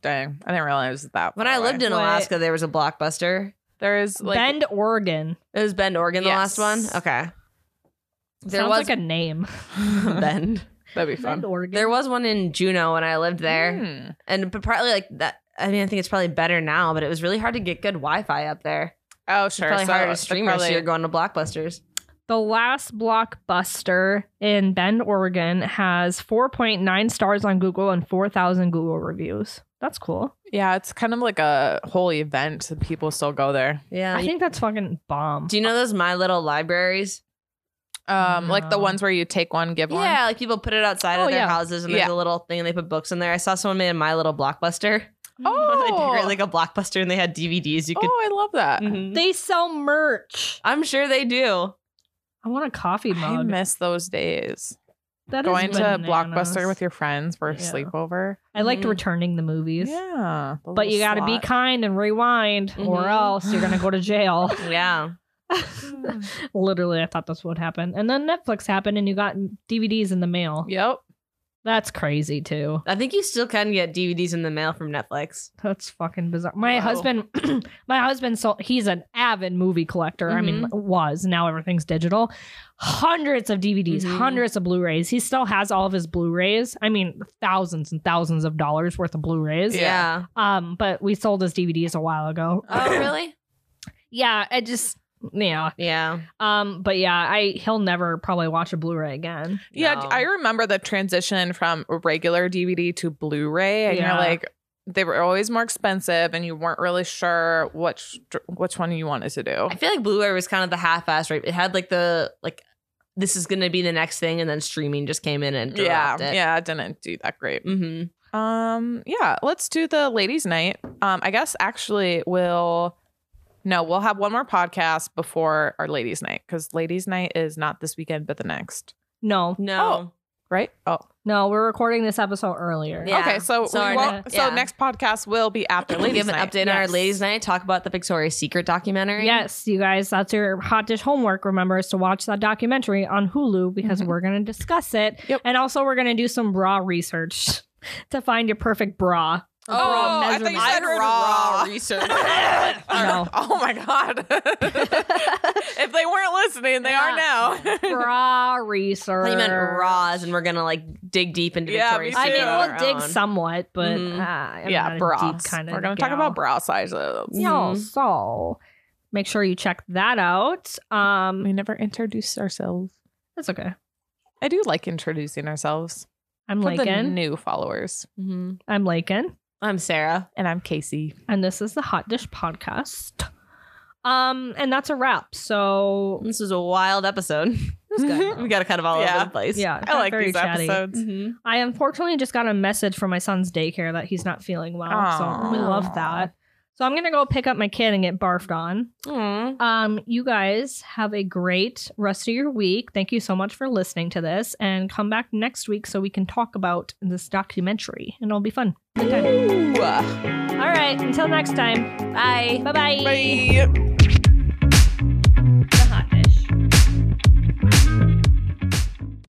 Speaker 2: dang, I didn't realize it was that.
Speaker 1: When
Speaker 2: far
Speaker 1: I lived
Speaker 2: away.
Speaker 1: in
Speaker 3: Wait.
Speaker 1: Alaska, there was a blockbuster.
Speaker 2: there is like
Speaker 3: Bend, Oregon.
Speaker 1: It was Bend, Oregon, the
Speaker 2: Yes.
Speaker 1: last one. Okay. There
Speaker 3: Sounds
Speaker 1: was
Speaker 3: like a name.
Speaker 1: Bend.
Speaker 2: that'd be fun.
Speaker 3: Bend, Oregon.
Speaker 1: There was one in Juneau when I lived there,
Speaker 2: Hmm.
Speaker 1: and but partly like that. I mean, I think it's probably better now, but it was really hard to get good Wi-Fi up there.
Speaker 2: Oh
Speaker 1: It's
Speaker 2: sure,
Speaker 1: probably
Speaker 2: so
Speaker 1: harder to
Speaker 2: it's
Speaker 1: stream. so
Speaker 2: probably-
Speaker 1: you're going to blockbusters.
Speaker 3: The last blockbuster in Bend, Oregon has 4.9 stars on Google and 4,000 Google reviews. That's cool.
Speaker 2: yeah, it's kind of like a whole event. and People still go there.
Speaker 1: Yeah.
Speaker 3: I think that's fucking bomb.
Speaker 1: Do you know those My Little Libraries?
Speaker 2: Um, like the
Speaker 3: No.
Speaker 2: ones where you take one, give one.
Speaker 1: Yeah, like people put it outside
Speaker 3: Oh,
Speaker 1: of their
Speaker 3: yeah.
Speaker 1: houses and there's
Speaker 2: Yeah.
Speaker 1: a little thing and they put books in there. I saw someone made a My Little Blockbuster. they
Speaker 2: Oh.
Speaker 1: decorated like a blockbuster and they had DVDs you could.
Speaker 2: Oh, I love that.
Speaker 1: Mhm.
Speaker 3: They sell merch.
Speaker 1: I'm sure they do.
Speaker 3: I want a coffee
Speaker 2: I
Speaker 3: mug.
Speaker 2: miss those days.
Speaker 3: That is
Speaker 2: Going to
Speaker 3: bananas.
Speaker 2: Blockbuster with your friends for a
Speaker 3: Yeah.
Speaker 2: sleepover.
Speaker 3: I liked
Speaker 1: Mhm.
Speaker 3: returning the movies.
Speaker 2: Yeah. the
Speaker 3: But you got
Speaker 2: little
Speaker 3: to be
Speaker 2: slot. Mm-hmm.
Speaker 3: kind and rewind, or
Speaker 1: Mhm.
Speaker 3: else you're going to go to jail.
Speaker 1: Yeah.
Speaker 3: Literally, I thought that's what happened. And then Netflix happened, and you got DVDs in the mail.
Speaker 2: Yep.
Speaker 3: That's crazy, too.
Speaker 1: I think you still can get DVDs in the mail from Netflix.
Speaker 3: That's fucking bizarre. My
Speaker 2: Wow.
Speaker 3: husband, my husband sold. He's an avid movie collector. I mean,
Speaker 2: Mm-hmm.
Speaker 3: was now everything's digital. Hundreds of DVDs,
Speaker 2: Mm-hmm.
Speaker 1: Mhm.
Speaker 3: hundreds of Blu-rays. He still has all of his Blu-rays. I mean, thousands and thousands of dollars worth of Blu-rays.
Speaker 2: Yeah. Uh.
Speaker 3: Um, but we sold his DVDs a while ago.
Speaker 1: Oh, really?
Speaker 3: yeah, I just yeah.
Speaker 1: Yeah.
Speaker 3: Um, but yeah, I he'll never probably watch a Blu-ray again.
Speaker 2: Yeah.
Speaker 1: No.
Speaker 2: I remember the transition from regular DVD to Blu ray. And
Speaker 3: Yeah.
Speaker 2: you're like, they were always more expensive and you weren't really sure which which one you wanted to do.
Speaker 1: I feel like Blu-ray was kind of the half-ass right. It had like the like this is gonna be the next thing, and then streaming just came in and
Speaker 2: Yeah.
Speaker 1: dropped it.
Speaker 2: Yeah. I didn't do that great.
Speaker 1: Mm-hmm.
Speaker 2: Um, yeah, let's do the ladies' night. Um, I guess actually we'll no, we'll have one more podcast before our ladies' night because ladies' night is not this weekend but the next,
Speaker 3: No,
Speaker 1: No.
Speaker 2: right? Oh,
Speaker 3: no, we're recording this episode earlier.
Speaker 1: Yeah.
Speaker 2: okay. So
Speaker 1: So
Speaker 2: we
Speaker 1: our
Speaker 2: won't,
Speaker 1: ne-
Speaker 2: so
Speaker 1: yeah.
Speaker 2: next podcast will be after
Speaker 1: we
Speaker 2: ladies'
Speaker 1: give an
Speaker 2: night.
Speaker 1: update on our
Speaker 3: Yes.
Speaker 1: ladies' night. Talk about the Victoria's Secret documentary.
Speaker 3: Yes, you guys, that's your hot dish homework. Remember is to watch that documentary on Hulu because
Speaker 2: Mhm.
Speaker 3: we're going to discuss it.
Speaker 2: Yep.
Speaker 3: And also we're going to do some bra research to find your perfect bra.
Speaker 2: Oh,
Speaker 3: bra
Speaker 2: I thought you
Speaker 3: measurement.
Speaker 2: said raw.
Speaker 1: research.
Speaker 3: No.
Speaker 2: Oh my god! if they weren't listening, they
Speaker 3: Yeah.
Speaker 2: are now.
Speaker 3: bra research.
Speaker 1: you meant Raws, and we're gonna like dig deep into
Speaker 2: Yeah, me
Speaker 1: Victoria's
Speaker 3: I
Speaker 1: Secret.
Speaker 3: mean,
Speaker 2: Yeah.
Speaker 1: on
Speaker 3: we'll
Speaker 1: our
Speaker 3: dig
Speaker 1: own.
Speaker 3: somewhat, but
Speaker 1: Mhm.
Speaker 3: uh, I'm not
Speaker 2: Mm-hmm. yeah,
Speaker 3: a
Speaker 2: bras.
Speaker 3: deep kind of
Speaker 2: We're gonna talk
Speaker 3: gal.
Speaker 2: about Mm-hmm. bra sizes.
Speaker 3: No,
Speaker 1: Mhm.
Speaker 3: so make sure you check that out. Um,
Speaker 2: We never introduce ourselves.
Speaker 3: that's okay.
Speaker 2: I do like introducing ourselves.
Speaker 3: I'm
Speaker 2: for the
Speaker 3: Lakin.
Speaker 2: new followers.
Speaker 1: Mhm.
Speaker 3: I'm Lakin.
Speaker 1: I'm Sarah.
Speaker 2: And I'm Casey.
Speaker 3: and this is the Hot Dish Podcast. Um, and that's a wrap. So
Speaker 1: This was a wild episode.
Speaker 3: was good.
Speaker 2: Mm-hmm.
Speaker 1: we got to kind of all
Speaker 2: Yeah.
Speaker 1: over the place.
Speaker 3: yeah,
Speaker 2: I
Speaker 3: got
Speaker 2: like these episodes.
Speaker 1: Mhm.
Speaker 3: I unfortunately just got a message from my son's daycare that he's not feeling well. So we
Speaker 1: Aw.
Speaker 3: love that. So I'm gonna go pick up my kid and get barfed on.
Speaker 1: Aw.
Speaker 3: Um, you guys have a great rest of your week. Thank you so much for listening to this, and come back next week so we can talk about this documentary, and it'll be fun. Good time.
Speaker 2: Ooh.
Speaker 3: All right, until next time. Bye. Bye-bye.
Speaker 2: Bye.